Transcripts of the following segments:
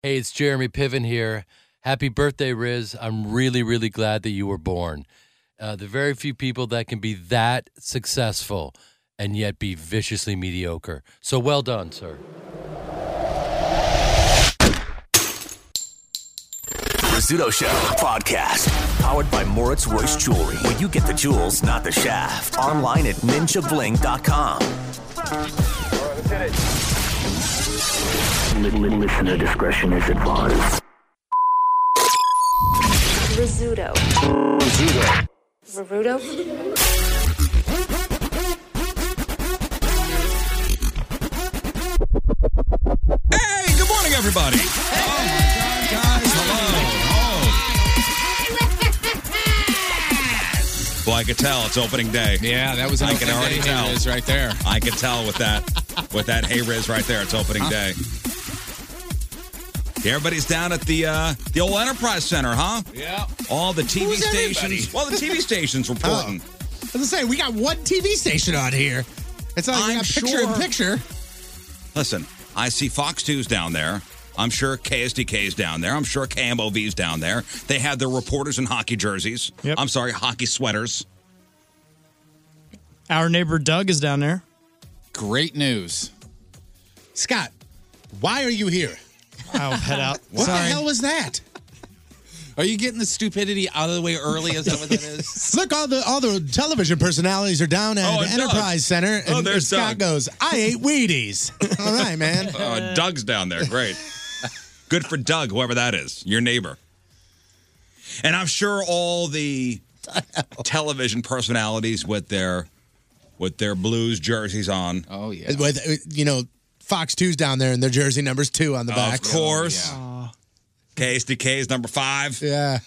Hey, it's Jeremy Piven here. Happy birthday, Riz. I'm really, really glad that you were born. Uh, there are very few people that can be that successful and yet be viciously mediocre. So well done, sir. Rizzuto Show podcast, powered by Moritz Royce Jewelry, where you get the jewels, not the shaft. Online at ninjabling.com. Listener discretion is advised. Rizzuto. Rizzuto. Hey, good morning, everybody. Oh my God, guys, hello. Oh. Well, I could tell it's opening day. Yeah, that was an I can opening already day, hey, tell. Riz, right there. I could tell with that, with that hey Riz right there. It's opening day. Everybody's down at the uh, the old Enterprise Center, huh? Yeah. All the TV Who's everybody? stations. Well, the TV stations reporting. I was gonna say we got one TV station on here. It's not like we I'm got picture in sure. picture. Listen, I see Fox 2's down there. I'm sure KSDK's down there. I'm sure KMOV's down there. They have their reporters in hockey jerseys. I'm sorry, hockey sweaters. Our neighbor Doug is down there. Great news. Scott, why are you here? I'll head out. What the Sorry. hell was that? Are you getting the stupidity out of the way early? Is that what that is? Look, all the all the television personalities are down at Oh, the and Doug. Enterprise Center, Oh, and, and there's Scott Doug. goes, "I ate Wheaties." all right, man. Uh, Doug's down there. Great. Good for Doug, whoever that is, your neighbor. And I'm sure all the television personalities with their with their blues jerseys on. Oh yeah. With you know, Fox Two's down there, and their jersey number's two on the back. Of course. Oh, Oh, KSDK is number five. Yeah.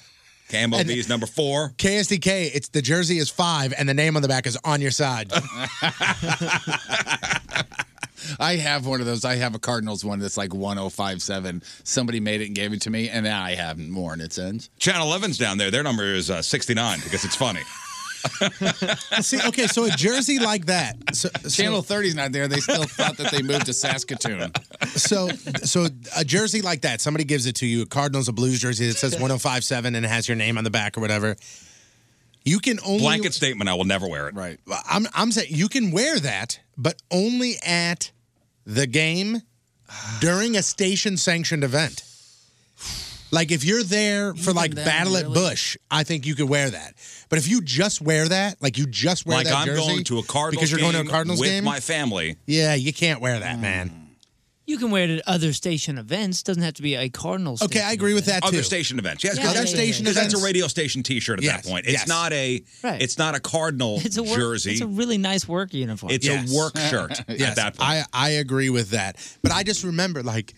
KMOV is number four. KSDK, it's the jersey is five, and the name on the back is on your side. I have one of those. I have a Cardinals one that's like 1057. Somebody made it and gave it to me, and now I haven't worn it since. Channel 11's down there. Their number is uh, 69 because it's funny. See, okay, so a jersey like that. So, so- Channel 30's not there. They still thought that they moved to Saskatoon. So, so a jersey like that, somebody gives it to you, a Cardinals, a Blues jersey that says 1057 and it has your name on the back or whatever. You can only Blanket statement, I will never wear it. Right. I'm I'm saying you can wear that, but only at the game during a station sanctioned event. Like if you're there for like then, Battle at really? Bush, I think you could wear that. But if you just wear that, like you just wear Like that I'm jersey going to a Cardinals because you're game going to a Cardinals with game, my Mm. family. yeah, you can't wear that, man. You can wear it at other station events. Doesn't have to be a Cardinals. Okay, I agree with that too. Other station events. Yes, Yeah, because other that's- station because that's a events. radio station T-shirt at Yes, that point. It's yes. not a. Right. It's not a Cardinal It's a work, jersey. It's a really nice work uniform. It's Yes. a work shirt at that point. I, I agree with that. But I just remember like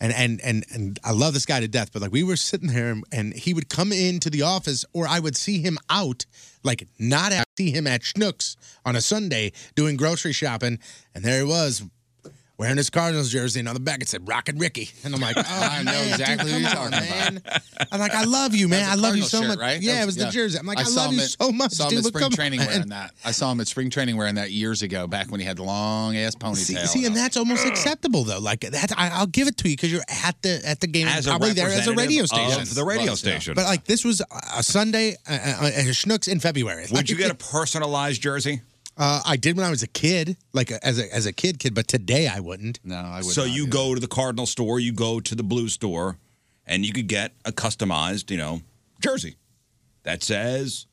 and and and and I love this guy to death, but like we were sitting there and, and he would come into the office or I would see him out, like not at, see him at Schnucks on a Sunday doing grocery shopping, and there he was wearing his Cardinals jersey, and on the back it said "Rocket Ricky," and I'm like, "Oh, I know man, exactly who dude, you're come on, talking about. man. I'm like, "I love you, man. That I was a love you Cardinals so shirt, much." Right? Yeah, That it was the jersey. I'm like, "I, love him you at- so much, Saw him dude. at Look, spring come training on." wearing that. I saw him at spring training wearing that years ago, back when he had the long ass See, ponytail. see, and that's Mm. almost acceptable though. Like that's, I, I'll give it to you because you're at the at the game, As a probably there as a radio representative station, of the radio Was, yeah. station. But like this was a- a Sunday uh, uh, at Schnucks in February. Would Like, you get a personalized jersey? Uh, I did when I was a kid, like a, as a as a kid kid, but today I wouldn't. No, I so you go to the Cardinal store, you go to the Blue store, and you could get a customized, you know, jersey that says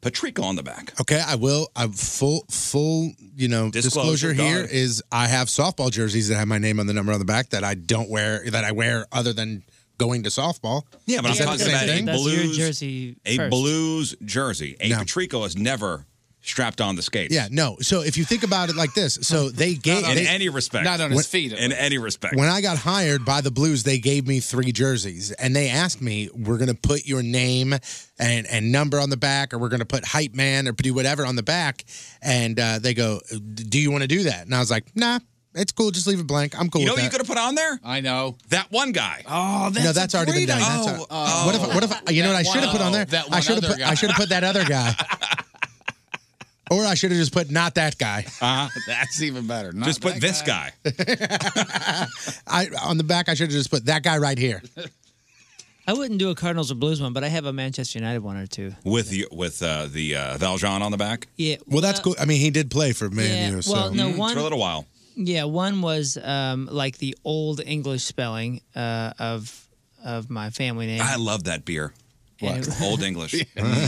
Patrico on the back. Okay, I will. I'm full full. You know, Disclosure, disclosure, here done. is I have softball jerseys that have my name on the number on the back that I don't wear that I wear other than going to softball. Yeah, but Is I'm that the talking same about a thing? blues a first. blues jersey. A Patrico is never strapped on the skates. Yeah, no. So if you think about it like this, so they gave in they- any respect. When- In any respect. When I got hired by the Blues, they gave me three jerseys, and they asked me, "We're going to put your name and and number on the back, or we're going to put hype man, or do whatever on the back." And uh, they go, "Do you want to do that?" And I was like, "Nah, it's cool. Just leave it blank. I'm cool." you know with what you that." could have put on there? I know. That one guy. Oh, no, that's already been done. That's Oh, al- what if? What if? You know what I That should have put on there? one- Oh, that I one should have other put. I guy. should have put that other guy. Or I should have just put not that guy. Uh, Uh-huh. that's even better. Not Just put that this guy. I on the back I should have just put that guy right here. I wouldn't do a Cardinals or Blues one, but I have a Manchester United one or two. with the, with uh, the uh, Valjean on the back. Yeah. Well, that's cool. I mean, he did play for Man Uh, Yeah, U. So. well, no, Mm, one- for a little while. Yeah, one was um, like the old English spelling uh, of of my family name. I love that beer. What? What? Old English.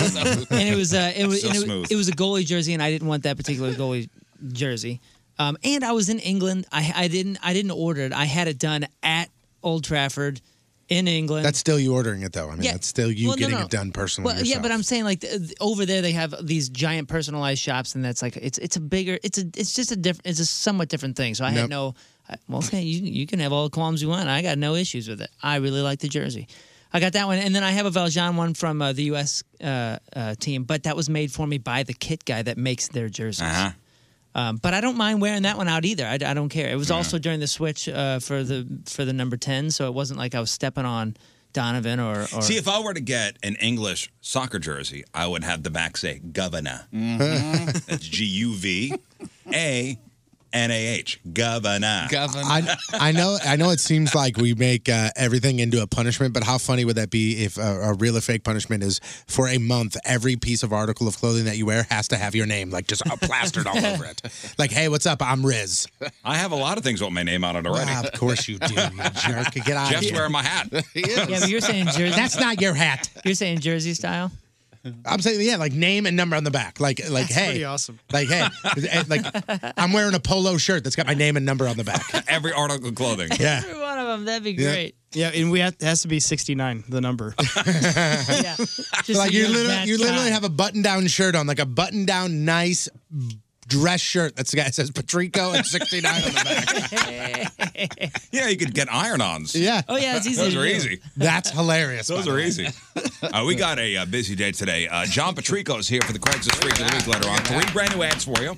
and it was uh, it was so and it, smooth. it was a goalie jersey, and I didn't want that particular goalie jersey. Um, and I was in England. I, I didn't I didn't order it. I had it done at Old Trafford in England. That's still you ordering it, though. I mean, Yeah. that's still you Well, no, getting no. it done personally. well, yeah, but I'm saying like th- th- over there they have these giant personalized shops, and that's like it's it's a bigger it's a it's just a different it's a somewhat different thing. So I Nope. had no I, well, okay, you you can have all the qualms you want. I got no issues with it. I really like the jersey. I got that one, and then I have a Valjean one from uh, the U.S. Uh, uh, team, but that was made for me by the kit guy that makes their jerseys. Um, but I don't mind wearing that one out either. I, I don't care. It was also during the switch uh, for the for the number ten, so it wasn't like I was stepping on Donovan or. or See, if I were to get an English soccer jersey, I would have the back say Governor. Mm-hmm. That's G U V A N A H. Governor. Governor. I, I know. I know. It seems like we make uh, everything into a punishment, but how funny would that be if uh, a real or fake punishment is for a month every piece of article of clothing that you wear has to have your name like just uh, plastered all over it. Like, hey, what's up? I'm Riz. I have a lot of things with my name on it already. Ah, of course you do. You jerk. Get out. Jeff's of here. wearing my hat. Yeah, but you're saying jersey. That's not your hat. You're saying jersey style. I'm saying yeah, like name and number on the back. Like like That's hey, pretty awesome. Like hey, Eh, like I'm wearing a polo shirt that's got my name and number on the back. Every article of clothing. Yeah. Every one of them. That'd be Yeah. great. Yeah, and we have, it has to be 69, the number. Yeah. Just like a you young literally, fat you literally guy. have a button-down shirt on, like a button-down nice dress shirt. That's the guy that says Patrico and 69 on the back. Yeah, you could get iron ons. Yeah. Those are easy. That's hilarious. by Those the are way. easy. Uh, we got a uh, busy day today. Uh, John Patrico's here for the Craigslist Freak of the Week later on. Three brand new ads for you.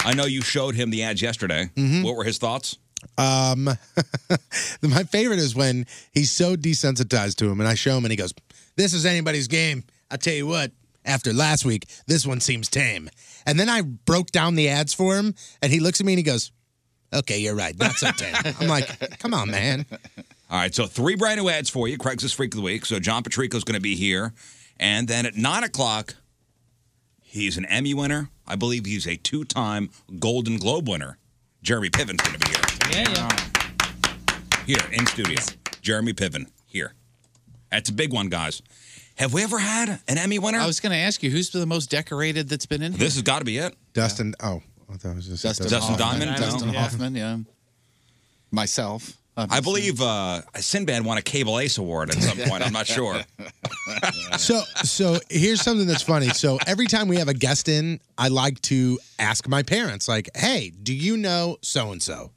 I know you showed him the ads yesterday. Mhm. What were his thoughts? Um, my favorite is when he's so desensitized to him, and I show him, and he goes, "This is anybody's game." I tell you what. After last week, this one seems tame. And then I broke down the ads for him, and he looks at me and he goes, "Okay, you're right. Not so tame." I'm like, "Come on, Oh, man." All right, so three brand new ads for you, Craigslist Freak of the Week. So John Patrico's going to be here. And then at 9 o'clock, he's an Emmy winner. I believe he's a two-time Golden Globe winner. Jeremy Piven's going to be here. Yeah, yeah. Here, in studio. Jeremy Piven, here. That's a big one, guys. Have we ever had an Emmy winner? I was going to ask you, who's the most decorated that's been in here? This has got to be it. Dustin. Oh, I thought it was just Dustin, Hoffman. Dustin Hoffman, yeah. Myself. I believe uh, Sinbad won a Cable Ace Award at some point. I'm not sure. So, so here's something that's funny. So every time we have a guest in, I like to ask my parents, like, "Hey, do you know so and so?"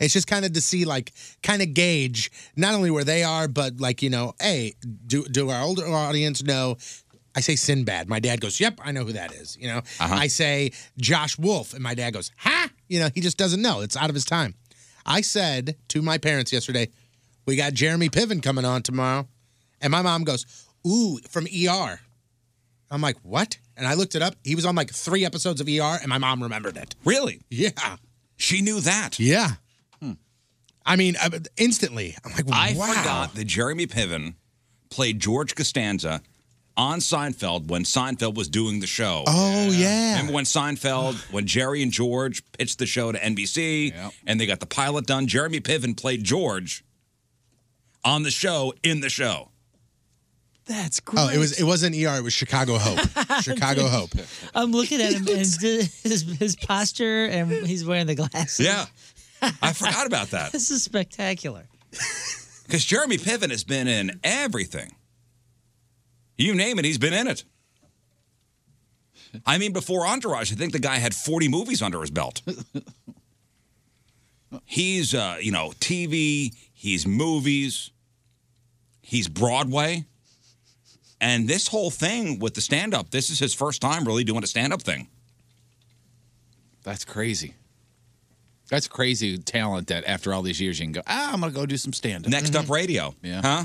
It's just kind of to see, like, kind of gauge not only where they are, but like, you know, hey, do do our older audience know? I say Sinbad. My dad goes, "Yep, I know who that is." You Ah. Uh-huh. know, I say Josh Wolf, and my dad goes, "Ha!" You know, he just doesn't know. It's out of his time. I said to my parents yesterday, we got Jeremy Piven coming on tomorrow. And my mom goes, ooh, from ER. I'm like, what? And I looked it up. He was on like three episodes of ER, and my mom remembered it. Really? Yeah. She knew that. Hmm. Yeah. I mean, uh, instantly. I'm like, I wow. forgot that Jeremy Piven played George Costanza on Seinfeld when Seinfeld was doing the show. Oh, yeah. Remember when Seinfeld, when Jerry and George pitched the show to NBC and they got the pilot done? Jeremy Piven played George on the show in the show. That's great. Oh, it was it wasn't ER. It was Chicago Hope. Chicago Hope. I'm looking at him and his, his, his posture, and he's wearing the glasses. Yeah. I forgot about that. This is spectacular. Because Jeremy Piven has been in everything. You name it, he's been in it. I mean, before Entourage, I think the guy had 40 movies under his belt. He's, uh, you know, TV, he's movies, he's Broadway. And this whole thing with the stand up, this is his first time really doing a stand up thing. That's crazy. That's crazy talent that after all these years you can go, ah, I'm going to go do some stand up. Next up radio. Yeah. Huh?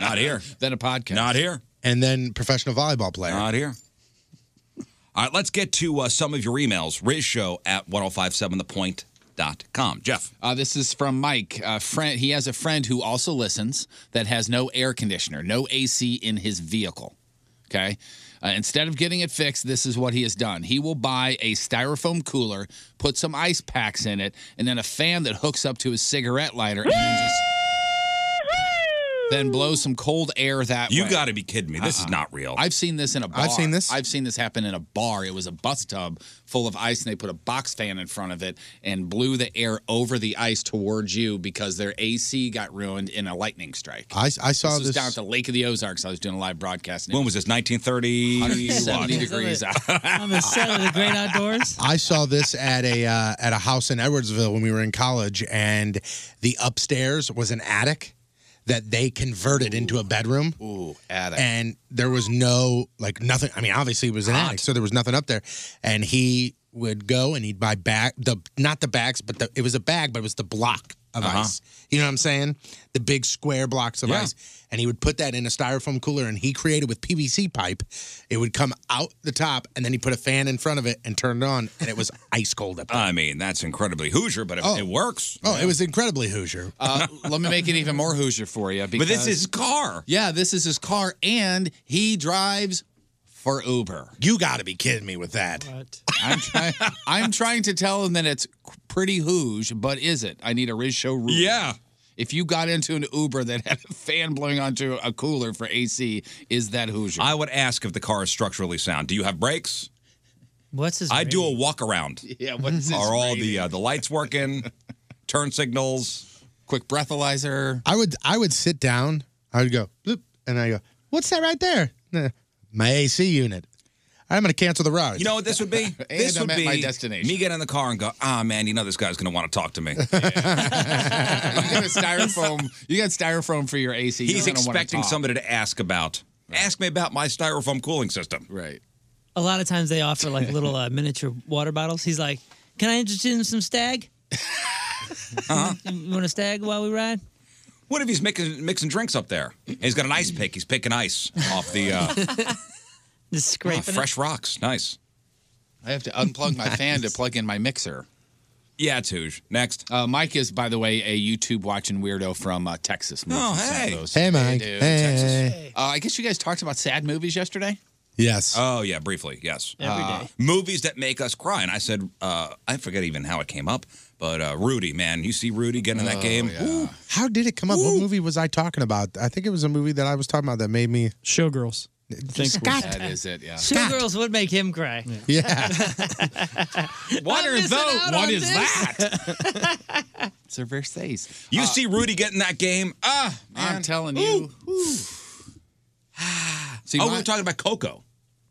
Not here. Then a podcast. Not here. And then professional volleyball player. Not here. All right, let's get to uh, some of your emails. Rizshow at 1057thepoint.com. Jeff. Uh, this is from Mike. A friend, he has a friend who also listens that has no air conditioner, no AC in his vehicle. Okay. Uh, instead of getting it fixed, this is what he has done. He will buy a styrofoam cooler, put some ice packs in it, and then a fan that hooks up to his cigarette lighter, and then just then blows some cold air that You way. got to be kidding me. This is Uh-uh. not real. I've seen this in a bar. I've seen this. I've seen this happen in a bar. It was a bus tub full of ice, and they put a box fan in front of it and blew the air over the ice towards you because their AC got ruined in a lightning strike. I, I saw this. Was this- down at the Lake of the Ozarks. I was doing a live broadcast. When was this? 1930. 170 what? degrees out. On the set of the Great Outdoors. I saw this at a uh, at a house in Edwardsville when we were in college, and the upstairs was an attic that they converted into a bedroom. Ooh, attic. And there was no like nothing. I mean, obviously it was an attic, so there was nothing up there. And he would go and he'd buy back the not the bags, but the, it was a bag, but it was the block of Uh-huh. ice. You know what I'm saying? The big square blocks of ice. And he would put that in a styrofoam cooler and he created with PVC pipe. It would come out the top and then he put a fan in front of it and turned it on and it was ice cold up there. I mean, that's incredibly Hoosier, but it, Oh. it works. oh, it was incredibly Hoosier. Uh, let me make it even more Hoosier for you. Because, this is his car. Yeah, this is his car, and he drives for Uber. You got to be kidding me with that. I'm, try- I'm trying to tell him that it's pretty Hoosier, but is it? I need a Riz Show rule. Yeah. If you got into an Uber that had a fan blowing onto a cooler for AC, is that Hoosier? I would ask if the car is structurally sound. Do you have brakes? What's his I do a walk around. Yeah, what's his Are all the uh, the lights working? turn signals? Quick breathalyzer? I would I would sit down. I would go bloop, and I go, "What's that right there?" Nah, My AC unit. I'm going to cancel the ride. You know what this would be? this I'm would at be my destination. me get in the car and go, ah, man, you know this guy's going to want to talk to me. you got a styrofoam. You got styrofoam for your AC. You're He's gonna wanna expecting talk. somebody to ask about, ask me about my styrofoam cooling system. Right. A lot of times they offer like little uh, miniature water bottles. He's like, "Can I interest you in some stag? Uh-huh. You- You want a stag while we ride?" What if he's mixing, mixing drinks up there? And he's got an ice pick. He's picking ice off the uh, Just ah, scraping. it. fresh rocks. Nice. I have to unplug my fan to plug in my mixer. Yeah, it's huge. Next. Uh, Mike is, by the way, a YouTube watching weirdo from uh, Texas. Oh, From San hey. Luis. Hey, Mike. dude. Hey. Texas. Uh, I guess you guys talked about sad movies yesterday. Yes. Oh yeah, briefly. Yes. Every Uh, day. movies that make us cry, and I said uh, I forget even how it came up, but uh, Rudy, man, you see Rudy getting Oh, in that game. Ooh. How did it come up? What movie was I talking about? I think it was a movie that I was talking about that made me. Showgirls. That is it. Yeah. Two girls would make him cry. Yeah. What I'm missing out on this. that? it's a Versace. You see Rudy getting that game. Ah, I'm man. telling you. see, oh, we my- were talking about Coco.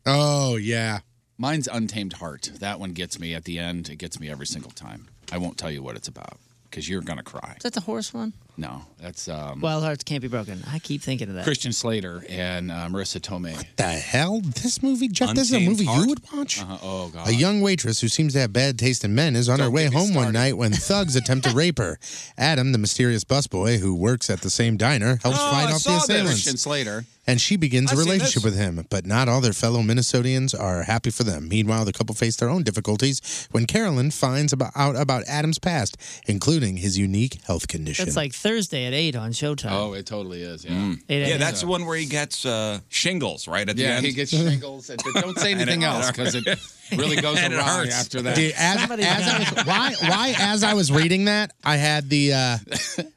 oh yeah. mine's Untamed Heart. That one gets me at the end. It gets me every single time. I won't tell you what it's about because you're gonna cry. Is that the horse one? No, that's um, Wild hearts can't be broken. I keep thinking of that. Christian Slater and uh, Marissa Tomei. The hell? This movie, Jeff, this is a Untamed movie Heart? you would watch? Uh-huh. Oh, God. A young waitress who seems to have bad taste in men is on her way home one night when thugs attempt to rape her. Adam, the mysterious busboy who works at the same diner, helps Oh, fight I off saw the this. assailants. Christian Slater. And she begins I've a seen relationship this. with him, but not all their fellow Minnesotians are happy for them. Meanwhile, the couple face their own difficulties when Carolyn finds about, out about Adam's past, including his unique health condition. That's like Thursday at eight on Showtime. Oh, it totally is. Yeah. It yeah, is. that's the one where he gets uh, shingles, right? At the Yeah, end. he gets shingles. And, but don't say And it- anything else because it really goes And it awry hurts. after that. Dude, as, as I was, why, why, as I was reading that, I had the uh,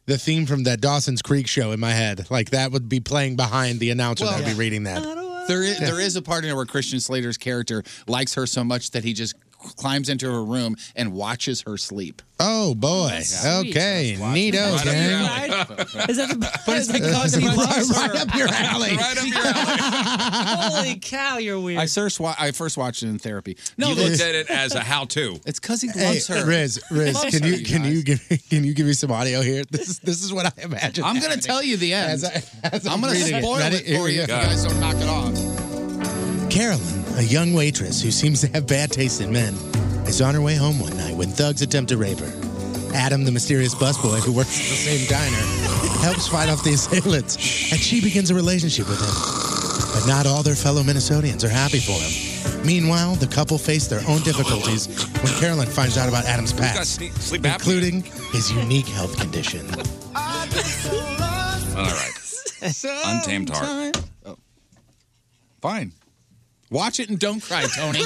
the theme from that Dawson's Creek show in my head. Like that would be playing behind the announcer that would be reading that. There is, there is a part in it where Christian Slater's character likes her so much that he just climbs into her room and watches her sleep. Oh boy. Okay. Neato, Right up gang. Is that the But it's because he loves her. Right up your alley. Holy cow, you're weird. I first, wa- I first watched it in therapy. you looked at it as a how-to. It's because he Hey, loves her. Riz, Riz, Loves can her, you you can you give me can you give me some audio here? This is this is what I imagine. I'm going to tell you the end. As I, I'm I'm going to reading it. spoil it, Ready? Here for we you if go. you guys don't knock it off. Carolyn, a young waitress who seems to have bad taste in men, is on her way home one night when thugs attempt to rape her. Adam, the mysterious busboy who works at the same diner, helps fight off the assailants, and she begins a relationship with him. But not all their fellow Minnesotians are happy for him. Meanwhile, the couple face their own difficulties when Carolyn finds out about Adam's Who's got past, sne- sleep apnea? including his unique health condition. All right. Untamed heart. Fine. Watch it and don't cry, Tony.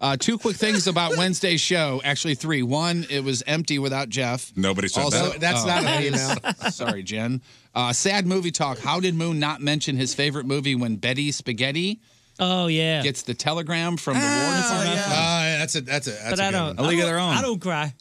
uh, two quick things about Wednesday's show. Actually, three. One, it was empty without Jeff. Nobody said Also, that. oh, that is- Sorry, Jen. Uh, sad movie talk. How did Moon not mention his favorite movie when Betty Spaghetti? Oh yeah. Ah, Gets the telegram from the War Department. Ah, that's a that's a that's but I don't. I don't- I don't cry.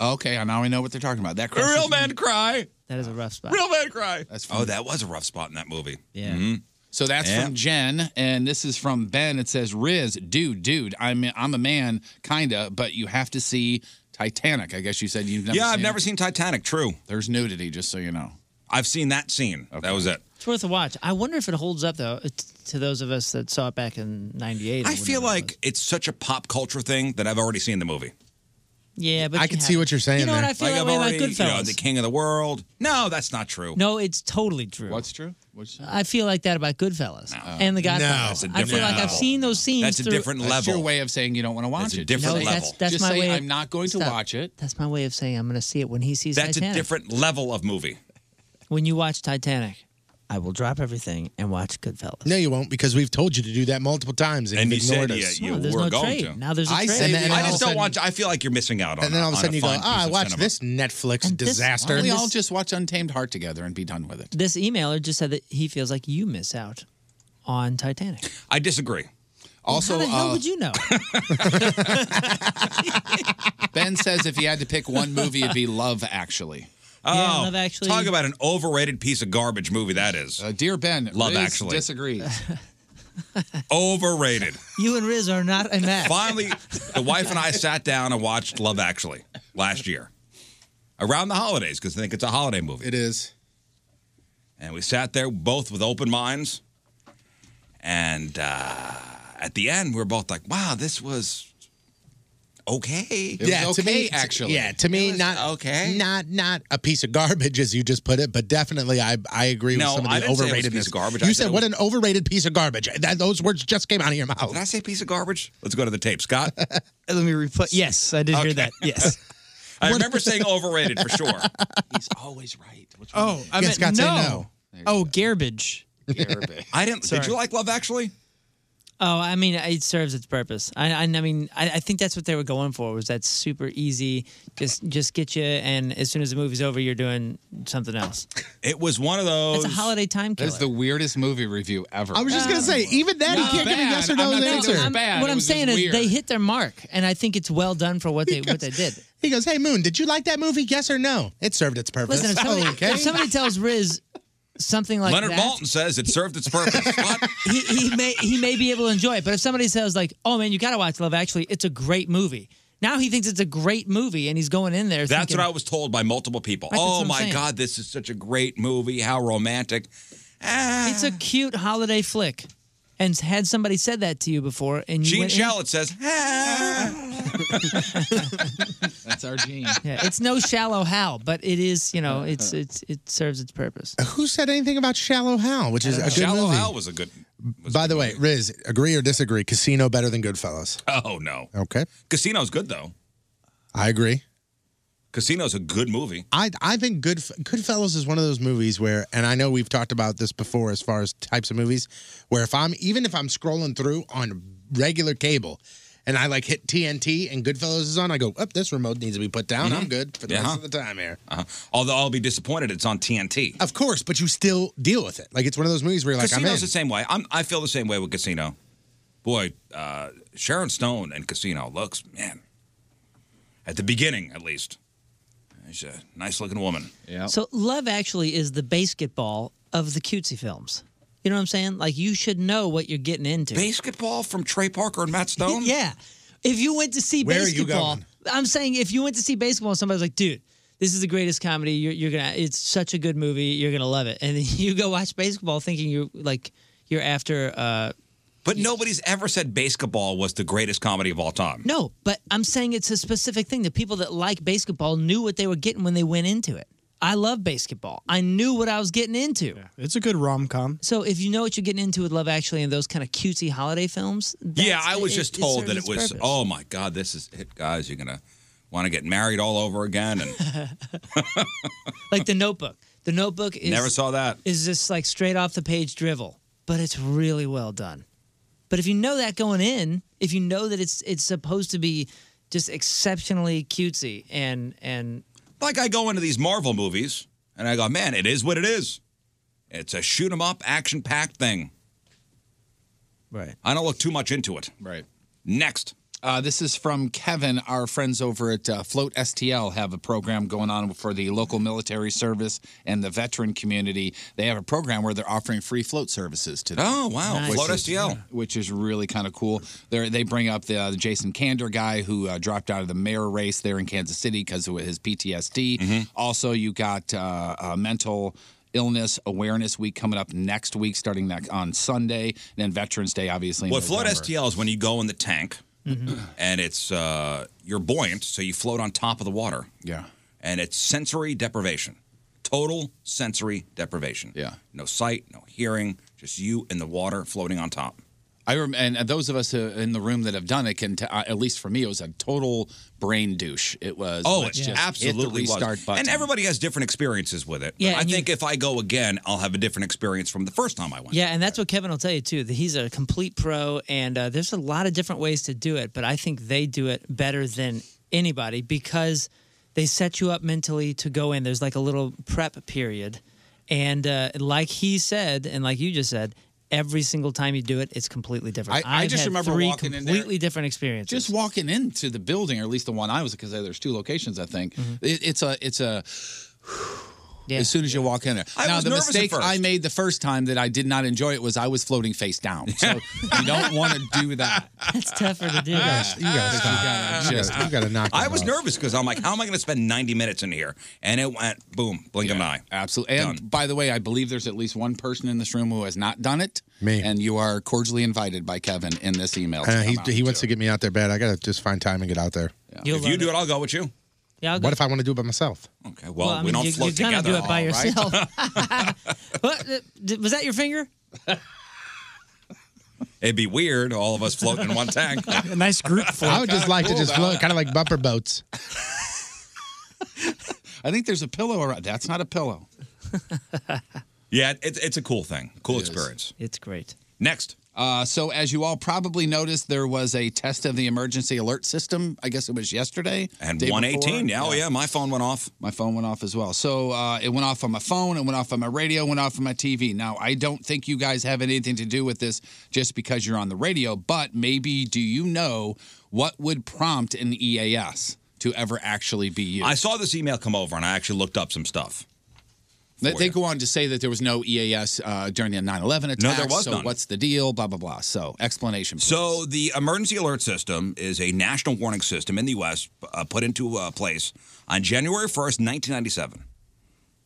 Okay, now we know what they're talking about. That crushes Real me. men cry. That is a rough spot. Real men cry. That's funny. oh, that was a rough spot in that movie. Mm-hmm. Yeah. So that's Yeah. from Jen, and this is from Ben. It says, "Riz, dude, dude, I'm I'm a man, kinda, but you have to see Titanic." I guess you said you've never. yeah, seen I've it. never seen Titanic. True. There's nudity, just so you know. I've seen that scene. That was it. It's worth a watch. I wonder if it holds up though t- to those of us that saw it back in '98. I feel like it's such a pop culture thing that I've already seen the movie. Yeah, but I you can have- see what you're saying You know there. what I feel Like, that I've way about already, you know, Goodfellas. the King of the World. No, that's not true. No, it's totally true. What's true? What's I feel like that about Goodfellas and The Godfather. I feel like I've seen those scenes. through- That's your way of saying you don't want to watch That's a it. different Just say- level. That's just my say, way. I'm not going to Stop. watch it. That's my way of saying I'm going to see it when he sees That's Titanic. a different level of movie. When you watch Titanic, I will drop everything and watch Goodfellas. No, you won't, because we've told you to do that multiple times, and, And you you've said ignored you, us. you were going to. I said- I and then all of a just don't sudden- want. I feel like you're missing out on. And then all of a on sudden you go, fun "Ah, piece I of watched cinema." this Netflix disaster. Why don't we all just watch Untamed Heart together and be done with it. This emailer just said that he feels like you miss out on Titanic. I disagree. Also, How the hell uh, would you know? Ben says if you had to pick one movie, it'd be Love Actually. Oh, talk about an overrated piece of garbage movie that is. Uh, dear Ben, Love Riz Actually disagrees. overrated. You and Riz are not a match. Finally, the wife and I sat down and watched Love Actually last year around the holidays because I think it's a holiday movie. It is. And we sat there both with open minds. And uh, at the end, we were both like, wow, this was okay. Yeah, to me, not okay, not not a piece of garbage as you just put it, but definitely I I agree No, with some of I the didn't say it was a overratedness. piece of garbage. I You said said it what an overrated piece of garbage. That, those words just came out of your mouth. Did I say piece of garbage? Let's go to the tape, Scott. Let me replay. Yes, I did hear that. Yes. I remember saying overrated for sure. He's always right. Oh, I Yeah, meant Scott, say no. Oh, garbage. Garbage. I didn't. Did Sorry. you like Love Actually? Oh, I mean, it serves its purpose. I, I, I mean, I, I think that's what they were going for. Was that super easy? Just, just get you, and as soon as the movie's over, you're doing something else. It was one of those. It's a holiday time killer. That's the weirdest movie review ever. I was just gonna say, even that, he Not can't give a bad. yes or I'm no not saying it was answer. I'm- bad. what It I'm was just saying is weird. they hit their mark, and I think it's well done for what they what they did. He goes, "Hey Moon, did you like that movie? Yes or no? It served its purpose." Oh, Listen, if somebody, okay. if somebody tells Riz something like Leonard that, Malton says it served its purpose. he, he may he may be able to enjoy it. But if somebody says like, "Oh man, you got to watch Love Actually," it's a great movie. Now he thinks it's a great movie, and he's going in there. That's thinking, what I was told by multiple people. Right, that's what oh I'm my saying. God, this is such a great movie. How romantic. "Ah, It's a cute holiday flick. And had somebody said that to you before, and you Gene went in- Shalit says, That's our gene. Yeah, it's no shallow how, but it is. You know, it's it's it serves its purpose. Who said anything about Shallow Hal, which is a good Shallow movie? Hal was a good. By the way, Riz, agree or disagree? Casino better than Goodfellas. Oh no, Okay, Casino's good though. I agree. Casino's a good movie. I I think Good Goodfellas is one of those movies where, and I know we've talked about this before as far as types of movies, where if I'm even if I'm scrolling through on regular cable, and I like hit TNT and Goodfellas is on, I go, up this remote needs to be put down. I'm Mhm. good for the Yeah. rest of the time here. Uh-huh. Although I'll be disappointed, it's on TNT. Of course, but you still deal with it. Like it's one of those movies where you're like, Casino's I'm in. the same way. I'm, I feel the same way with Casino. Boy, uh, Sharon Stone and Casino looks, man, at the beginning at least, she's a nice looking woman. Yeah. So love actually is the basketball of the cutesy films. You know what I'm saying? Like you should know what you're getting into. Basketball from Trey Parker and Matt Stone. yeah. If you went to see Where are you basketball, going? I'm saying if you went to see baseball, and somebody's like, dude. This is the greatest comedy. You're, you're gonna. It's such a good movie. You're gonna love it. And then you go watch baseball, thinking you're like you're after uh, But nobody's ever said basketball was the greatest comedy of all time. No, but I'm saying it's a specific thing. The people that like basketball knew what they were getting when they went into it. I love basketball. I knew what I was getting into. It's a good rom com. So if you know what you're getting into with Love Actually and those kind of cutesy holiday films, yeah, I was it- just it told serves that it its was. purpose. Oh my God, this is it, guys. You're gonna want to get married all over again, and like The Notebook. The Notebook is never saw that. is just like straight off the page drivel, but it's really well done. But if you know that going in, if you know that it's it's supposed to be just exceptionally cutesy and and Like I go into these Marvel movies, and I go, man, it is what it is. It's a shoot 'em up, action packed thing. Right. I don't look too much into it. Right. Next. Uh, this is from Kevin. Our friends over at uh, Float STL have a program going on for the local military service and the veteran community. They have a program where they're offering free float services to them. Oh, wow. Nice. Float is- STL. Which is really kind of cool. They're, they bring up the, uh, the Jason Kander guy who uh, dropped out of the mayor race there in Kansas City because of his PTSD. Mm-hmm. Also, you got uh, uh, mental illness awareness week coming up next week, starting that on Sunday, and then Veterans Day, obviously. in Well, float November. STL is when you go in the tank, and it's uh, you're buoyant, so you float on top of the water. Yeah. and it's sensory deprivation, total sensory deprivation. Yeah, no sight, no hearing, just you in the water floating on top. I rem- and those of us uh, in the room that have done it can, t- uh, at least for me, it was a total brain douche. It was. oh, it let's just hit the absolutely was. restart button. And everybody has different experiences with it. Yeah, I and you- think if I go again, I'll have a different experience from the first time I went. Yeah, and that's what Kevin will tell you too. That he's a complete pro, and uh, there's a lot of different ways to do it, but I think they do it better than anybody because they set you up mentally to go in. There's like a little prep period, and uh, like he said, and like you just said, every single time you do it, it's completely different. I, I I've just had remember three walking in there. completely different experiences. Just walking into the building, or at least the one I was, because there's two locations, I think. Mm-hmm. It, it's a, it's a. As soon as you walk in there. I now was the nervous at mistake first. I made the first time that I did not enjoy it was I was floating face down. So you don't want to do that. It's tougher to do. You gotta, You just gotta- I was nervous because I'm like, how am I going to spend 90 minutes in here? And it went boom, blink of an eye. Absolutely. And by the way, I believe there's at least one person in this room who has not done it. Me. And you are cordially invited by Kevin in this email. to Uh, I know, come out. he he wants to get me out there bad. I gotta just find time and get out there. You'll If you do it, I'll go with you. Yeah, What if I want to do it by myself? Okay, well, I mean, you, you're gonna do it by yourself. what Uh, did- was that? Your finger? It'd be weird, all of us floating in one tank. A nice group float. I would just Kinda like cool, to just though. float, kind of like bumper boats. I think there's a pillow around. That's not a pillow. Yeah, it, it's a cool thing. Cool experience. It's great. Next. Uh, so, as you all probably noticed, there was a test of the emergency alert system. I guess it was yesterday. And day before. 118. Yeah, oh, yeah. My phone went off. My phone went off as well. So, uh, it went off on my phone, it went off on my radio, it went off on my TV. Now, I don't think you guys have anything to do with this just because you're on the radio, but maybe do you know what would prompt an EAS to ever actually be used? I saw this email come over and I actually looked up some stuff. They, they go on to say that there was no EAS uh, during the 9 11 attack. No, there was so none. What's the deal? Blah, blah, blah. So, explanation. So the emergency alert system is a national warning system in the U.S. Uh, put into uh, place on January 1st, 1997,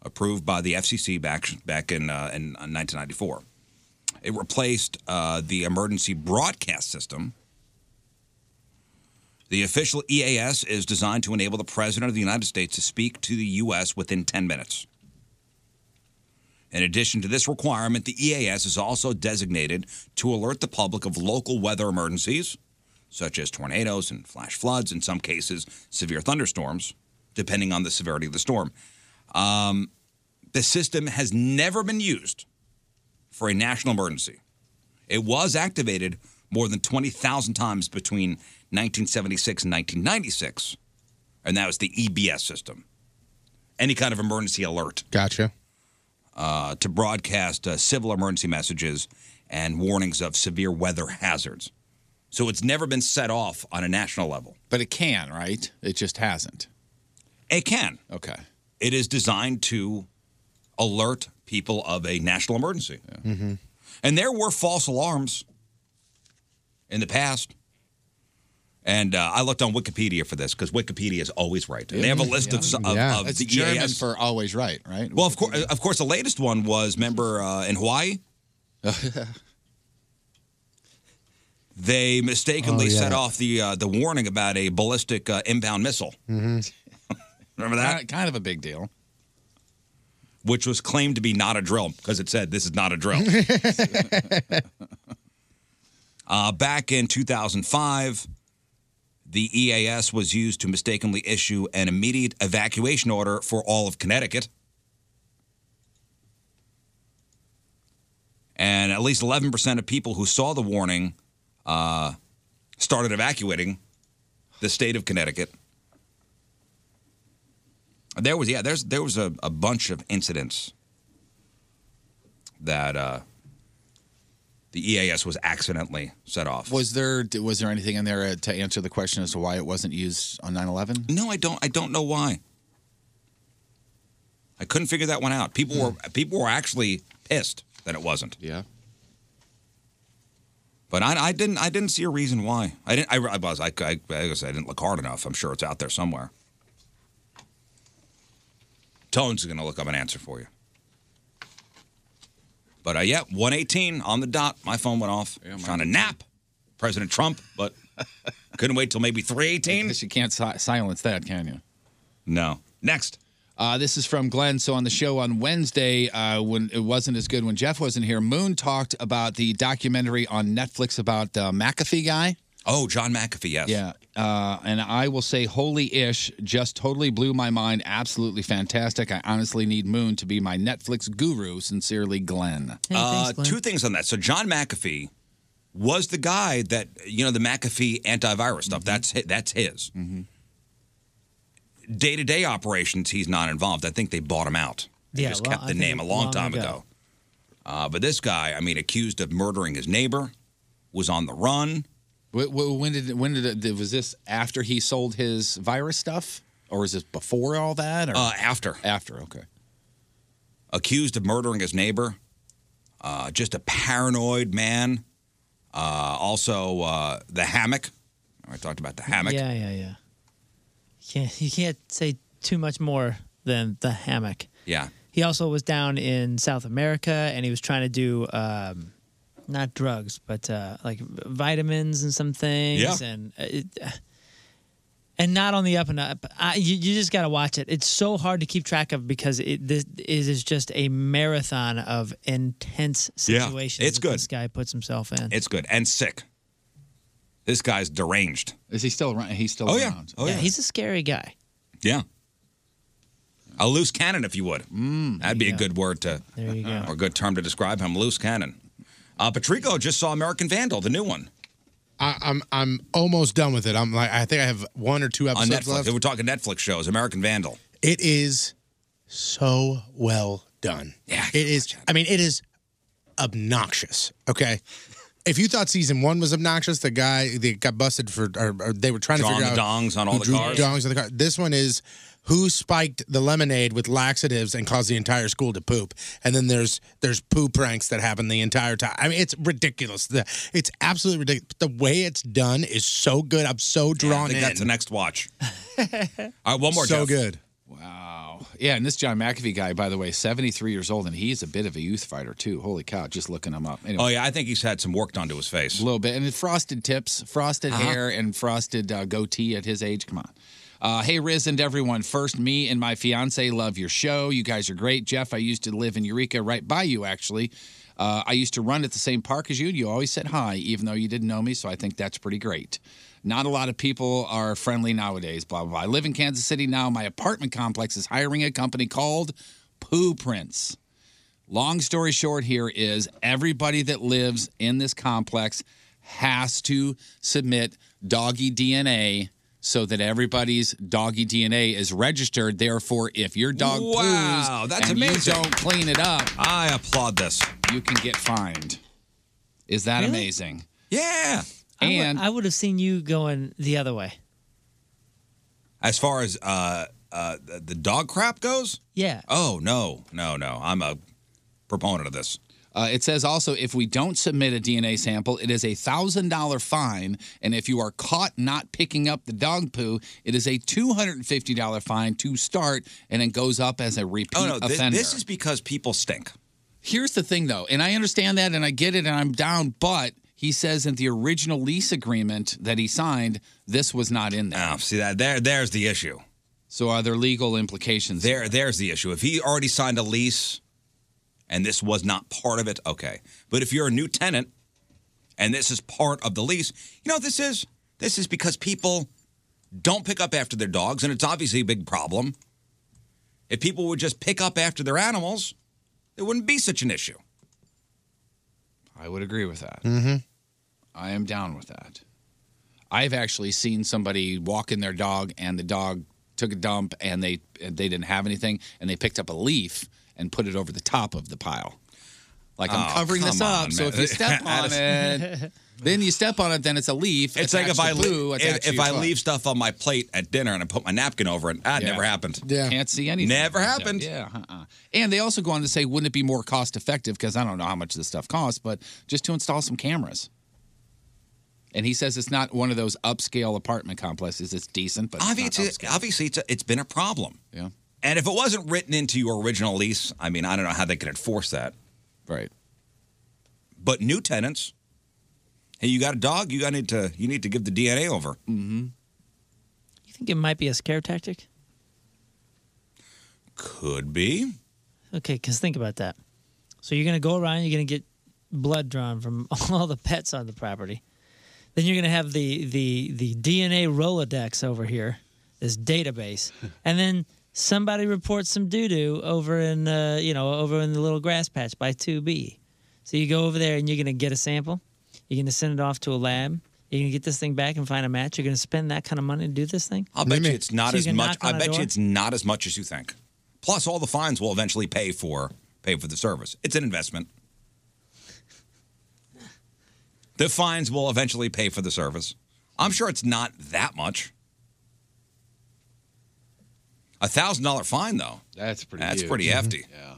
approved by the FCC back back in uh, in uh, 1994. It replaced uh, the emergency broadcast system. The official EAS is designed to enable the President of the United States to speak to the U.S. within 10 minutes. In addition to this requirement, the EAS is also designated to alert the public of local weather emergencies, such as tornadoes and flash floods, in some cases, severe thunderstorms, depending on the severity of the storm. Um, the system has never been used for a national emergency. It was activated more than 20,000 times between 1976 and 1996, and that was the EBS system, any kind of emergency alert Gotcha. uh, to broadcast uh, civil emergency messages and warnings of severe weather hazards. So it's never been set off on a national level. But it can, right? It just hasn't. It can. Okay. It is designed to alert people of a national emergency. Mm-hmm. And there were false alarms in the past. And uh, I looked on Wikipedia for this because Wikipedia is always right. And they have a list of, of, of It's the E German EAS. for always right, right? Well, of course, of course, the latest one was remember uh, in Hawaii. they mistakenly Oh, yeah. set off the uh, the warning about a ballistic uh, inbound missile. Mm-hmm. Remember that? Kind, of a big deal. Which was claimed to be not a drill because it said this is not a drill. Uh, back in 2005, the EAS was used to mistakenly issue an immediate evacuation order for all of Connecticut. And at least 11% of people who saw the warning uh, started evacuating the state of Connecticut. There was, yeah, there's, there was a, a bunch of incidents that uh, the EAS was accidentally set off. Was there was there anything in there uh, to answer the question as to why it wasn't used on 9/11? No, I don't. I don't know why. I couldn't figure that one out. People were people were actually pissed that it wasn't. Yeah. But I, I didn't I didn't see a reason why. I didn't I, I was I, I, I guess I didn't look hard enough. I'm sure it's out there somewhere. Tones is going to look up an answer for you. But uh, yeah, 118 on the dot. My phone went off. trying to nap, President Trump, but couldn't wait till maybe 318. you can't si- silence that, can you? No. Next. Uh, this is from Glenn. So on the show on Wednesday, uh, when it wasn't as good when Jeff wasn't here, Moon talked about the documentary on Netflix about uh, McAfee guy. Oh, John McAfee, yes. Yeah. Uh, and I will say, holy ish, just totally blew my mind. Absolutely fantastic. I honestly need Moon to be my Netflix guru. Sincerely, Glenn. uh, two things on that. So John McAfee was the guy that you know the McAfee antivirus stuff. That's hi- that's his. Day to day operations, he's not involved. I think they bought him out. They Yeah, just well, kept I the think name a long, long time ago. ago. Uh, but this guy, I mean, accused of murdering his neighbor, was on the run. Wh- wh- When did when did it, was this after he sold his virus stuff, or is this before all that? Or? Uh, after. After. Okay. accused of murdering his neighbor. Uh, just a paranoid man. Uh, also, uh, the hammock. I talked about the hammock. Yeah, yeah, yeah. You can't, you can't say too much more than the hammock. Yeah. He also was down in South America and he was trying to do um, not drugs, but uh, like vitamins and some things. Yeah. And uh, it, and not on the up and up. I, you, you just got to watch it. It's so hard to keep track of because it this it is just a marathon of intense Yeah, situations. it's that good. This guy puts himself in. It's good and sick. This guy's deranged. Is he still around? He's still oh, around. Yeah. Oh yeah. He's a scary guy. Yeah. A loose cannon, if you would. Mm, That'd be a good word to, There you go. or a good term to describe him. Loose cannon. Uh, Patrico just saw American Vandal, the new one I, I'm I'm almost done with it. I'm like I think I have one or two on episodes Netflix. left. We're talking Netflix shows. American Vandal. It is so well done. Yeah, it is. I mean, it is obnoxious. Okay, If you thought season one was obnoxious, the guy that got busted for, or, or they were trying Drawing to figure the out dongs on all who the drew cars. Dongs on the car. This one is who spiked the lemonade with laxatives and caused the entire school to poop. And then there's there's poo pranks that happen the entire time. I mean, it's ridiculous. The- It's absolutely ridiculous. The way it's done is so good. I'm so drawn think in. that's the next watch. All right, one more. So Jeff. good. Wow. Yeah, and this John McAfee guy, by the way, 73 years old, and he's a bit of a youth fighter, too. Holy cow, just looking him up. Anyway, Oh yeah, I think he's had some work done to his face. A little bit. And frosted tips, frosted Uh-huh. hair, and frosted uh, goatee at his age. Come on. Uh, hey, Riz and everyone. First, me and my fiance love your show. You guys are great. Jeff, I used to live in Eureka, right by you, actually. Uh, I used to run at the same park as you, and you always said hi, even though you didn't know me, so I think that's pretty great. Not a lot of people are friendly nowadays, blah, blah, blah. I live in Kansas City now. My apartment complex is hiring a company called Poo Prints. Long story short, here is everybody that lives in this complex has to submit doggy DNA so that everybody's doggy DNA is registered. Therefore, if your dog Wow, poos that's and amazing. you don't clean it up, I applaud this. You can get fined. Is that Really? amazing? Yeah. I would- And- I would have seen you going the other way. As far as uh, uh, the the dog crap goes, Yeah. oh no, no, no, I'm a proponent of this. Uh, it says also if we don't submit a DNA sample, it is a thousand dollar fine, and if you are caught not picking up the dog poo, it is a two hundred and fifty dollar fine to start, and it goes up as a repeat Oh no, thi- offender. this is because people stink. Here's the thing, though, and I understand that, and I get it, and I'm down, but he says in the original lease agreement that he signed, this was not in there. Oh, see that there, there's the issue. So are there legal implications? There, there's the issue. If he already signed a lease, and this was not part of it, okay. But if you're a new tenant, and this is part of the lease, you know what this is? This is because people don't pick up after their dogs, and it's obviously a big problem. If people would just pick up after their animals, there wouldn't be such an issue. I would agree with that. Mm-hmm. I am down with that. I've actually seen somebody walking their dog and the dog took a dump and they and they didn't have anything and they picked up a leaf and put it over the top of the pile. Like I'm Oh, covering this come up, on, so man. if you step on it, then you step on it, then it's a leaf. It's like if I leave, leave, if, if I leave stuff on my plate at dinner and I put my napkin over it, that Yeah. never happened. Yeah, can't see anything. Never like that. happened. Yeah. Uh-uh. And they also go on to say, wouldn't it be more cost effective? Because I don't know how much this stuff costs, but just to install some cameras. And he says it's not one of those upscale apartment complexes. It's decent, but obviously, it's not upscale. obviously it's, a, it's been a problem. Yeah. And if it wasn't written into your original lease, I mean, I don't know how they could enforce that. Right. But new tenants, hey, you got a dog? You got need to you need to give the DNA over. Mm-hmm. You think it might be a scare tactic? Could be. Okay, because think about that. So you're going to go around, you're going to get blood drawn from all the pets on the property. Then you're going to have the, the, the DNA Rolodex over here, this database. and then somebody reports some doo doo over in, uh, you know, over in the little grass patch by 2B. So you go over there and you're going to get a sample. You're going to send it off to a lab. You're going to get this thing back and find a match. You're going to spend that kind of money to do this thing. I'll bet you it's not So you as can much. knock I on a bet you door? it's not as much as you think. Plus, all the fines will eventually pay for pay for the service. It's an investment. The fines will eventually pay for the service. I'm sure it's not that much. A thousand dollar fine, though. That's pretty. That's huge. pretty Mhm. hefty. Yeah.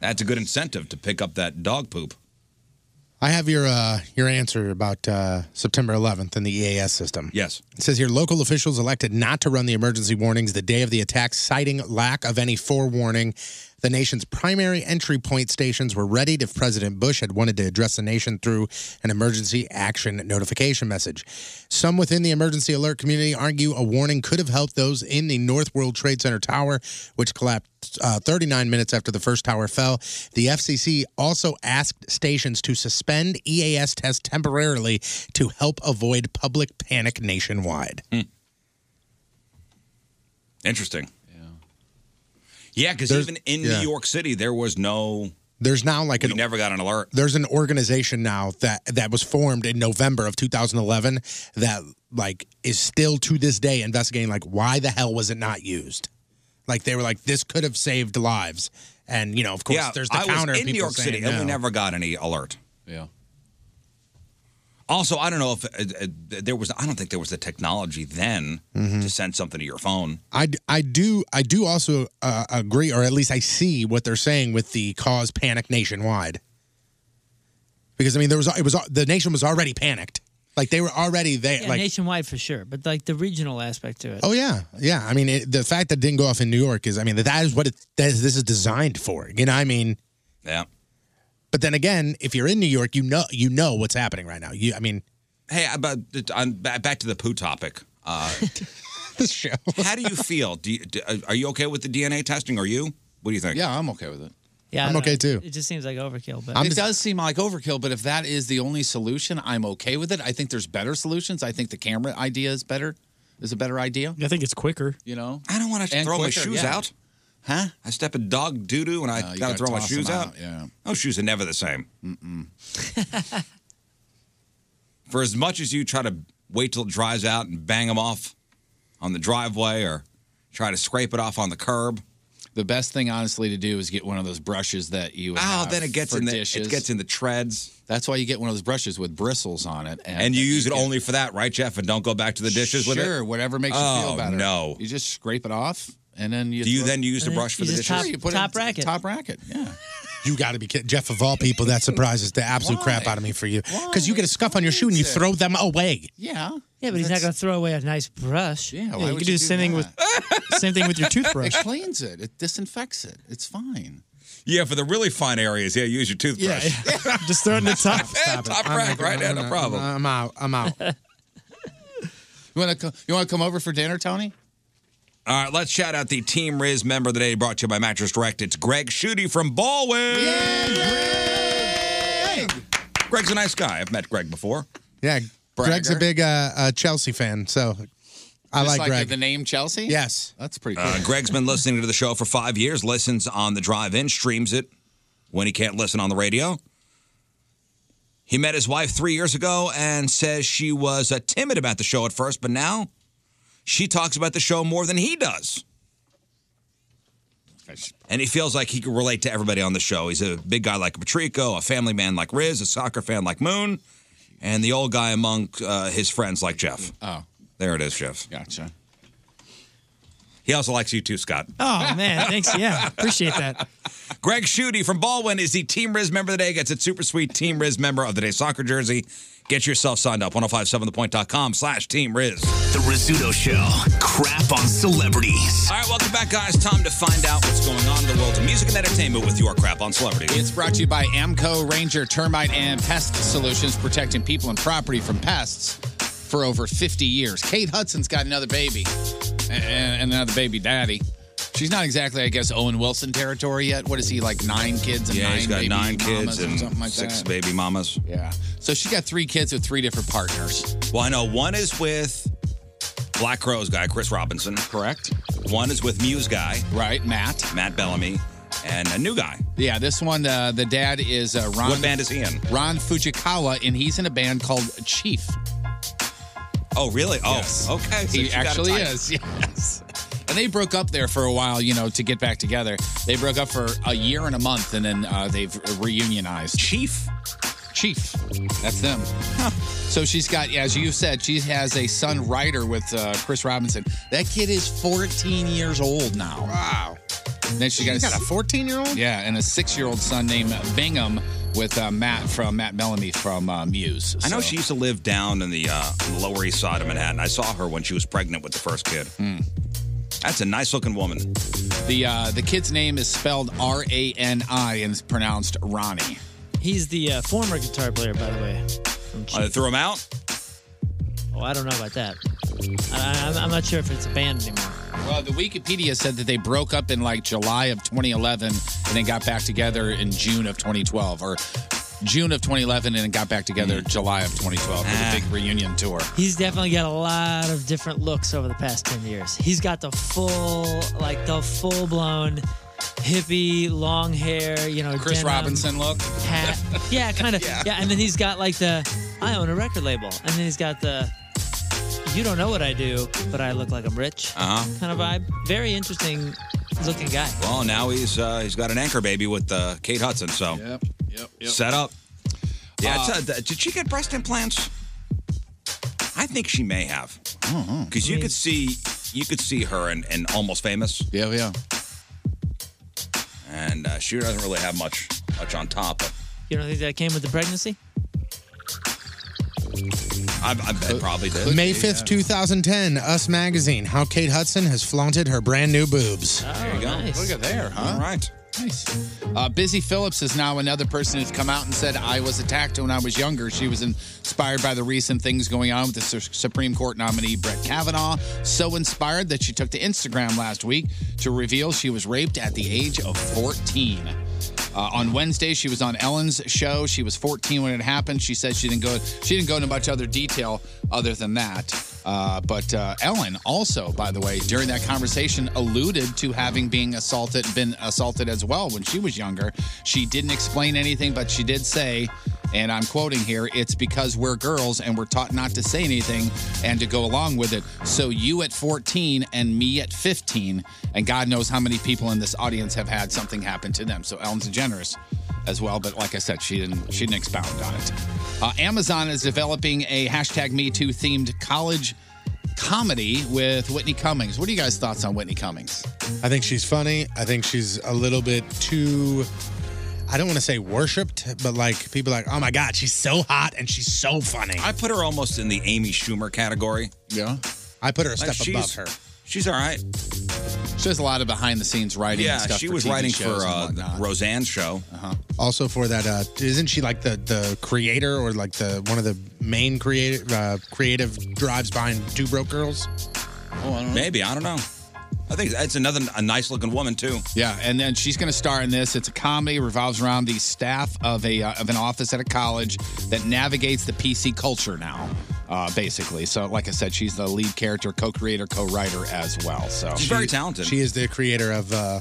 That's a good incentive to pick up that dog poop. I have your uh, your answer about uh, September 11th in the EAS system. Yes. It says here local officials elected not to run the emergency warnings the day of the attack, citing lack of any forewarning. The nation's primary entry point stations were readied if President Bush had wanted to address the nation through an emergency action notification message. Some within the emergency alert community argue a warning could have helped those in the North World Trade Center tower, which collapsed uh, 39 minutes after the first tower fell. The FCC also asked stations to suspend EAS tests temporarily to help avoid public panic nationwide. Interesting. Yeah. Yeah, because There's- even in yeah. New York City, there was no. There's now like we never got an alert. there's an organization now that that was formed in November of 2011 that like is still to this day investigating like why the hell was it not used? Like they were like this could have saved lives, and you know of course yeah, there's the I counter. was in New people York City, saying and we no. never got any alert. Yeah. Also, I don't know if uh, uh, there was. I don't think there was the technology then Mm-hmm. to send something to your phone. I, d- I do I do also uh, agree, or at least I see what they're saying with the cause panic nationwide. Because I mean, there was it was the nation was already panicked, like they were already there. Yeah, like nationwide for sure, but like the regional aspect to it. oh yeah, yeah. I mean, it, the fact that it didn't go off in New York is, I mean, that, that is what it, that is, this is designed for. You know, I mean, yeah. But then again, if you're in New York, you know you know what's happening right now. You, I mean, Hey, about I'm ba- back to the poo topic. Uh, this show. how do you feel? Do you, do, are you okay with the DNA testing? Are you? What do you think? Yeah, I'm okay with it. Yeah, I I'm don't okay, know. too. It just seems like overkill, but it does seem like overkill, but if that is the only solution, I'm okay with it. I think there's better solutions. I think the camera idea is better. Is a better idea. I think it's quicker. You know, I don't want to And throw my quicker, shoes yeah. out. Huh? I step in dog doo doo and I you gotta gotta throw my toss shoes them out. out, yeah. Those shoes are never the same. Mm-mm. For as much as you try to wait till it dries out and bang them off on the driveway or try to scrape it off on the curb. The best thing, honestly, to do is get one of those brushes that you. Oh, have then it gets for in the dishes. it gets in the treads. That's why you get one of those brushes with bristles on it, and, And you use it only for that, right, Jeff? And don't go back to the dishes with it. Sure, whatever makes you oh, feel better. No, you just scrape it off, and then you. Do you throw- then use the And then brush for you the just dishes? top- Sure, you put top it in racket. Top racket. Yeah. You got to be kidding. Jeff, of all people, that surprises the absolute crap out of me for you. Because you get a scuff on your shoe and you throw them away. Yeah. Yeah, but he's not going to throw away a nice brush. Yeah, why you could would do you the do same thing with- same thing with your It cleans it. It disinfects it. It's fine. Yeah, for the really fine areas, yeah, use your toothbrush. Just throw it in the top. top rack right there, no problem. I'm out. I'm out. you want to co- you want to come over for dinner, Tony? All right, let's shout out the Team Riz member of the day brought to you by Mattress Direct. It's Greg Schutte from Ballwin. Greg! Greg's a nice guy. I've met Greg before. Yeah, Greg's a big uh, uh, Chelsea fan, so I Just like, Greg. The name Chelsea. Yes. That's pretty. Cool. Uh, Greg's been listening to the show for five years, listens on the drive in, streams it when he can't listen on the radio. He met his wife three years ago and says she was uh, timid about the show at first, but now she talks about the show more than he does. And he feels like he can relate to everybody on the show. He's a big guy like Patrico, a family man like Riz, a soccer fan like Moon, and the old guy among uh, his friends like Jeff. Oh. There it is, Jeff. Gotcha. He also likes you too, Scott. Oh man, thanks. Yeah, appreciate that. Greg Schutte from Baldwin is the Team Riz member of the day. Gets a super sweet Team Riz member of the day soccer jersey. Get yourself signed up. 1057thepoint.com slash Team Riz. The Rizzuto Show. Crap on celebrities. All right, welcome back, guys. Time to find out what's going on in the world of music and entertainment with your crap on celebrities. It's brought to you by Amco Ranger Termite and Pest Solutions, protecting people and property from pests for over 50 years. Kate Hudson's got another baby and, and another baby daddy. She's not exactly, I guess, Owen Wilson territory yet. What is he like? Nine kids and yeah, nine he's got baby nine mamas kids or and something like six that. baby mamas. Yeah. So she got three kids with three different partners. Well, I know one is with Black Crowes guy, Chris Robinson. Correct. One is with Muse guy. Right, Matt. Matt Bellamy. And a new guy. Yeah, this one, uh, the dad is uh, Ron. What band is he in? Ron Fujikawa, and he's in a band called Chief. Oh, really? Oh, he okay. So she's got a actually type. is. Yes. And they broke up there for a while, you know, to get back together. They broke up for a year and a month, and then uh, they've reunionized. Chief, Chief, that's them. So she's got, as you said, she has a son, Ryder, with uh, Chris Robinson. That kid is 14 years old now. Wow. Then she got, She's got a 14 year old? Yeah, and a six-year-old son named Bingham with uh, Matt from Matt Bellamy from uh, Muse. I know So- she used to live down in the uh, in the Lower East Side of Manhattan. I saw her when she was pregnant with the first kid. Hmm. That's a nice looking woman. The uh, the kid's name is spelled R A N I and it's pronounced Ronnie. He's the uh, former guitar player, by the way. Uh, they threw him out. Oh, I don't know about that. I, I'm, I'm not sure if it's a band anymore. Well, the Wikipedia said that they broke up in like July of 2011 and then got back together in June of 2012 or June of 2011 and then got back together Hmm. July of 2012 for Ah. the big reunion tour. He's definitely got a lot of different looks over the past 10 years. He's got the full, like the full blown hippie, long hair, you know, Chris denim Robinson look. Hat. Yeah, kind of. yeah. and then he's got like the I own a record label. And then he's got the you don't know what I do, but I look like I'm rich Uh huh. kind of vibe. Very interesting looking guy. Well, now he's uh, he's got an anchor baby with uh, Kate Hudson. So Yep. Yep. set up. Yeah. Uh, Ah. it's, uh, th- did she get breast implants? think she may have. Mm-hmm. Because you could see you could see her in, in Almost Famous. Yeah, yeah. And uh, she doesn't really have much much on top. But You don't think that came with the pregnancy? I, I bet probably did. May 5th, 2010, Us Magazine, how Kate Hudson has flaunted her brand new boobs. there you go. Look at there, huh? All right. Nice. Uh, Busy Phillips is now another person who's come out and said, I was attacked when I was younger. She was inspired by the recent things going on with the Su- Supreme Court nominee Brett Kavanaugh. So inspired that she took to Instagram last week to reveal she was raped at the age of 14. Uh, on Wednesday, she was on Ellen's show. She was 14 when it happened. She said she didn't go. She didn't go into much other detail other than that. Uh, but uh, Ellen also, by the way, during that conversation, alluded to having been assaulted, been assaulted as well when she was younger. She didn't explain anything, but she did say, and I'm quoting here: "It's because we're girls and we're taught not to say anything and to go along with it. So you at 14 and me at 15, and God knows how many people in this audience have had something happen to them. So Ellen's generous as well, but like I said, she didn't she didn't expound on it. Uh, Amazon is developing a hashtag Me Too themed college comedy with Whitney Cummings. What are you guys' thoughts on Whitney Cummings? I think she's funny. I think she's a little bit too. I don't want to say worshipped, but like people are like, oh my God, she's so hot and she's so funny. I put her almost in the Amy Schumer category. Yeah. I put her a Like, step she's- above her. She's all right. She does a lot of behind the scenes writing. Yeah, and stuff she for was TV writing shows for and uh, whatnot. the Roseanne show. Uh-huh. Also for that, uh, isn't she like the the creator or like the one of the main creative uh, creative drives behind Two Broke Girls? Oh, I don't Maybe I don't know. I think it's another a nice looking woman too. Yeah, and then she's going to star in this. It's a comedy revolves around the staff of a uh, of an office at a college that navigates the PC culture now, uh, basically. So, like I said, she's the lead character, co-creator, co-writer as well. So She- She is the creator of uh,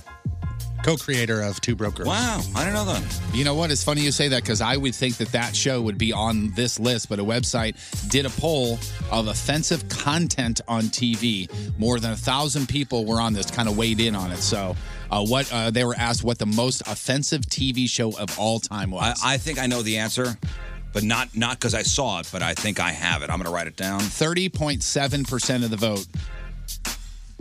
co-creator of Two Broke Girls. Wow, I don't know that. You know what? It's funny you say that because I would think that that show would be on this list, but a website did a poll of offensive content on TV. More than a thousand people were on this, kind of weighed in on it. So, uh, what uh, they were asked what the most offensive TV show of all time was. I think I know the answer, but not not because I saw it, but I think I have it. I'm gonna write it down. Thirty point seven percent of the vote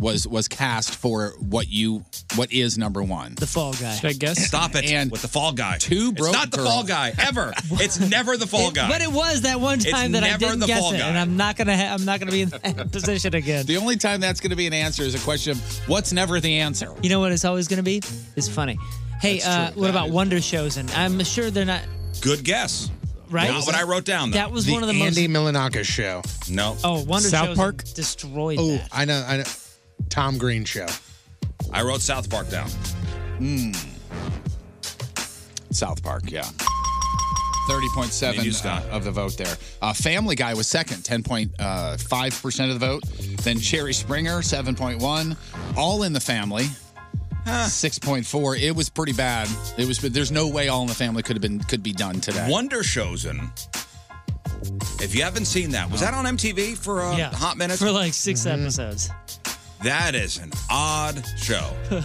was was cast for what you what is number one. The Fall Guy. Should I guess? Stop it with the Fall Guy. Two It's broke not the girls. Fall Guy ever. it's never the Fall It- Guy. But it was that one It's time that I never didn't the guess fall it, guy. and I'm not gonna. Ha- I'm not gonna be in that position again. The only time that's going to be an answer is a question of what's never the answer. You know what it's always gonna be? It's funny. Hey, uh, what about Wonder Shows? And I'm sure they're not. Good guess. Right? Not what I wrote down. Though. That was The one of the most- Andy Milanakis show. No. Oh, Wonder South Shows Park? destroyed Oh, that. I know, I know. Tom Green show. I wrote South Park down. Hmm. South Park, yeah. 30.7 uh, of the vote there. Uh, Family Guy was second, 10.5% of the vote. Then Cherry Springer, 7.1. All in the Family, 6.4. It was pretty bad. It was. There's no way All in the Family could have been could be done today. Wonder Chosen. If you haven't seen that, was that on MTV for a Yeah. hot minute? For like 6 Mm-hmm. episodes. That is an odd show.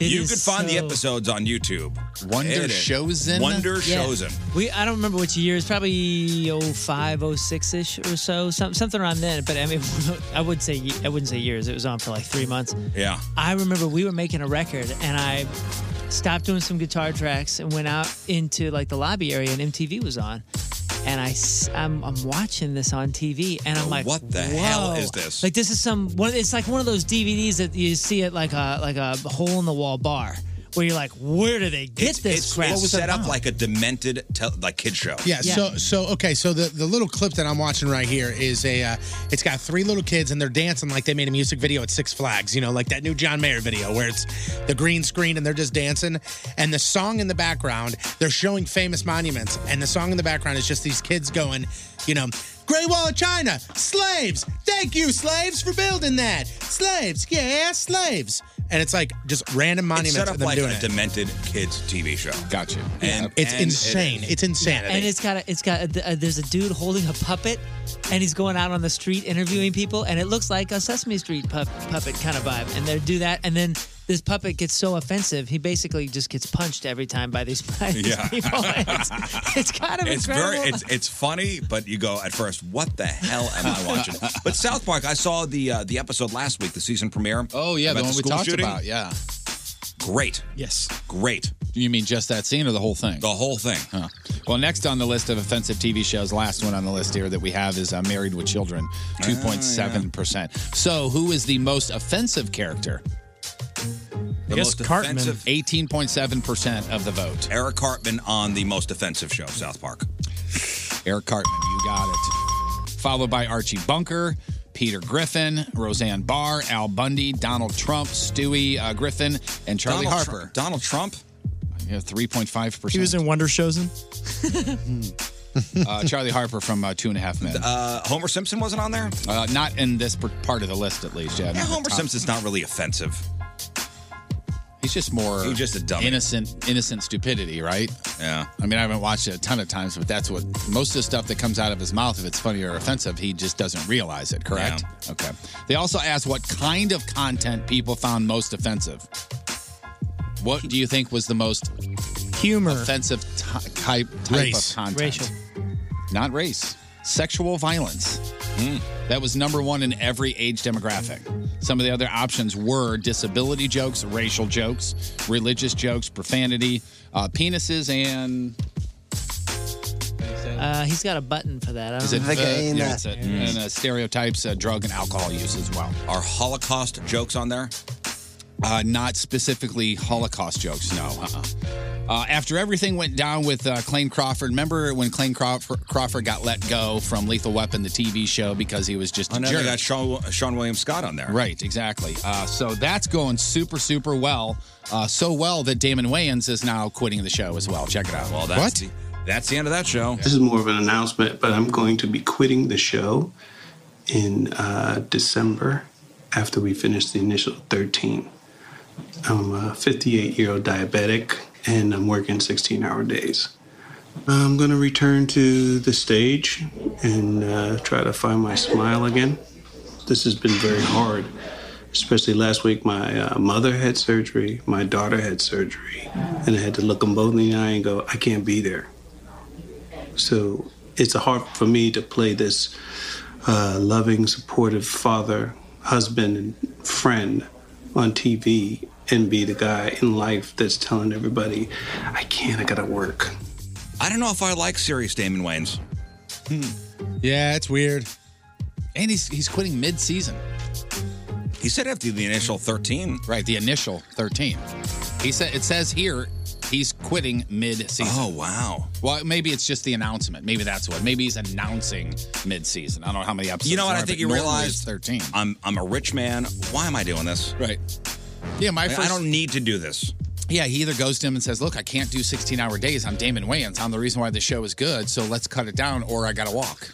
It you is could find the so- episodes on YouTube. Wonder It is- Chosen? Wonder Yeah. Chosen. We I don't remember which year. It's probably 05, 06 ish or so, some, something around then. But I mean, I would say ye- I wouldn't say years. It was on for like three months. Yeah. I remember we were making a record and I stopped doing some guitar tracks and went out into like the lobby area and MTV was on. And I, am I'm watching this on TV and I'm like, what the hell "Whoa." is this? Like this is some one. It's like one of those DVDs that you see at like a like a hole in the wall bar where you're like, where do they get this It's, crap? it's set up like a demented tel- like kid show. Yeah, So so okay. So the the little clip that I'm watching right here is a. Uh, it's got three little kids and they're dancing like they made a music video at Six Flags. You know, like that new John Mayer video where it's the green screen and they're just dancing. And the song in the background, they're showing famous monuments, and the song in the background is just these kids going, you know. Great Wall of China, slaves. Thank you, slaves, for building that. Slaves, yeah, slaves. And it's like just random monuments it's set and up them like doing a it. demented kids TV show. Gotcha. And It's and it is. insane. it's insanity. And it's got a, it's got a, a- there's a dude holding a puppet, and he's going out on the street interviewing people, and it looks like a Sesame Street pup, puppet kind of vibe. And they do that, and then this puppet gets so offensive, he basically just gets punched every time by these, by these Yeah. people. It's, it's kind of it's incredible. very it's it's funny, but you go at first, what the hell am I watching? but South Park, I saw the uh, the episode last week, the season premiere. Oh yeah, the one we talked about, Yeah, great. Yes, great. You mean just that scene or the whole thing? The whole thing. Huh. Well, next on the list of offensive TV shows, last one on the list here that we have is uh, Married with Children, Ah, 2.7%. So, who is the most offensive character? The Yes, most Cartman. offensive- 18.7% of the vote. Eric Cartman on the most offensive show, South Park. Eric Cartman, you got it. Followed by Archie Bunker, Peter Griffin, Roseanne Barr, Al Bundy, Donald Trump, Stewie uh, Griffin, and Charlie Donald Tru- Harper. Donald Trump? Yeah, 3.5%. He was in Wonder Shows. uh, Charlie Harper from uh, Two and a Half Men. Uh, Homer Simpson wasn't on there. Uh, not in this per- part of the list, at least. Yeah, Uh, Yeah, Homer Simpson's not really offensive. He's just more. He's just a dummy. Innocent, innocent stupidity, right? Yeah. I mean, I haven't watched it a ton of times, but that's what most of the stuff that comes out of his mouth, if it's funny or offensive, he just doesn't realize it. Correct. Okay. They also asked what kind of content people found most offensive. What do you think was the most humor offensive ti- type type of content? not race. Sexual violence. Hmm. That was number one in every age demographic. Some of the other options were disability jokes, racial jokes, religious jokes, profanity, uh, penises, and Uh, he's got a button for that. I don't is it, know. uh, yeah, it's a- and, uh, stereotypes, uh, drug and alcohol use as well. Are Holocaust jokes on there? Uh, not specifically Holocaust jokes, no. Uh-uh. Uh, after everything went down with uh, Clayne Crawford, remember when Clayne Crawford, Crawford got let go from Lethal Weapon, the TV show, because he was just a I know jerk? Oh, they got Sean, Sean William Scott on there. Right, exactly. Uh, so that's going super, super well. Uh, so well that Damon Wayans is now quitting the show as well. Check it out. Well, that's The, that's the end of that show. This is more of an announcement, but I'm going to be quitting the show in uh, December after we finish the initial 13. I'm a 58 year old diabetic and I'm working 16 hour days. I'm going to return to the stage and uh, try to find my smile again. This has been very hard, especially last week. My uh, mother had surgery, my daughter had surgery, and I had to look them both in the eye and go, I can't be there. So it's hard for me to play this uh, loving, supportive father, husband, and friend on TV and be the guy in life that's telling everybody, I can't, I gotta work. I don't know if I like serious Damon Wayans. Yeah, it's weird. And he's he's quitting mid-season. He said after the initial 13. Right, the initial 13. He said it says here he's quitting mid-season. Oh, wow. Well, maybe it's just the announcement. Maybe that's what. Maybe he's announcing mid-season. I don't know how many episodes. You know what? there I are, think but you normally realize it's 13. I'm I'm a rich man. Why am I doing this? Right. Yeah, my I, first I don't need to do this. Yeah, he either goes to him and says, "Look, I can't do 16-hour days. I'm Damon Wayans. I'm the reason why the show is good. So let's cut it down, or I gotta walk."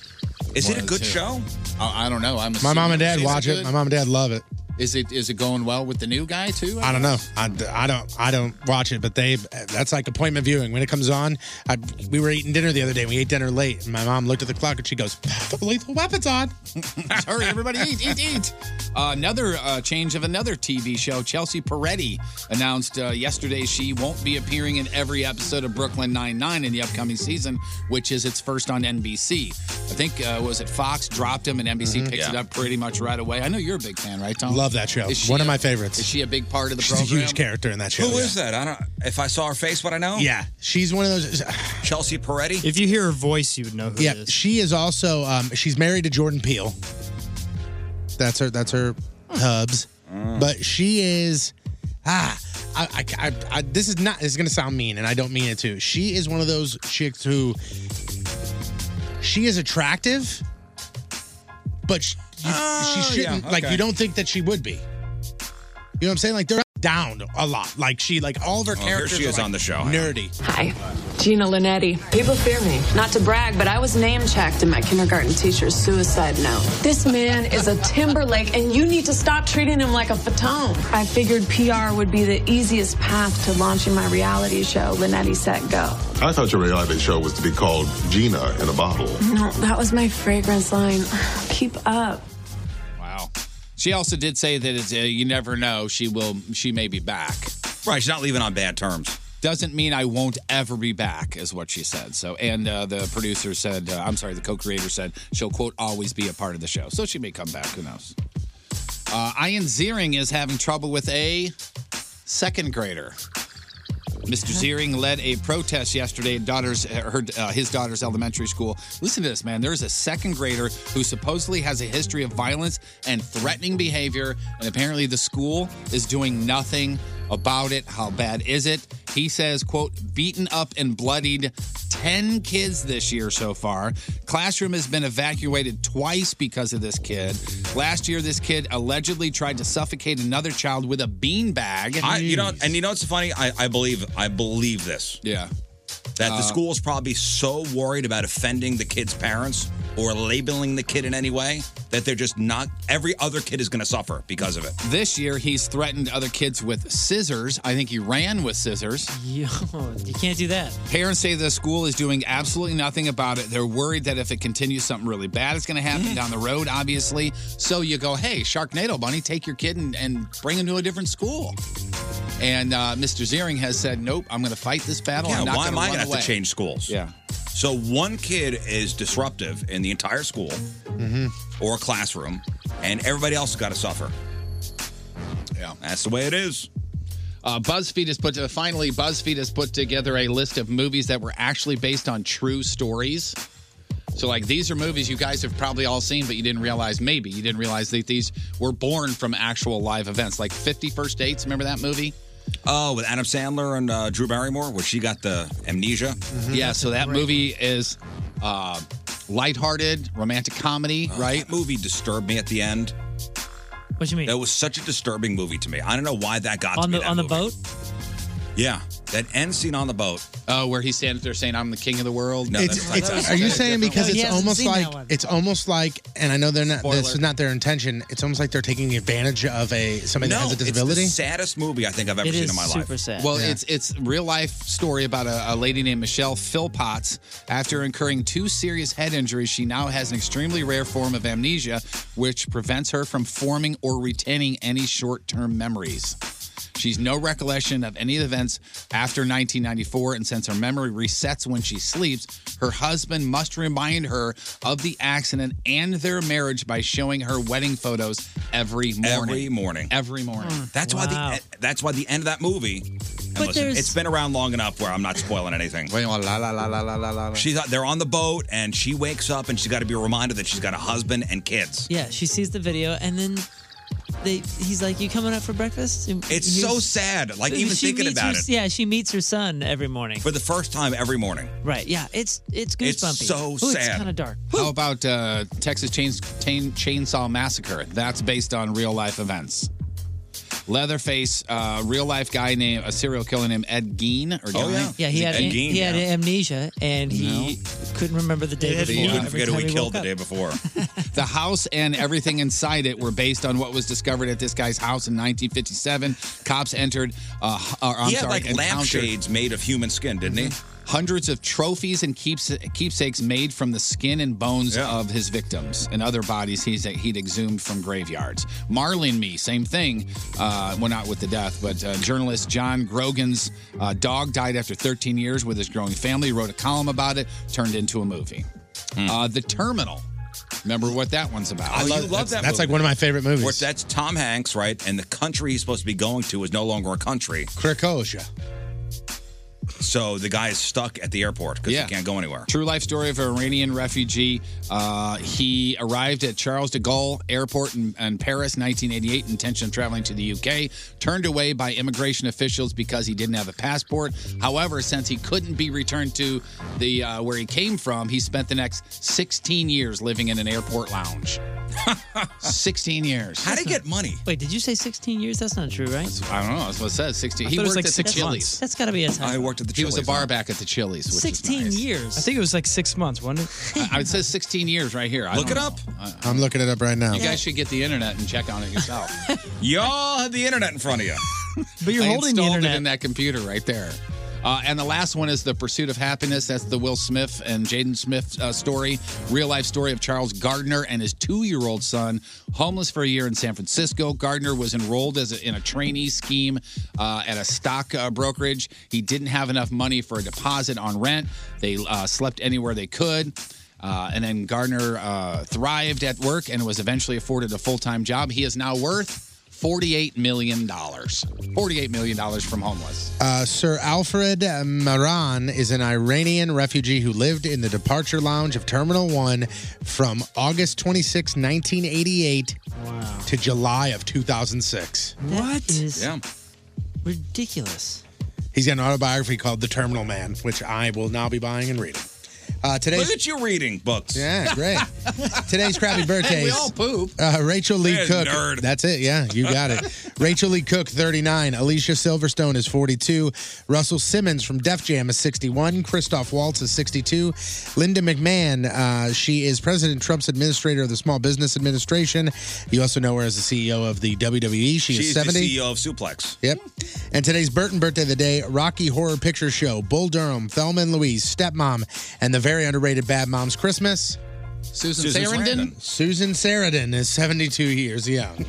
Is One it a of the two. good show? I, I don't know. I'm My mom assuming- and dad is watch it. good? My mom and dad love it. Is it is it going well with the new guy too? I don't know. I, I don't I don't watch it, but they that's like appointment viewing. When it comes on, I, we were eating dinner the other day. We ate dinner late, and my mom looked at the clock and she goes, "Lethal Weapons on." Hurry, everybody, eat, eat, eat. Uh, another uh, change of another TV show. Chelsea Peretti announced uh, yesterday she won't be appearing in every episode of Brooklyn Nine-Nine in the upcoming season, which is its first on NBC. I think, uh, was it Fox dropped him and NBC Mhm. picks it Yeah. up pretty much right away. I know you're a big fan, right, Tom? Love that show. Is she One of a- my favorites. Is she a big part of the She's program? a huge character in that show. Who is yeah. that? I don't. If I saw her face, would I know? Yeah, she's one of those. Chelsea Peretti. If you hear her voice, you would know who yeah, it is. she is also. Um, she's married to Jordan Peele. That's her. That's her hubs. But she is. Ah, I, I, I, I, this is not. This is gonna sound mean, and I don't mean it too. She is one of those chicks who. She is attractive, but she, you, she Oh, shouldn't. yeah, Like okay. you don't think that she would be. You know what I'm saying? Like they're down a lot. Like she, like all of her Oh, here characters. she are, is like, on the show. Nerdy. Hi, Gina Linetti. People fear me. Not to brag, but I was name checked in my kindergarten teacher's suicide note. This man is a Timberlake, and you need to stop treating him like a fatone. I figured PR would be the easiest path to launching my reality show, Linetti Set Go. I thought your reality show was to be called Gina in a Bottle. No, that was my fragrance line. Keep up. Wow. She also did say that it's, uh, you never know. She will. She may be back. Right. She's not leaving on bad terms. Doesn't mean I won't ever be back, is what she said. So, and uh, the producer said, uh, I'm sorry, the co-creator said she'll quote always be a part of the show. So she may come back. Who knows? Uh, Ian Ziering is having trouble with a second grader. Mr. Ziering led a protest yesterday at daughter's, her, uh, his daughter's elementary school. Listen to this, man. There's a second grader who supposedly has a history of violence and threatening behavior, and apparently the school is doing nothing about it. How bad is it? He says, quote, beaten up and bloodied 10 kids this year so far. Classroom has been evacuated twice because of this kid. Last year, this kid allegedly tried to suffocate another child with a beanbag. I, you know, and you know what's funny? I, I believe I believe this. Yeah. That Uh, the school is probably so worried about offending the kid's parents or labeling the kid in any way that they're just not. Every other kid is going to suffer because of it. This year, he's threatened other kids with scissors. I think he ran with scissors. Yo, you can't do that. Parents say the school is doing absolutely nothing about it. They're worried that if it continues, something really bad is going to happen down the road, obviously. So you go, hey, Sharknado Bunny, take your kid and, and bring him to a different school. And uh, Mr. Ziering has said, nope, I'm going to fight this battle. Yeah, I'm not why am I going gonna have to change schools? Yeah. So one kid is disruptive in the entire school or classroom, and everybody else has got to suffer. Yeah. That's the way it is. Uh, BuzzFeed has put to, finally BuzzFeed has put together a list of movies that were actually based on true stories. So like these are movies you guys have probably all seen, but you didn't realize maybe you didn't realize that these were born from actual live events. Like Fifty First Dates, remember that movie? Oh, with Adam Sandler and uh, Drew Barrymore, where she got the amnesia. Yeah, so that movie is uh, lighthearted, romantic comedy, right? Uh, That movie disturbed me at the end. What you mean? That was such a disturbing movie to me. I don't know why that got on to me. the on the boat. Yeah, that end scene on the boat. Oh, where he stands there saying, "I'm the king of the world." No, It's- that's not it's- that. are you saying because He it's hasn't almost seen that like one. it's almost like, and I know they're not. This Spoiler. is not their intention. It's almost like they're taking advantage of a somebody that No, has a disability. It's the saddest movie I think I've ever It seen is in my super life. sad. Well, Yeah. it's it's real life story about a, a lady named Michelle Philpotts. After incurring two serious head injuries, she now has an extremely rare form of amnesia, which prevents her from forming or retaining any short term memories. She's no recollection of any events after 1994, and since her memory resets when she sleeps, her husband must remind her of the accident and their marriage by showing her wedding photos every morning. Every morning. Every morning. That's why the e, that's why the end of that movie. and But listen, there's- it's been around long enough where I'm not spoiling anything. la la la la la la la. She's uh, they're on the boat and she wakes up and she's got to be reminded that she's got a husband and kids. Yeah, she sees the video and then they he's like, "You coming up for breakfast?" And It's here's- so sad. Like even She thinking meets about her- it Yeah, she meets her son every morning. for the first time every morning. Right. Yeah. It's it's It's goosebumpy. so Ooh, It's sad. kind of dark. How about uh, Texas Chains- Chain- Chainsaw Massacre? That's based on real life events. Leatherface, uh, real life guy named a serial killer named Ed Gein Oh, or Gein? Yeah, he had am- he had amnesia and he couldn't remember the day before. couldn't Every forget who time he killed woke the up. day before. the house and everything inside it were based on what was discovered at this guy's house in 1957. Cops entered. Uh, h- or, I'm he had sorry, like encountered- lampshades made of human skin, didn't he? Hundreds of trophies and keeps, keepsakes made from the skin and bones of his victims and other bodies he's, he'd exhumed from graveyards. Marley and me, same thing. Uh, well, not with the death, but uh, journalist John Grogan's uh, dog died after 13 years with his growing family. Wrote a column about it, turned into a movie. Uh, the Terminal. Remember what that one's about? I Oh, love, love that. That's like one of my favorite movies. Where that's Tom Hanks, right? And the country he's supposed to be going to is no longer a country. Krakosia. So the guy is stuck at the airport because he can't go anywhere. True life story of an Iranian refugee. Uh, he arrived at Charles de Gaulle Airport in, in Paris, 1988, intention of traveling to the UK. Turned away by immigration officials because he didn't have a passport. However, since he couldn't be returned to the uh, where he came from, he spent the next 16 years living in an airport lounge. 16 years. How'd he get money? Wait, did you say 16 years? That's not true, right? I don't know. That's what it says. 16. I He thought it worked was like at six the Chili's. months. That's gotta be a typo. I worked at the He was a bar back at the Chili's. Which is 16 years. I think it was like six months, wasn't it? I, it says 16 years right here. I Look don't it know. up. I- I'm looking it up right now. You guys should get the internet and check on it yourself. Y'all have the internet in front of you. I installed it in that computer right there. Uh, and the last one is The Pursuit of Happiness. That's the Will Smith and Jaden Smith uh, story, real life story of Charles Gardner and his two year old son, homeless for a year in San Francisco. Gardner was enrolled as a, in a trainee scheme uh, at a stock uh, brokerage. He didn't have enough money for a deposit on rent. They uh, slept anywhere they could. Uh, and then Gardner uh, thrived at work and was eventually afforded a full time job. He is now worth $48 million. $48 million from homeless. Uh, Sir Alfred Maran is an Iranian refugee who lived in the departure lounge of Terminal 1 from August 26, 1988 to July of 2006. What? yeah. Ridiculous. He's got an autobiography called The Terminal Man, which I will now be buying and reading. Uh, today's, Look at you reading books. Yeah, great. Today's crappy birthdays. We all poop. Uh, Rachel Lee Yeah, Cook. nerd. That's it. Yeah, you got it. Rachel Lee Cook, 39. Alicia Silverstone is 42. Russell Simmons from Def Jam is 61. Christoph Waltz is 62. Linda McMahon, uh, she is President Trump's administrator of the Small Business Administration. You also know her as the CEO of the WWE. She is She's 70. the E CEO of Suplex. Yep. And today's Burton birthday of the day Rocky Horror Picture Show, Bull Durham, Thelma and Louise, Stepmom, and the very underrated Bad Mom's Christmas. Susan Susan Sarandon? Sarandon. Susan Sarandon is 72 years young.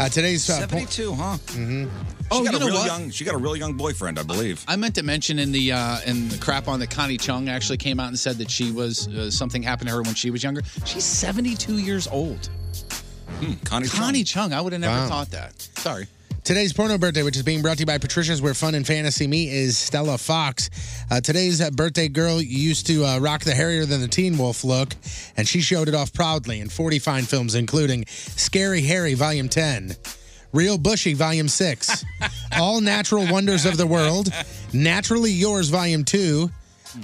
Uh, today's. Uh, 72, huh? hmm Oh, She got you a know real what? young. She got a real young boyfriend, I believe. I meant to mention in the uh, in the crap on the Connie Chung actually came out and said that she was uh, something happened to her when she was younger. She's 72 years old. Connie, Chung. I would have never Hmm, Wow. thought that. Sorry. Today's porno birthday, which is being brought to you by Patricia's Where Fun and Fantasy Meet, is Stella Fox. Uh, today's uh, birthday girl used to uh, rock the hairier than the Teen Wolf look, and she showed it off proudly in 40 fine films, including Scary Harry Volume 10, Real Bushy Volume 6, All Natural Wonders of the World, Naturally Yours Volume 2,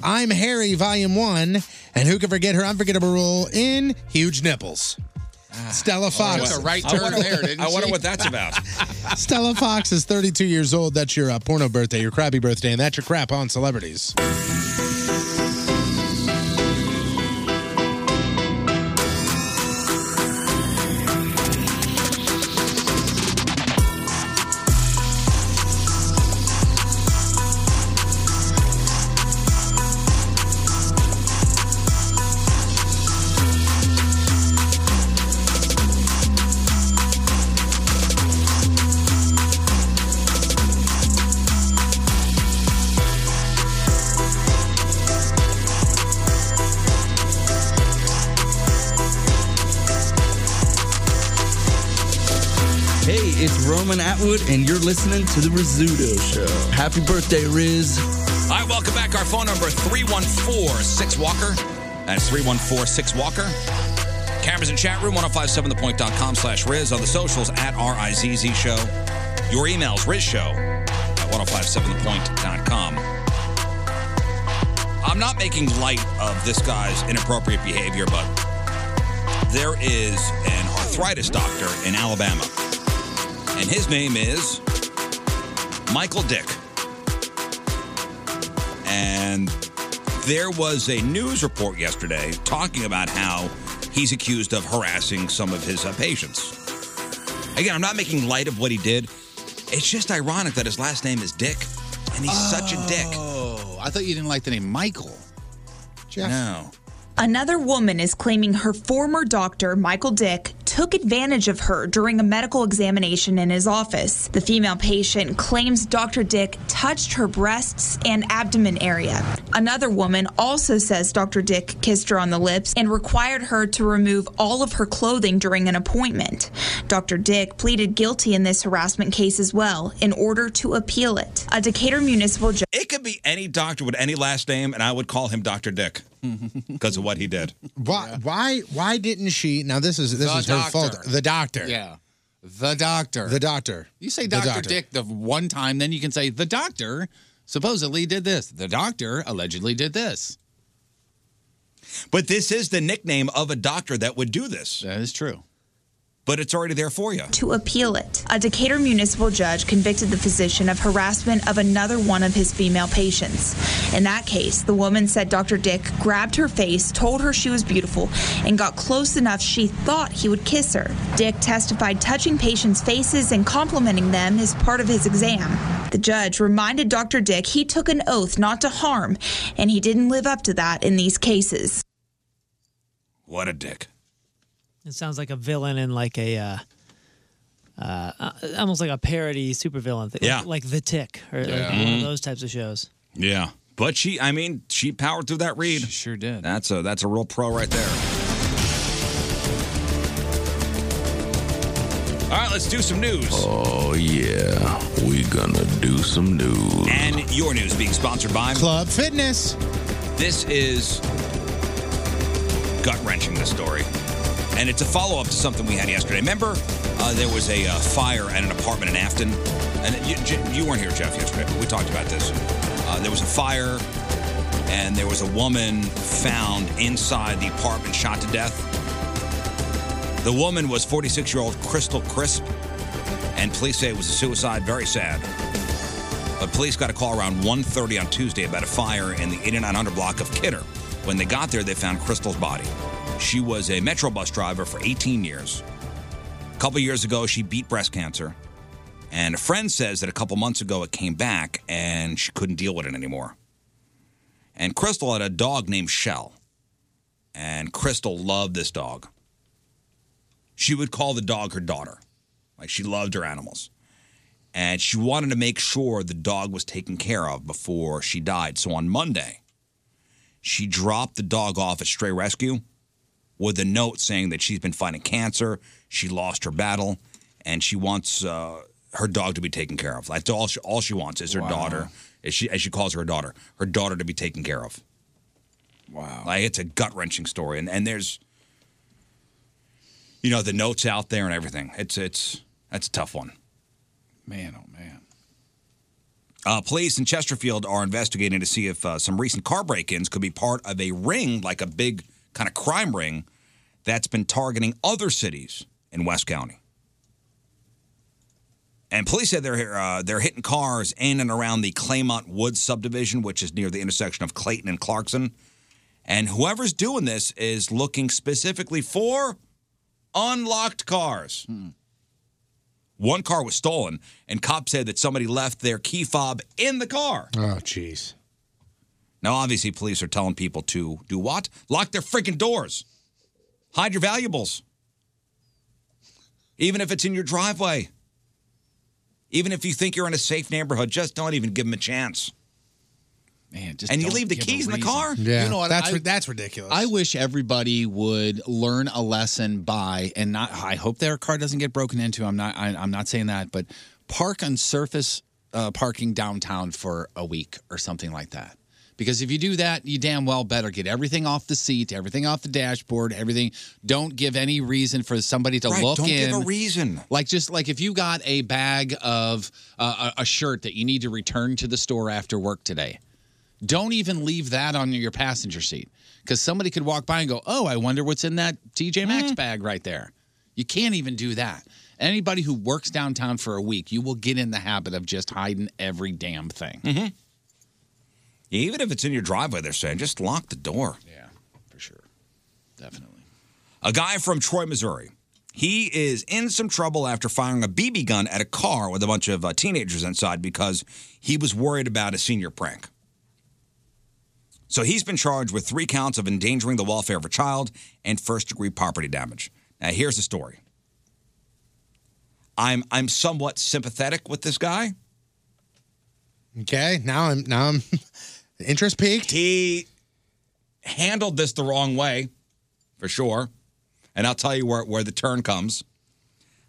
I'm Harry Volume 1, and who can forget her unforgettable role in Huge Nipples? Stella Fox. Took a right turn there, didn't I wonder she? what that's about. Stella Fox is 32 years old. That's your uh, porno birthday, your crappy birthday, and that's your crap on celebrities. Hey, it's Roman Atwood, and you're listening to The Rizzuto Show. Happy birthday, Riz. All right, welcome back. Our phone number 314-6 Walker. That's 314-6 Walker. Cameras and chat room, 1057thepoint.com slash Riz. On the socials, at R-I-Z-Z show. Your emails, Riz show at 1057thepoint.com. I'm not making light of this guy's inappropriate behavior, but there is an arthritis doctor in Alabama, and his name is Michael Dick and there was a news report yesterday talking about how he's accused of harassing some of his uh, patients. Again, I'm not making light of what he did. It's just ironic that his last name is Dick, and he's such a dick. Oh, I thought you didn't like the name Michael. No. Another woman is claiming her former doctor, Michael Dick, took advantage of her during a medical examination in his office. The female patient claims Dr. Dick touched her breasts and abdomen area. Another woman also says Dr. Dick kissed her on the lips and required her to remove all of her clothing during an appointment. Dr. Dick pleaded guilty in this harassment case as well in order to appeal it. A Decatur municipal judge. It could be any doctor with any last name, and I would call him Dr. Dick because of what he did. Why? Why? Why didn't she? Now this is this The is her doctor. fault. The doctor. Yeah. The doctor. The doctor. You say The Dr. Dick the one time, then you can say the doctor supposedly did this. The doctor allegedly did this. But this is the nickname of a doctor that would do this. That is true. but it's already there for you. to appeal it. A Decatur municipal judge convicted the physician of harassment of another one of his female patients. In that case, the woman said Dr. Dick grabbed her face, told her she was beautiful, and got close enough she thought he would kiss her. Dick testified touching patients' faces and complimenting them is part of his exam. The judge reminded Dr. Dick he took an oath not to harm, and he didn't live up to that in these cases. What a dick. It sounds like a villain in like a uh, uh, uh, almost like a parody supervillain thing. Yeah. Like, like The Tick or like Yeah. one Mhm. of those types of shows. Yeah. But she, I mean, she powered through that read. She sure did. That's a that's a real pro right there. All right, let's do some news. Oh, yeah. We gonna do some news. And your news being sponsored by Club Fitness. This is gut wrenching, this story. And it's a follow up to something we had yesterday. Remember, uh, there was a uh, fire at an apartment in Afton. And you, J- you weren't here, Jeff, yesterday, but we talked about this. Uh, there was a fire, and there was a woman found inside the apartment shot to death. The woman was 46 year old Crystal Crisp, and police say it was a suicide. Very sad. But police got a call around 1.30 on Tuesday about a fire in the 8900 block of Kidder. When they got there, they found Crystal's body. She was a Metro bus driver for 18 years. A couple years ago, she beat breast cancer. And a friend says that a couple months ago, it came back and she couldn't deal with it anymore. And Crystal had a dog named Shell. And Crystal loved this dog. She would call the dog her daughter. Like she loved her animals and she wanted to make sure the dog was taken care of before she died. So on Monday, she dropped the dog off at Stray Rescue with a note saying that she's been fighting cancer, she lost her battle, and she wants uh, her dog to be taken care of. That's all she, all she wants is her daughter, as she, as she calls her, her daughter, her daughter to be taken care of. Wow. Like, it's a gut wrenching story. And, and there's, you know, the notes out there and everything. It's, it's, that's a tough one. Man, oh man. Uh, police in Chesterfield are investigating to see if uh, some recent car break ins could be part of a ring, like a big kind of crime ring, that's been targeting other cities in West County. And police said they're, uh, they're hitting cars in and around the Claymont Woods subdivision, which is near the intersection of Clayton and Clarkson. And whoever's doing this is looking specifically for unlocked cars. Hmm. One car was stolen, and cops said that somebody left their key fob in the car. Oh, jeez. Now, obviously, police are telling people to do what? Lock their freaking doors, hide your valuables, even if it's in your driveway, even if you think you're in a safe neighborhood, just don't even give them a chance. Man, and you leave the keys in the car. Yeah. You know what, That's I- ri- that's ridiculous. I wish everybody would learn a lesson by and not. I hope their car doesn't get broken into. I'm not. I, I'm not saying that, but park on surface uh, parking downtown for a week or something like that. Because if you do that, you damn well better get everything off the seat, everything off the dashboard, everything. Don't give any reason for somebody to Right, look don't in. give a reason. Like just like if you got a bag of uh, a a shirt that you need to return to the store after work today, don't even leave that on your passenger seat because somebody could walk by and go, "Oh, I wonder what's in that TJ Maxx Mm-hmm. bag right there." You can't even do that. Anybody who works downtown for a week, you will get in the habit of just hiding every damn thing. Mm-hmm. Even if it's in your driveway, they're saying just lock the door. Yeah, for sure. Definitely. A guy from Troy, Missouri. He is in some trouble after firing a BB gun at a car with a bunch of uh, teenagers inside because he was worried about a senior prank. So he's been charged with three counts of endangering the welfare of a child and first degree property damage. Now, here's the story. I'm, I'm somewhat sympathetic with this guy. Okay, now I'm now I'm interest peaked. He handled this the wrong way, for sure. And I'll tell you where, where the turn comes.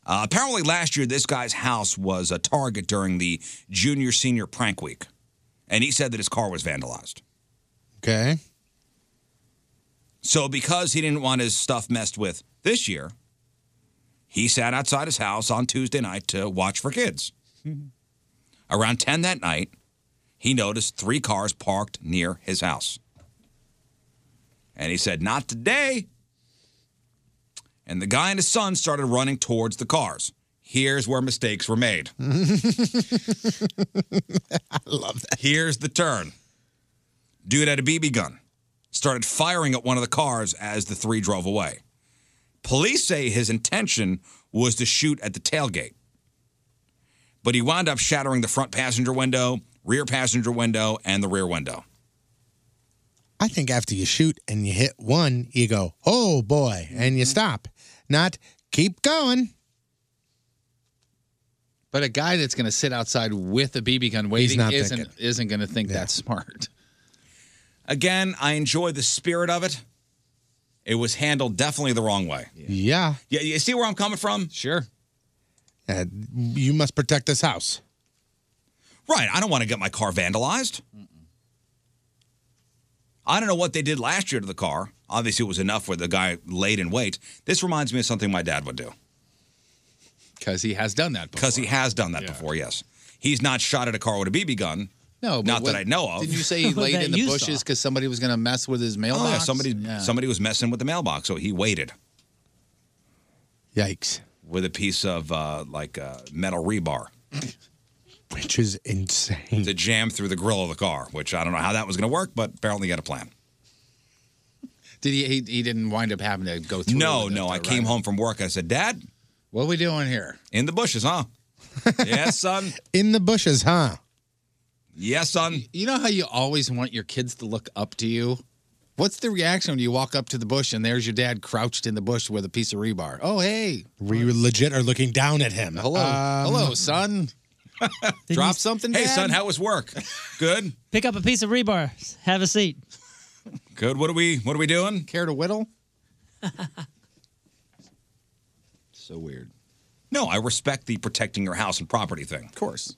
Uh, apparently, last year, this guy's house was a target during the junior senior prank week. And he said that his car was vandalized. Okay. So, because he didn't want his stuff messed with this year, he sat outside his house on Tuesday night to watch for kids. Around 10 that night, he noticed three cars parked near his house. And he said, Not today. and the guy and his son started running towards the cars. Here's where mistakes were made. I love that. Here's the turn. Dude had a BB gun, started firing at one of the cars as the three drove away. Police say his intention was to shoot at the tailgate, but he wound up shattering the front passenger window, rear passenger window, and the rear window. I think after you shoot and you hit one, you go, oh boy, and you stop. Not keep going. But a guy that's going to sit outside with a BB gun waiting not isn't thinking. isn't going to think that's smart. Again, I enjoy the spirit of it. It was handled definitely the wrong way. Yeah. Yeah, you see where I'm coming from? Sure. Uh, you must protect this house. Right. I don't want to get my car vandalized. I don't know what they did last year to the car. Obviously, it was enough where the guy laid in wait. This reminds me of something my dad would do. Because he has done that before. Because he has done that before, yes. He's not shot at a car with a BB gun. No, but not what- that I know of. Didn't you say he laid in the bushes because somebody was going to mess with his mailbox? Oh, yeah, somebody somebody was messing with the mailbox, so he waited. Yikes! With a piece of uh, like uh, metal rebar Which is insane. to jam through the grill of the car, which I don't know how that was going to work, but apparently he had a plan. Did he, he? He didn't wind up having to go through. No, with it, no. though, I right? came home from work. I said, Dad, what are we doing here? In the bushes, huh? yes, son. In the bushes, huh? Yes, son. You know how you always want your kids to look up to you. What's the reaction when you walk up to the bush and there's your dad crouched in the bush with a piece of rebar? Oh, hey, We legit are looking down at him. Um, hello, Um, hello, son. Drop something. Hey, Dad? son, how was work? Good. Pick up a piece of rebar. Have a seat. Good. What are we? What are we doing? Care to whittle? so weird. No, I respect the protecting your house and property thing. Of course.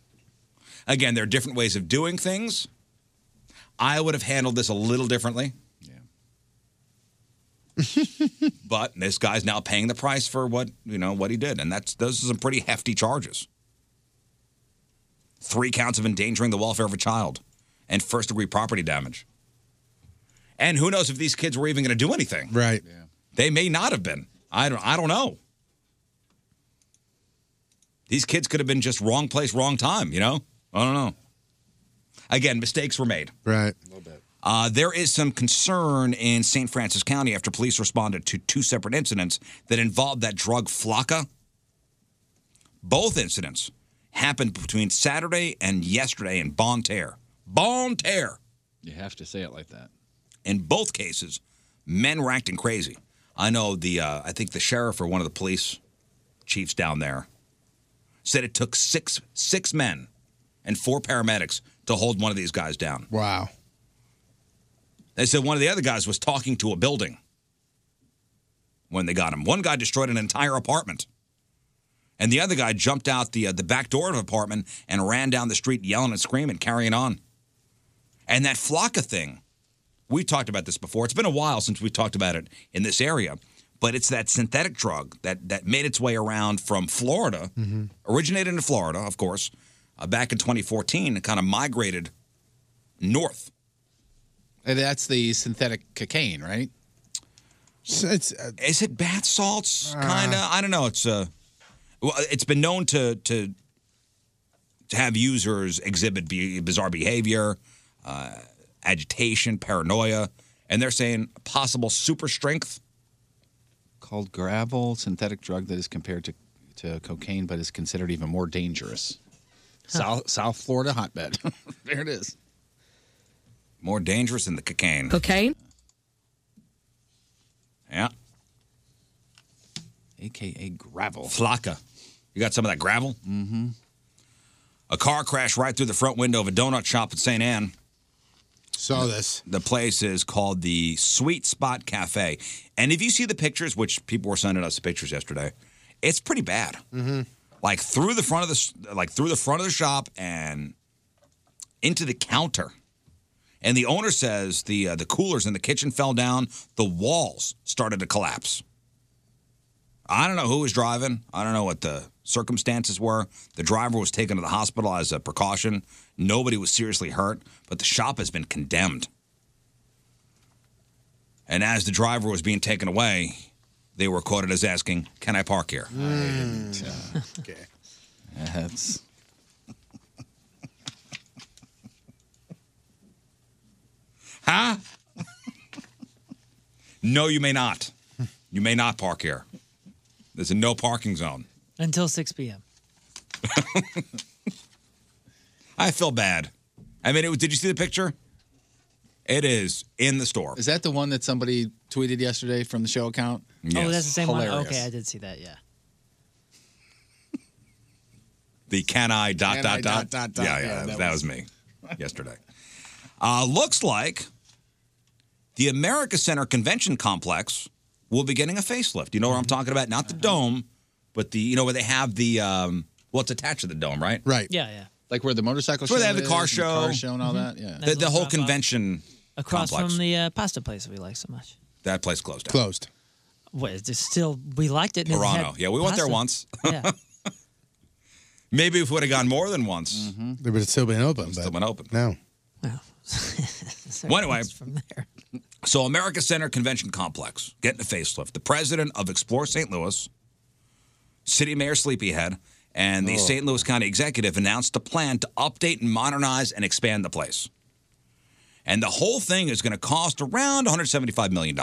Again, there are different ways of doing things. I would have handled this a little differently. Yeah. but this guy's now paying the price for what you know what he did, and that's those are some pretty hefty charges. Three counts of endangering the welfare of a child, and first degree property damage. And who knows if these kids were even going to do anything? Right. They may not have been. I don't. I don't know. These kids could have been just wrong place, wrong time. You know. I don't know. Again, mistakes were made. Right. Uh, there is some concern in St. Francis County after police responded to two separate incidents that involved that drug Flocka. Both incidents happened between Saturday and yesterday in Bon Terre. Bon Terre. You have to say it like that. In both cases, men were acting crazy. I know the, uh, I think the sheriff or one of the police chiefs down there said it took six six men and four paramedics to hold one of these guys down. Wow. They said one of the other guys was talking to a building when they got him. One guy destroyed an entire apartment, and the other guy jumped out the uh, the back door of an apartment and ran down the street yelling and screaming, carrying on. And that Flocka thing, we talked about this before. It's been a while since we talked about it in this area, but it's that synthetic drug that that made its way around from Florida Mm-hmm. originated in Florida, of course, uh, back in 2014, and kind of migrated north. And that's the synthetic cocaine, right? It's, uh, Is it bath salts? Uh. kind of. I don't know. It's uh, well, it's been known to to to have users exhibit be- bizarre behavior, uh, agitation, paranoia, and they're saying possible super strength. Called gravel, synthetic drug that is compared to, to cocaine but is considered even more dangerous. South South Florida hotbed. there it is. More dangerous than the cocaine. Cocaine? Yeah. AKA gravel. Flocka. You got some of that gravel? Mm-hmm. A car crashed right through the front window of a donut shop in St. Anne. Saw this. The place is called the Sweet Spot Cafe. And if you see the pictures, which people were sending us the pictures yesterday, it's pretty bad. Mm-hmm. Like through the front of the s- like through the front of the shop and into the counter. And the owner says the uh, the coolers in the kitchen fell down, the walls started to collapse. I don't know who was driving. I don't know what the circumstances were. The driver was taken to the hospital as a precaution. Nobody was seriously hurt, but the shop has been condemned. And as the driver was being taken away, they were quoted as asking, "Can I park here?" Hmm. okay. That's Ah. huh? no, you may not. You may not park here. There's a no parking zone. Until 6 p.m. I feel bad. I mean, it was, did you see the picture? It is in the store. Is that the one that somebody tweeted yesterday from the show account? Oh, that's the same one? Hilarious. Okay, I did see that, yeah. The can I dot Can dot, I dot dot, dot, Yeah, dot. yeah, Yeah, that, that was, was- me yesterday. Uh, looks like the America Center Convention Complex will be getting a facelift. You know Mm-hmm. what I'm talking about? Not the Uh-huh. dome, but the you know where they have the um, well, it's attached to the dome, right? Right. Yeah, Mm-hmm. yeah. Like where the motorcycle It's where show they have the is car and show, car show and all that. Yeah. the, the whole convention Across complex. from the uh, pasta place we like so much. that place closed. Down. Closed. Wait, it's still, we liked it. and it Pirano. had Yeah, we went there pasta. once. yeah. Maybe if we would have gone more than once, They would have still been open. Still been open. No. Well, anyway, so America Center Convention Complex getting a facelift. The president of Explore St. Louis, City Mayor Sleepyhead, and the Oh. St. Louis County Executive announced a plan to update and modernize and expand the place. And the whole thing is going to cost around $175 million.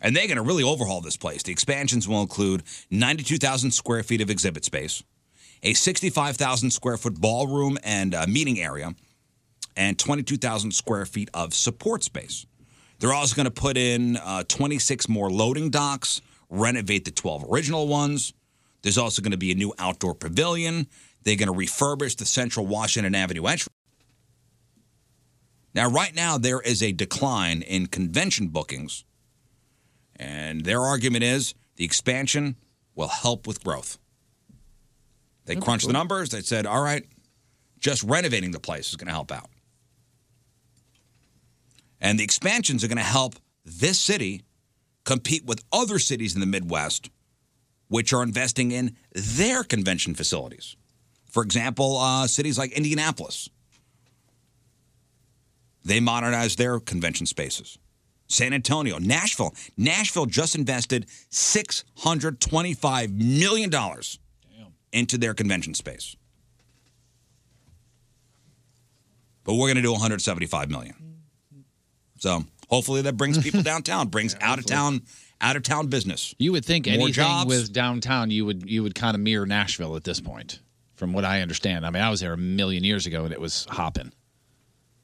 And they're going to really overhaul this place. The expansions will include 92,000 square feet of exhibit space, a 65,000 square foot ballroom and uh, meeting area, and 22,000 square feet of support space. They're also going to put in uh, 26 more loading docks, renovate the 12 original ones. There's also going to be a new outdoor pavilion. They're going to refurbish the Central Washington Avenue entrance. Now, right now, there is a decline in convention bookings, and their argument is the expansion will help with growth. They That'd be crunched the cool. numbers. They said, all right, just renovating the place is going to help out. And the expansions are going to help this city compete with other cities in the Midwest, which are investing in their convention facilities. For example, uh, cities like Indianapolis, they modernize their convention spaces. San Antonio, Nashville. Nashville just invested $625 million into their convention space. But we're going to do 175 million. So hopefully that brings people downtown, brings out of town, out of town business. You would think More anything jobs. with downtown, you would you would kind of mirror Nashville at this point, from what I understand. I mean, I was there a million years ago and it was hopping.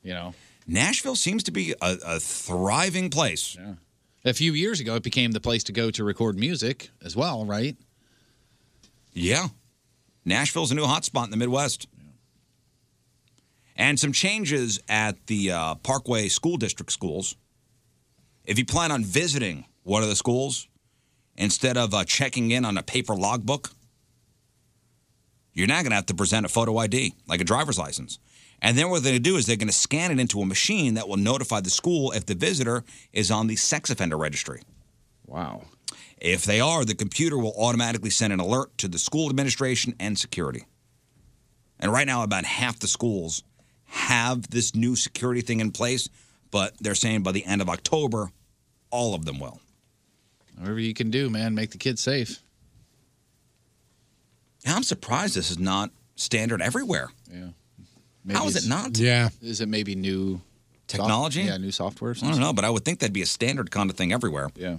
You know, Nashville seems to be a, a thriving place. Yeah. A few years ago, it became the place to go to record music as well, right? Yeah. Nashville's a new hotspot in the Midwest. And some changes at the uh, Parkway School District schools. If you plan on visiting one of the schools, instead of uh, checking in on a paper logbook, you're now going to have to present a photo ID, like a driver's license. And then what they're going to do is they're going to scan it into a machine that will notify the school if the visitor is on the sex offender registry. Wow. If they are, the computer will automatically send an alert to the school administration and security. And right now, about half the schools have this new security thing in place, but they're saying by the end of October, all of them will. Whatever you can do, man, make the kids safe. I'm surprised this is not standard everywhere. Yeah. How is it's- it not? Is it maybe new Technology? soft- yeah, new software. or I don't something? know, but I would think that'd be a standard kind of thing everywhere. uh, Yeah.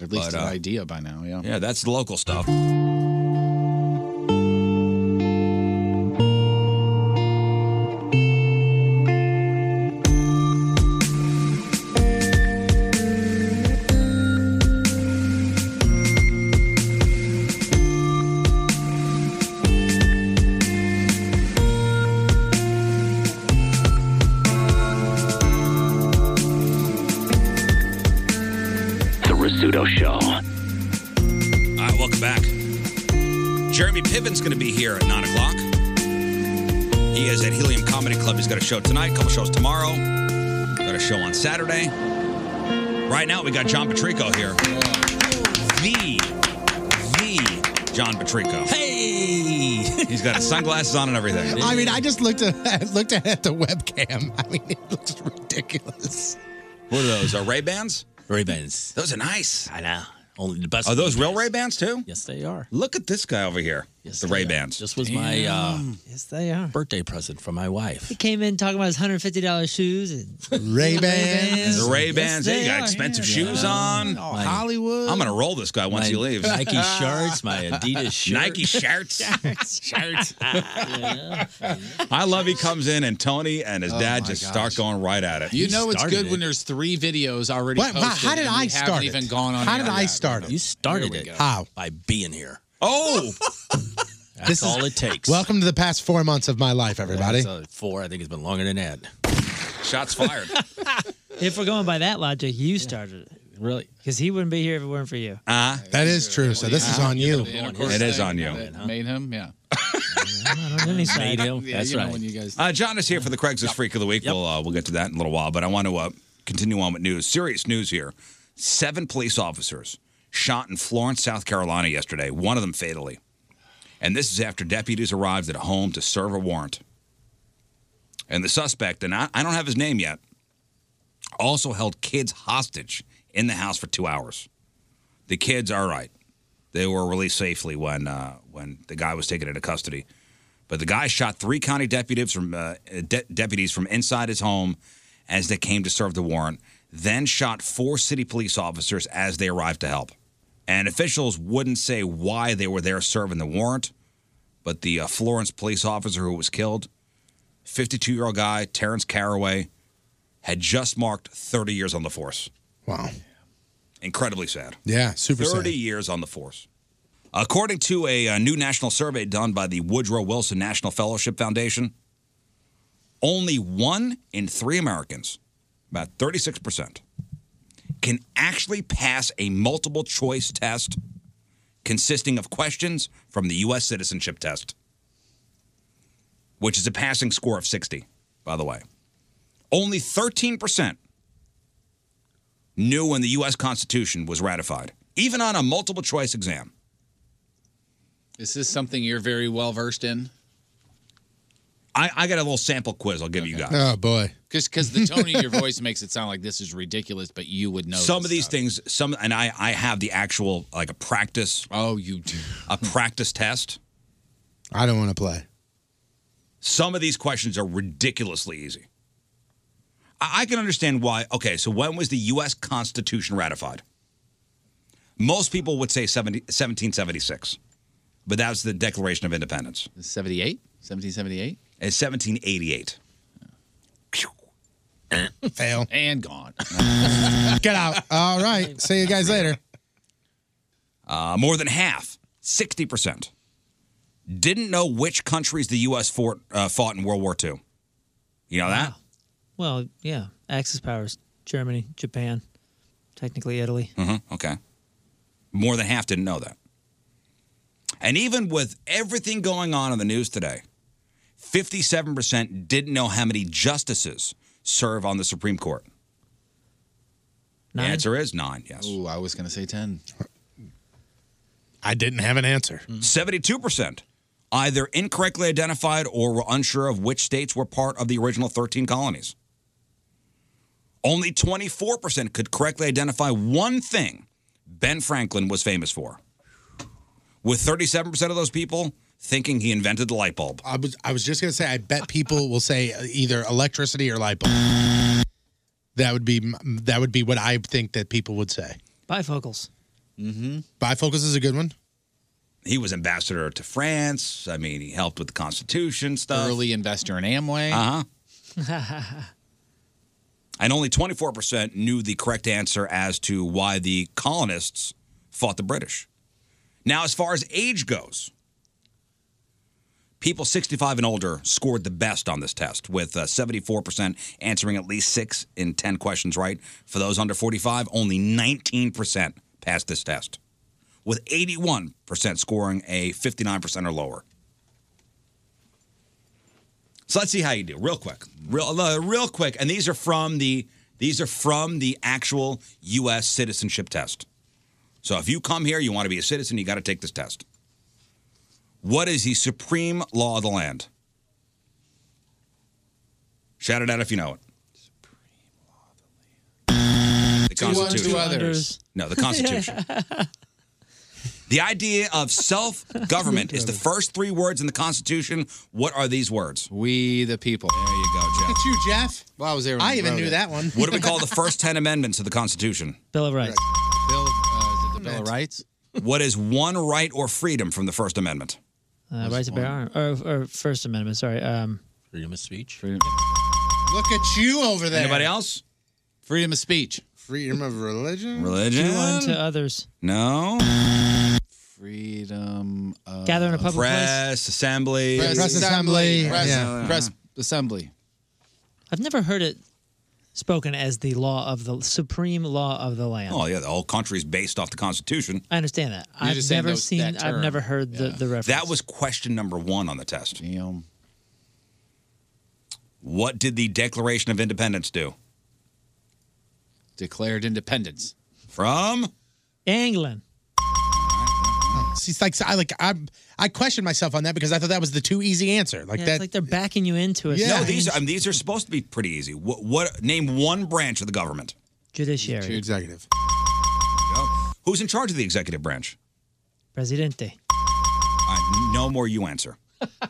At least an idea by now, yeah. Yeah, that's the local stuff. The Rizzuto Show. All right, welcome back. Jeremy Piven's going to be here at 9 o'clock. He is at Helium Comedy Club. He's got a show tonight, couple shows tomorrow, got a show on Saturday. Right now, we got John Patrico here. The, the John Patrico. Hey! He's got his sunglasses on and everything. I mean, I just looked at looked at the webcam. I mean, it looks ridiculous. What are those? Are Ray Bans? Ray Bans. Those are nice. I know. Only the best. Are those real Ray Bans too? Yes, they are. Look at this guy over here. Yes, the Ray Bans. This was my uh, Yes, they are. birthday present from my wife. He came in talking about his hundred fifty dollars shoes and Ray-Bans. The Ray-Bans. Hey, you got expensive shoes on. Oh, Hollywood. I'm gonna roll this guy once my he leaves. Nike shirts, my Adidas shirt. Nike shirts. shirts. I love he comes in and Tony and his Oh, dad my just gosh. start going right at it. You know it's Started good it. when there's three videos already What- why- posted. how did and I you start haven't it? even gone on How air did I yet. started. You started it. How? By being here. Oh, That's all it takes. Welcome to the past four months of my life, everybody. That's, uh, four. I think it's been longer than that. Shots fired. if we're going by that logic, you started it. Really? Because he wouldn't be here if it weren't for you. Uh, that is true. So this is Ah. on you. And of course It is they- on you. that Made him, yeah. Made him. Yeah, That's you know right. when you guys- Uh, John is here for the Craigslist Freak of the Week. We'll uh, we'll get to that in a little while, but I want to uh, continue on with news. Serious news here. Seven police officers shot in Florence, South Carolina yesterday. One of them fatally, and this is after deputies arrived at a home to serve a warrant. And the suspect, and I, I don't have his name yet, also held kids hostage in the house for two hours. The kids are all right. They were released safely when uh, when the guy was taken into custody. But the guy shot three county deputies from uh, de- deputies from inside his home as they came to serve the warrant. Then shot four city police officers as they arrived to help. And officials wouldn't say why they were there serving the warrant, but the uh, Florence police officer who was killed, 52 year old guy Terrence Caraway, had just marked 30 years on the force. Wow. Incredibly sad. Yeah, super 30 sad. years on the force. According to a, uh new national survey done by the Woodrow Wilson National Fellowship Foundation, only one in three Americans, about 36%, can actually pass a multiple choice test consisting of questions from the U.S. citizenship test, which is a passing score of 60, by the way. Only 13% knew when the U.S. Constitution was ratified, even on a multiple choice exam. Is this something you're very well versed in? I, I got a little sample quiz I'll give you guys. Oh boy. Because the tone of your voice makes it sound like this is ridiculous, but you would know. some of these things, some, and I, I have the actual like a practice. Oh, you do a practice test. I don't want to play. Some of these questions are ridiculously easy. I, I can understand why. Okay, so when was the U.S. Constitution ratified? Most people would say 70, 1776, but that was the Declaration of Independence. 78? 1778? It's 1788. Fail. And gone. Get out. All right. See you guys later. Uh, more than half, 60%, didn't know which countries the U.S. Fought, uh, fought in World War II. You know that? Well, yeah. Axis powers: Germany, Japan, technically Italy. Mm-hmm. Okay. More than half didn't know that. And even with everything going on in the news today, 57% didn't know how many justices serve on the Supreme Court. The Nine? answer is nine, yes. Ooh, I was going to say 10. I didn't have an answer. 72% either incorrectly identified or were unsure of which states were part of the original 13 colonies. Only 24% could correctly identify one thing Ben Franklin was famous for. With 37% of those people thinking he invented the light bulb. I was I was just gonna say I bet people will say either electricity or light bulb. That would be m- that would be what I think that people would say. Bifocals. Mm-hmm. Bifocals is a good one. He was ambassador to France. I mean, he helped with the Constitution stuff. Early investor in Amway. Uh huh. And only 24% knew the correct answer as to why the colonists fought the British. Now, as far as age goes, people 65 and older scored the best on this test, with uh, 74% answering at least six in 10 questions right. For those under 45, only 19% passed this test, with 81% scoring a 59% or lower. So let's see how you do, real quick, real, uh, real quick. And these are from the these are from the actual U.S. citizenship test. So if you come here, you want to be a citizen, you got to take this test. What is the supreme law of the land? Shout it out if you know it. Supreme law of the land. The the Constitution. No, the Constitution. The idea of self government is the first three words in the Constitution. What are these words? We the people. There you go, Jeff. Look at you, Jeff. Well, I was there. when I you even wrote knew it. that one. What do we call the first 10 amendments of the Constitution? Bill of Rights. Bill, uh, is it the Bill of Rights? What is one right or freedom from the First Amendment? Uh, right to bear arms. Or, or First Amendment, sorry. Um, Freedom of speech. Look at you over there. Anybody else? Freedom of speech. Freedom of religion. Religion? Do unto others. No. Um, Freedom uh, of Gather in a public place. Press, assembly. Press, assembly. Press, Yeah. press assembly. I've never heard it spoken as the law of the supreme law of the land. Oh, yeah, the whole country is based off the Constitution. I understand that. You're I've just saying never those- seen. that I've term. never heard the, the reference. That was question number one on the test. What did the Declaration of Independence do? Declared independence. From? England. See, it's like so I like I I questioned myself on that because I thought that was the too easy answer. Like Yeah, that. It's like they're backing you into it. No, these are, I mean, these are supposed to be pretty easy. What, what Name one branch of the government. judiciary. Executive. Who's in charge of the executive branch? Presidente. All right, no more you answer.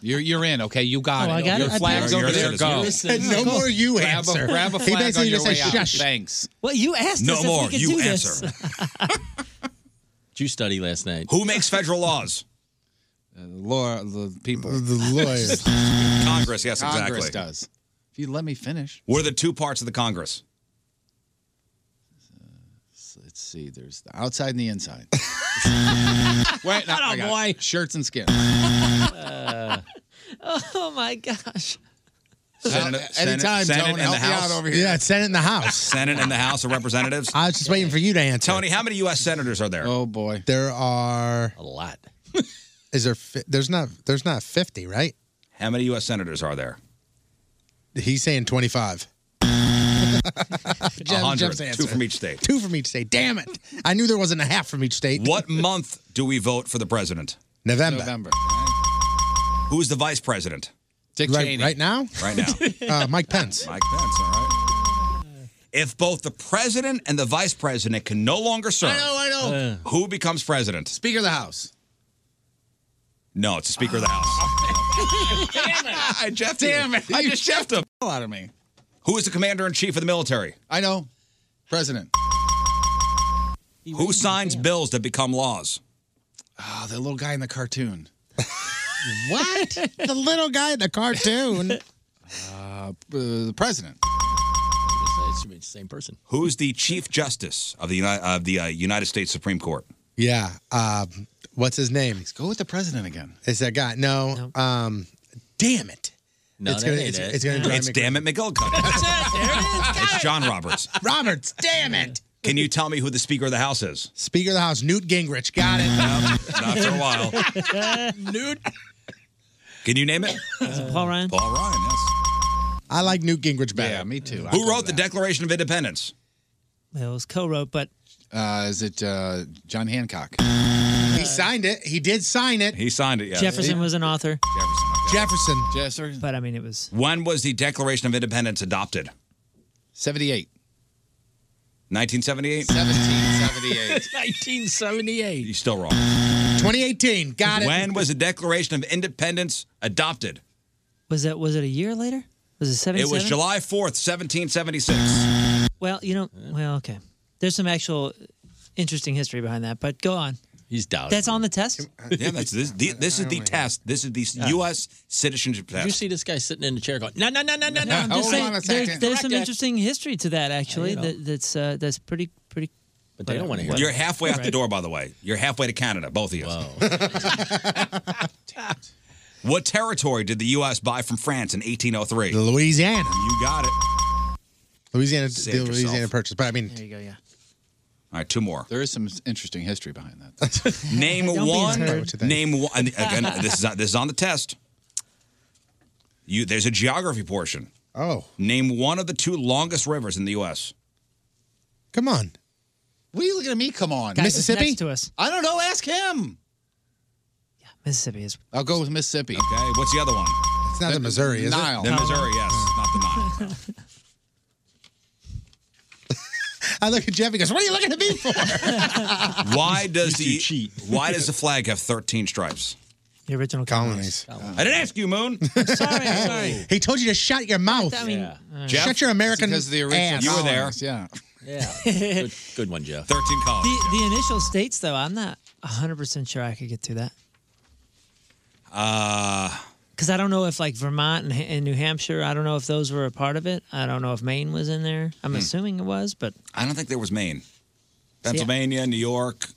You're, you're in, okay? You got Oh, it. I got your it? I flag's did. over You're a there. citizen. Go. Listen, No more you grab answer. A, grab a He flag basically on your just way said, out. "Shush." Thanks. Well, you asked No us more. if we could You do answer. this. Did you study last night? Who makes federal laws? Uh, law, the people. The lawyers. Congress, yes, exactly. Congress does. If you let me finish. What are the two parts of the Congress? Uh, Let's see. There's the outside and the inside. Wait, no, I got it. Shirts and skin. Uh, oh my gosh. Senate, Senate- Senate and the House. Yeah, it's Senate in the House. Senate and the House of Representatives. I was just waiting for you to answer. Tony, how many U.S. senators are there? Oh boy, there are a lot. Is there? fi- There's not. There's not fifty, right? How many U.S. senators are there? He's saying twenty-five. A hundred. Jeff's answer. Two from each state. Two from each state. Damn it! I knew there wasn't a half from each state. What month do we vote for the president? November. November. Who is the vice president? Dick right, Right now? Right now. uh, Mike Pence. Mike Pence. All right. If both the president and the vice president can no longer serve, I know, I know. Who becomes president? Speaker of the House. No, it's the Speaker of the House. Damn it. I jeffed Damn you. it. I just jeffed him. out of me. Who is the commander in chief of the military? I know. President. Who signs bills that become laws? Oh, the little guy in the cartoon. What? the little guy in the cartoon. Uh, the president. It's the same person. Who is the chief justice of the Uni- of the uh, United States Supreme Court? Yeah. Um, what's his name? Let's go with the president again. It's that guy. No. Um, damn it. No, it's that gonna, ain't it's, it. it's gonna drive It's me damn it, McGillicuddy. it's John Roberts. crazy. Roberts. Damn it. Can you tell me who the Speaker of the House is? Speaker of the House, Newt Gingrich. Got it. Not for a while. Newt. Can you name it? Paul Ryan. Paul Ryan. Yes. I like Newt Gingrich better. Yeah, me too. Who wrote the Declaration of Independence? Well, it was co-wrote, but Uh, is it uh, John Hancock? He signed it. He did sign it. He signed it. Yes. uh, Jefferson was an author. Jefferson. Jefferson. But I mean, it was When was the Declaration of Independence adopted? 78. 1978. 1778. 1978. You're still wrong. 2018. Got it. When was the Declaration of Independence adopted? was it was it a year later? Was it seventy? It was July 4th, 1776. Well, you know, well, okay. There's some actual interesting history behind that, but go on. He's Oh, doubted. That's on the test. yeah, that's this. The, this is the test. This is the U.S. citizenship Did you test. see this guy sitting in the chair going, No, no, no, no, no, no. I'm Hold just saying, on a there's, second. there's some Correct. interesting history to that actually. you know. that, that's uh, that's pretty pretty. But they don't wanna hear You're halfway out the door, by the way. You're halfway to Canada, both of you. what territory did the U.S. buy from France in 1803? Louisiana. You got it. Louisiana, Saved the Louisiana yourself. Purchase. But I mean, There you go. Yeah. All right, two more. There is some interesting history behind that. Name Don't be one. hurt. Name one. and Again, this is on, this is on the test. You there's a geography portion. Oh, Name one of the two longest rivers in the U.S. come on. What are you looking at me? Come on. Guys, it's Mississippi? next to us. I don't know. Ask him. Mississippi is. I'll go with Mississippi. Okay. What's the other one? It's not the Missouri, is it? Oh. Nile. The Missouri, yes, not the Nile. I look at Jeff. He goes, "What are you looking at me for?" Why does the Why does the flag have thirteen stripes? The original colonies. I didn't ask you, Moon. sorry, sorry. He told you to shut your mouth. I mean, Yeah. uh, Jeff, shut your American because the original ass. You were there. colonies, Yeah. the, Good one, Jeff. 13 columns. the initial states, though, I'm not 100% sure I could get through that. Uh, Because I don't know if like Vermont and, and New Hampshire, I don't know if those were a part of it. I don't know if Maine was in there. I'm Hmm. assuming it was, but I don't think there was Maine. Pennsylvania, New York,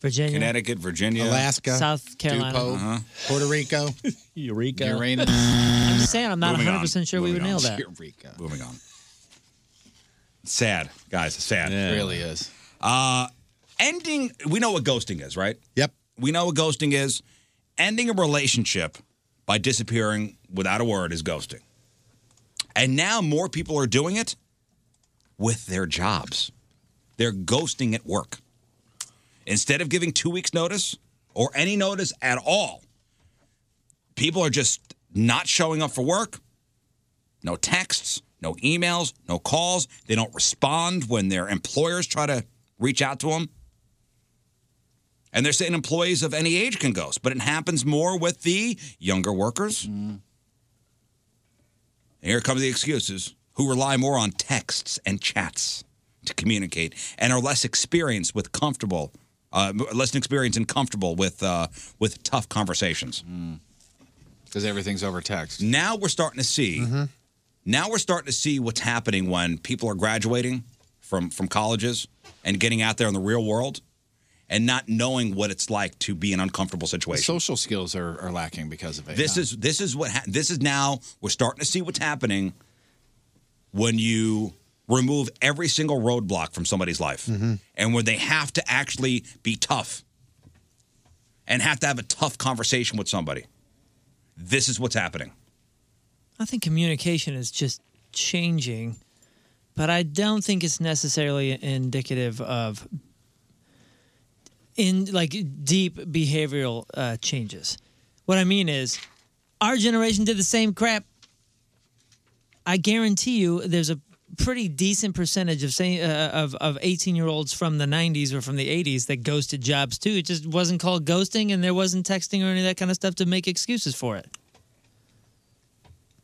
Virginia. Connecticut, Virginia, Uh-huh. Alaska, South Carolina. DuPont, Puerto Rico, Eureka, Uranus. I'm just saying, I'm not Hmm. Moving on. 100% sure we would Moving nail on. that. Moving on. Sad, guys. It's sad. It really is. Uh, ending. We know what ghosting is, right? Yep. We know what ghosting is. Ending a relationship by disappearing without a word is ghosting. And now more people are doing it with their jobs. They're ghosting at work. Instead of giving two weeks' notice or any notice at all, people are just not showing up for work. No texts, no emails, no calls. They don't respond when their employers try to reach out to them. And they're saying employees of any age can ghost, but it happens more with the younger workers. Here come the excuses who rely more on texts and chats to communicate and are less experienced with comfortable, uh, less experienced and comfortable with uh, with tough conversations. Because Mm. everything's over text. Now we're starting to see. Now we're starting to see what's happening when people are graduating from from colleges and getting out there in the real world and not knowing what it's like to be in uncomfortable situations. Social skills are, are lacking because of it. This is this is what ha- this is now. We're starting to see what's happening when you remove every single roadblock from somebody's life, and when they have to actually be tough and have to have a tough conversation with somebody. This is what's happening. I think communication is just changing, but I don't think it's necessarily indicative of in like deep behavioral uh, changes. What I mean is, our generation did the same crap. I guarantee you, there's a pretty decent percentage of say, uh, of of 18 year olds from the 90s or from the 80s that ghosted jobs too. It just wasn't called ghosting, and there wasn't texting or any of that kind of stuff to make excuses for it.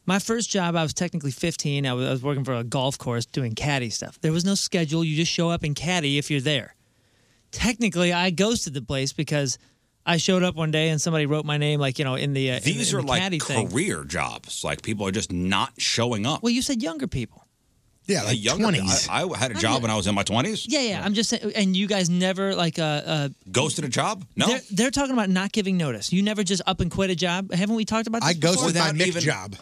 My first job, I was technically 15. I was, I was working for a golf course doing caddy stuff. There was no schedule. You just show up and caddy if you're there. Technically, I ghosted the place because I showed up one day and somebody wrote my name, like, you know, in the, uh, in- These in are the like caddy thing. career jobs. Like people are just not showing up. Well, you said younger people. Yeah, like younger, 20s. I, I had a job when I was in my twenties. Yeah, yeah. I'm just saying, and you guys never like uh, uh Ghosted a job? No. They're, they're talking about not giving notice. You never just up and quit a job. Haven't we talked about this? before?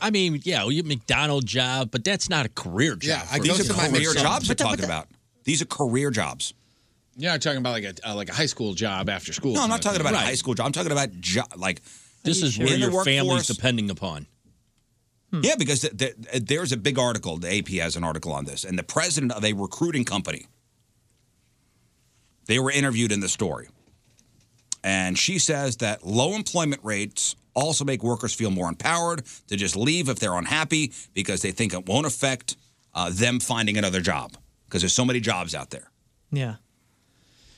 I mean, yeah, well, you McDonald job, but that's not a career job. Yeah, I for these me. are career jobs we're talking about. These are career jobs. You're not talking about like a uh, like a high school job after school. No, I'm not talking about a Right. high school job. I'm talking about jo- like This is where in the your family's workforce. Hmm. depending upon. Yeah, because th- th- there's a big article. The AP has an article on this, and the president of a recruiting company. They were interviewed in the story, and she says that low employment rates also make workers feel more empowered to just leave if they're unhappy because they think it won't affect uh, them finding another job because there's so many jobs out there. Yeah.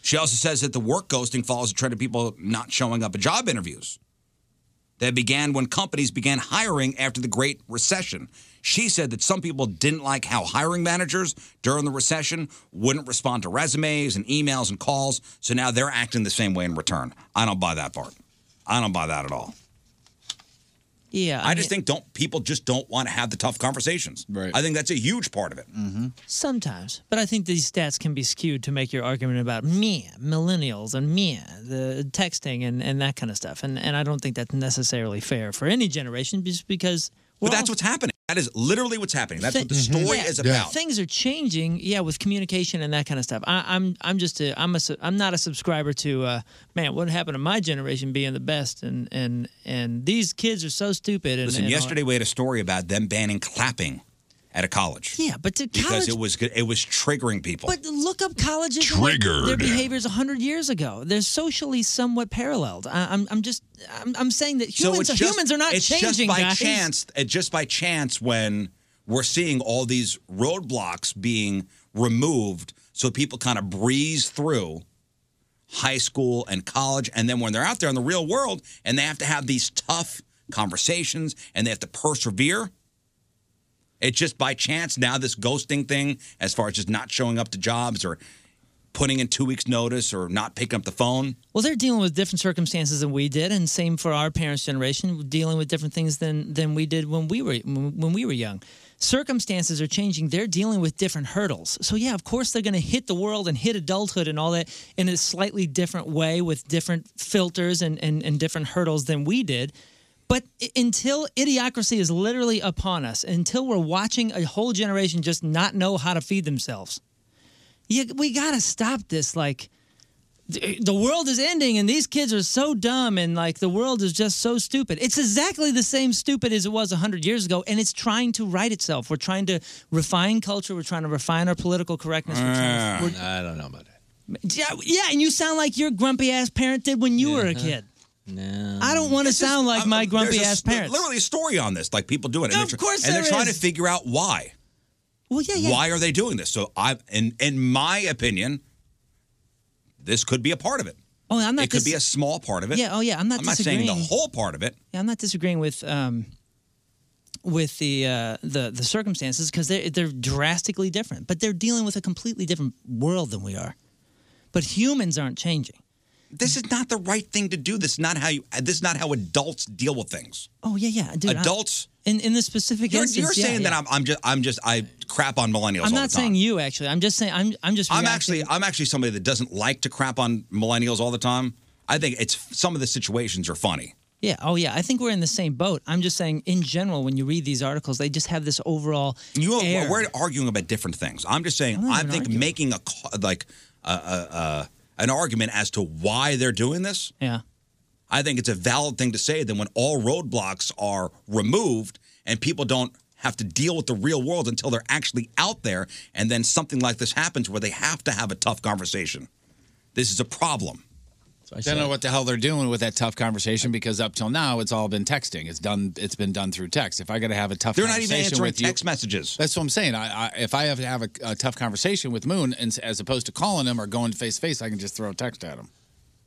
She also says that the work ghosting follows the trend of people not showing up at job interviews that began when companies began hiring after the Great Recession. She said that some people didn't like how hiring managers during the recession wouldn't respond to resumes and emails and calls, so now they're acting the same way in return. I don't buy that part. I don't buy that at all. Yeah. I, just think don't people just don't want to have the tough conversations. Right. I think that's a huge part of it. Mm-hmm. Sometimes, but I think these stats can be skewed to make your argument about me, millennials, and me, the texting and, and that kind of stuff. And and I don't think that's necessarily fair for any generation, just because. But that's what's happening. That is literally what's happening. That's what the Mhm. story is about. Things are changing, yeah, with communication and that kind of stuff. I, I'm I'm just a I'm a su- I'm not a subscriber to uh, man. What happened to my generation being the best and and and these kids are so stupid. And, Listen, and all- yesterday we had a story about them banning clapping at a college. Yeah, but to because college- it was it was triggering people. But look up colleges. and their- Their Triggered. behaviors 100 years ago. They're socially somewhat paralleled. I, I'm, I'm just, I'm, I'm saying that humans, it's just- humans are not it's changing, just by uh, guys. chance. It just by chance when we're seeing all these roadblocks being removed so people kind of breeze through high school and college. And then when they're out there in the real world and they have to have these tough conversations and they have to persevere, it's just by chance now this ghosting thing, as far as just not showing up to jobs or putting in two weeks' notice or not picking up the phone. Well, they're dealing with different circumstances than we did, and same for our parents' generation, dealing with different things than than we did when we were when we were young. Circumstances are changing; they're dealing with different hurdles. So yeah, of course they're going to hit the world and hit adulthood and all that in a slightly different way with different filters and and, and different hurdles than we did. But i- until idiocracy is literally upon us, until we're watching a whole generation just not know how to feed themselves, you, we got to stop this. Like, th- the world is ending, and these kids are so dumb, and like the world is just so stupid. It's exactly the same stupid as it was 100 years ago, and it's trying to right itself. We're trying to refine culture, we're trying to refine our political correctness. We're Mm. Ah. trying to, we're, I don't know about that. yeah, yeah, and you sound like your grumpy ass parent did when you were a kid. No. I don't want to sound like my grumpy There's a ass s- parents. Literally a story on this, like people doing it. No, and they're of course And there they're trying to is. figure out why. Well, yeah, yeah. Why are they doing this? So I, in in my opinion, this could be a part of it. Oh, I'm not. it could dis- be a small part of it. Yeah, oh, yeah, I'm not I'm not saying the disagreeing. whole part of it. Yeah, I'm not disagreeing with um, with the uh, the the circumstances because they're they're drastically different, but they're dealing with a completely different world than we are. But humans aren't changing. This is not the right thing to do. This is not how you. This is not how adults deal with things. Oh yeah, yeah, dude, I- Adults- in in this specific You're, instance, you're yeah, saying yeah. that I'm, I'm just I'm just I crap on millennials. all I'm the not time. saying you actually. I'm just saying I'm I'm just. I'm reacting- actually I'm actually somebody that doesn't like to crap on millennials all the time. I think it's some of the situations are funny. Yeah. Oh yeah. I think we're in the same boat. I'm just saying in general when you read these articles, they just have this overall. You know, air. we're arguing about different things. I'm just saying I think making a ca- like uh, uh, uh, an argument as to why they're doing this. Yeah. I think it's a valid thing to say. Then when all roadblocks are removed and people don't have to deal with the real world until they're actually out there, and then something like this happens where they have to have a tough conversation. This is a problem. I don't know what the hell they're doing with that tough conversation because up till now it's all been texting. It's done. It's been done through text. If I got to have a tough, They're not even conversation answering with you, text messages. That's what I'm saying. I, I if I have to have a, a tough conversation with Moon, and s- as opposed to calling him or going face to face, I can just throw a text at him.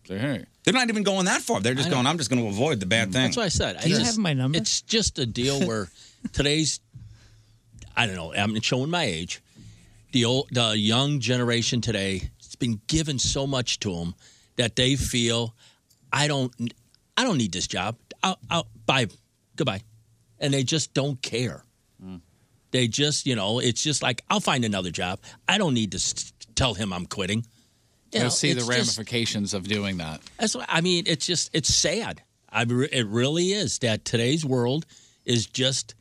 Say hey. They're not even going that far. They're I just know. going. I'm just going to avoid the bad thing. That's what I said. I Do you just- have my number? It's just a deal where today's, I don't know, I'm showing my age. The old, the young generation today, it's been given so much to them that they feel, I don't, I don't need this job. I'll, I'll bye, goodbye, and they just don't care. Hmm. They just, you know, it's just like I'll find another job. I don't need to s- tell him I'm quitting. You You'll know, see the it's just- ramifications of doing that. that's what I mean. It's just it's sad. I re- it really is that today's world is just.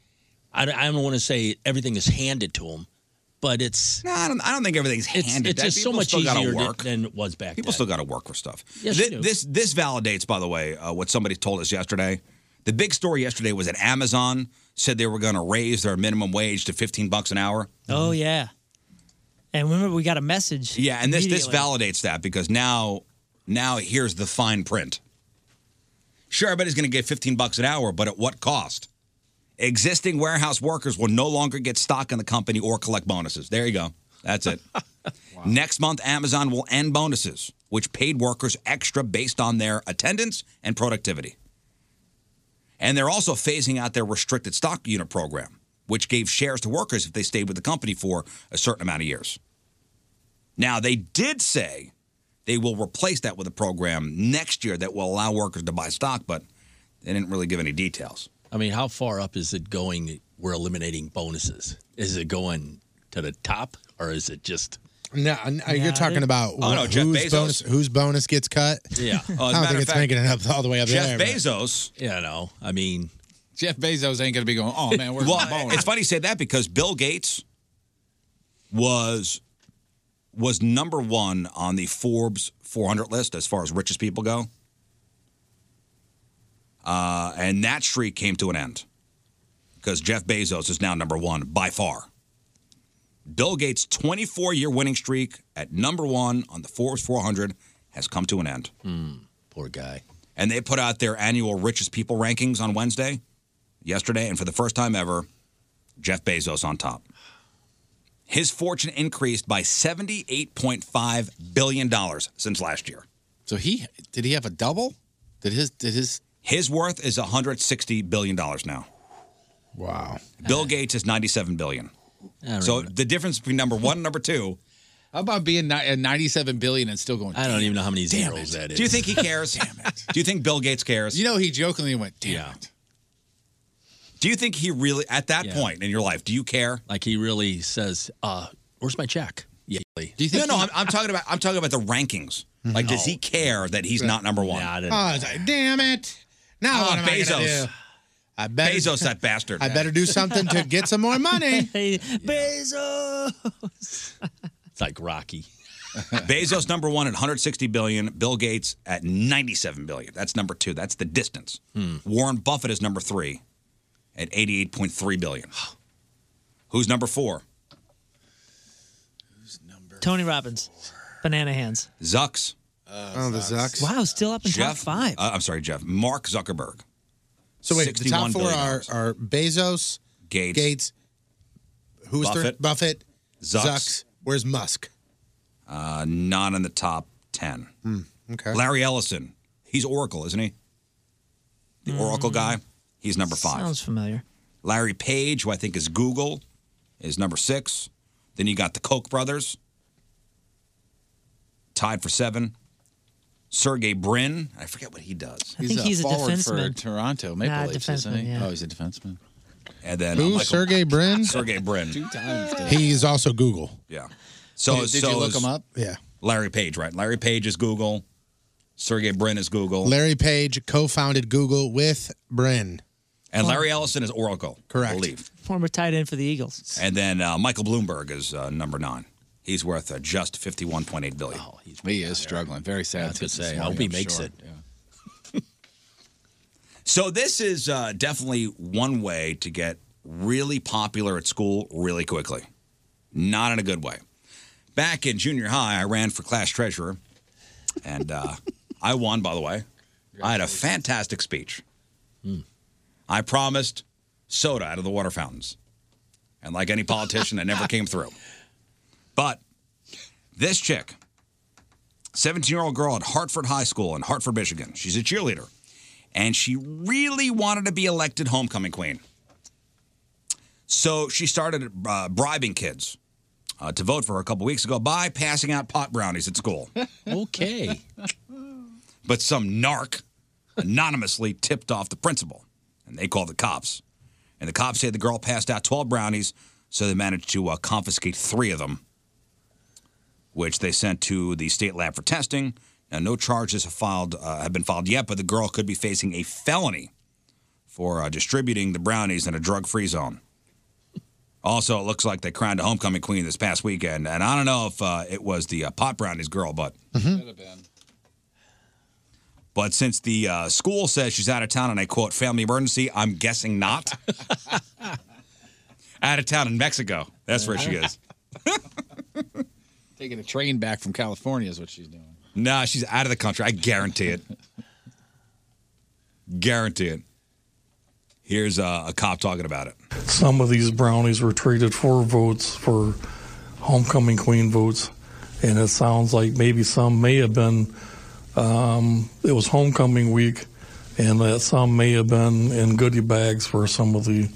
I don't, I don't want to say everything is handed to them, but it's. No, I don't. I don't think everything's it's, handed. It's That- just so people much still gotta easier than, work. than it was back People then. still got to work for stuff. Yes, Thi- you do. this, this validates, by the way, uh, what somebody told us yesterday. The big story yesterday was that Amazon said they were going to raise their minimum wage to 15 bucks an hour. Oh yeah. And remember, we got a message. Mm-hmm. Yeah, and this this immediately. validates that because now now here's the fine print. Sure, everybody's going to get 15 bucks an hour, but at what cost? Existing warehouse workers will no longer get stock in the company or collect bonuses. There you go. That's it. Next month, Amazon will end bonuses, which paid workers extra based on their attendance and productivity. And they're also phasing out their restricted stock unit program, which gave shares to workers if they stayed with the company for a certain amount of years. Now, they did say they will replace that with a program next year that will allow workers to buy stock, but they didn't really give any details. I mean, how far up is it going? We're eliminating bonuses. Is it going to the top, or is it just? No, n- uh, Yeah, you're talking they- about Oh, no, wh- Jeff whose Bezos. bonus whose bonus gets cut. Yeah. Oh, I as a don't matter think of it's fact, making it up all the way up there. but- Bezos. Yeah, no. I mean, Jeff Bezos ain't going to be going. Oh man, we're well, bonus. it's funny you say that because Bill Gates was was number one on the Forbes 400 list as far as richest people go, uh, and that streak came to an end because Jeff Bezos is now number one by far. Bill Gates' 24 year winning streak at number one on the Forbes 400 has come to an end. poor guy. And they put out their annual richest people rankings on Wednesday, yesterday, and for the first time ever, Jeff Bezos on top. His fortune increased by $78.5 billion since last year. So he did he have a double? Did his did his his worth is $160 billion now. Wow. Bill Gates is $97 billion. All So the difference between number one and number two How about being ni- uh, at 97 billion and still going? I don't even know how many zeros that Do you think he cares? Damn it. Do you think Bill Gates cares? You know, he jokingly went, damn it. Do you think he really, at that point in your life, do you care? Like he really says, uh, "Where's my check?" Yeah. Do you think no, no, I'm, I'm talking about I'm talking about the rankings. Like, does he care that he's not number one? Nah, I Oh, I was like, damn it. Now Ah, what am I gonna Bezos. do? I better, Bezos, that bastard. I better do something to get some more money. Bezos. It's like Rocky. Bezos number one at 160 billion. Bill Gates at 97 billion. That's number two. That's the distance. Warren Buffett is number three at 88.3 billion. Who's number four? Tony Robbins, banana hands. Zucks. oh, the Zucks. Wow, still up in top Jeff. five. uh, I'm sorry, Jeff. Mark Zuckerberg. So wait, the top $61 four billion. are, are Bezos, Gates, Gates, who's third? Buffett. Buffett, Zucks. Where's Musk? Uh, not in the top 10. Hmm, Okay. Larry Ellison. He's Oracle, isn't he? The Hmm. Oracle guy. He's number five. Sounds familiar. Larry Page, who I think is Google, is number six. Then you got the Koch brothers, tied for seven. Sergey Brin, I forget what he does. He's, uh, forward for Toronto Maple Nah, Leafs, isn't he? defenseman, yeah. Oh, he's a defenseman. And then uh, Who? Michael- Sergey Brin? Sergey Brin. Two times. He's also Google. Yeah. So Did- did you so look is him up? Yeah. Larry Page, right? Larry Page is Google. Sergey Brin is Google. Larry Page co-founded Google with Brin. and Larry Ellison is Oracle. Correct. I believe. Former tight end for the Eagles. And then uh, Michael Bloomberg is uh, number nine. He's worth uh, just fifty-one point eight billion. Oh, he's He is struggling. Very sad. to this say. I morning, hope he I'm makes sure. it. Yeah. So this is uh, definitely one way to get really popular at school really quickly. Not in a good way. Back in junior high, I ran for class treasurer, and uh, I won. By the way, I had a fantastic speech. Hmm. I promised soda out of the water fountains, and like any politician, it never came through. But this chick, 17-year-old girl at Hartford High School in Hartford, Michigan, she's a cheerleader and she really wanted to be elected homecoming queen. So she started uh, bribing kids uh, to vote for her a couple weeks ago by passing out pot brownies at school. okay. But some narc anonymously tipped off the principal, and they called the cops. And the cops say the girl passed out 12 brownies, so they managed to uh, confiscate three of them, which they sent to the state lab for testing. Now, no charges have filed uh, have been filed yet, but the girl could be facing a felony for uh, distributing the brownies in a drug-free zone. Also, it looks like they crowned a homecoming queen this past weekend, and I don't know if uh, it was the uh, pot brownies girl, but but since the uh, school says she's out of town and I quote, family emergency, I'm guessing not. out of town in Mexico. That's where she is. Taking a train back from California is what she's doing. Nah, she's out of the country. I guarantee it. guarantee it. Here's uh, a cop talking about it. Some of these brownies were traded for votes for homecoming queen votes, and it sounds like maybe some may have been. Um, it was homecoming week, and that some may have been in goodie bags for some of the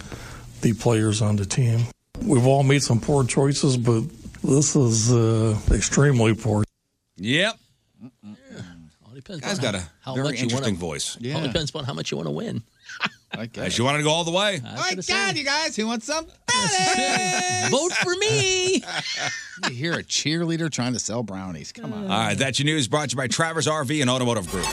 the players on the team. We've all made some poor choices, but this is uh, extremely poor. Yep. Depends Guy's on got how- a how very much you wanna- interesting voice. All depends on how much you want to win. Uh, She wanted to go all the way. My God, you guys, who wants some? Vote for me. you hear a cheerleader trying to sell brownies. Come on. All right, that's your news brought to you by Travers RV and Automotive Group.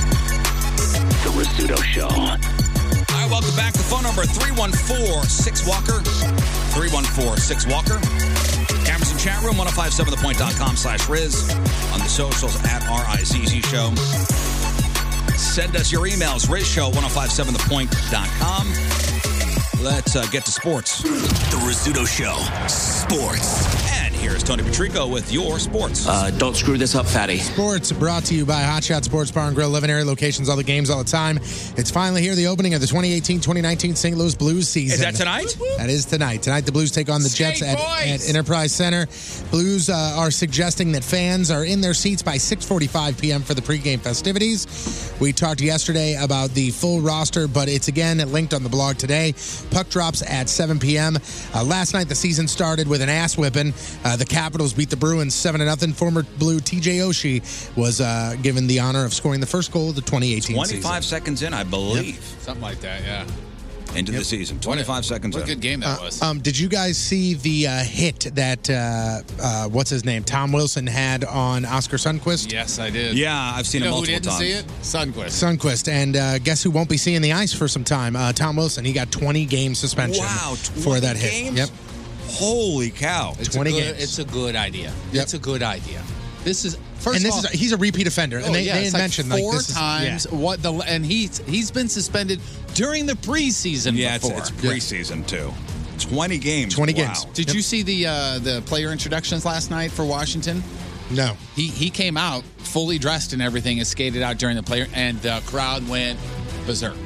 The Rizzuto Show. All right, welcome back. The phone number 314 Walker. 314 6 Walker. Cameras and chat room, 1057thepoint.com slash Riz. On the socials at RIZZ Show. oh Send us your emails, RizShow1057thepoint.com. Let's uh, get to sports. The Rizzuto Show, sports. And here's Tony Patrico with your sports. Uh, don't screw this up, fatty. Sports brought to you by Hot Shot Sports Bar and Grill, 11 area locations, all the games, all the time. It's finally here, the opening of the 2018 2019 St. Louis Blues season. Is that tonight? That is tonight. Tonight, the Blues take on the Jets at, at Enterprise Center. Blues uh, are suggesting that fans are in their seats by 6:45 p.m. for the pregame festivities. We talked yesterday about the full roster, but it's again linked on the blog today. Puck drops at 7 p.m. Uh, last night, the season started with an ass whipping. Uh, the Capitals beat the Bruins seven to nothing. Former Blue T.J. Oshie was uh, given the honor of scoring the first goal of the 2018 season. 25 seconds in, I believe, Something like that, yeah. into the season. 25 seconds What a in. good game that was. Uh, um, did you guys see the uh, hit that uh, uh, what's his name Tom Wilson had on Oscar Sundquist? yes, I did. Yeah, I've seen you it know multiple who didn't times. see it? Sunquist. Sunquist, and uh, guess who won't be seeing the ice for some time? Uh, Tom Wilson. He got 20 game suspension Wow, for that 20 hit. games? Yep. Holy cow! It's a 20 good, games. It's a good idea. Yep. It's a good idea. This is first of and this all, is he's a repeat offender, Oh, and they, yeah, they it's had mentioned like like four this is- times yeah. what the and he's he's been suspended during the preseason. Yeah, it's, before. it's preseason too. 20 games. wow. Did you see the uh, the player introductions last night for Washington? No. He he came out fully dressed and everything and skated out during the player and the crowd went berserk.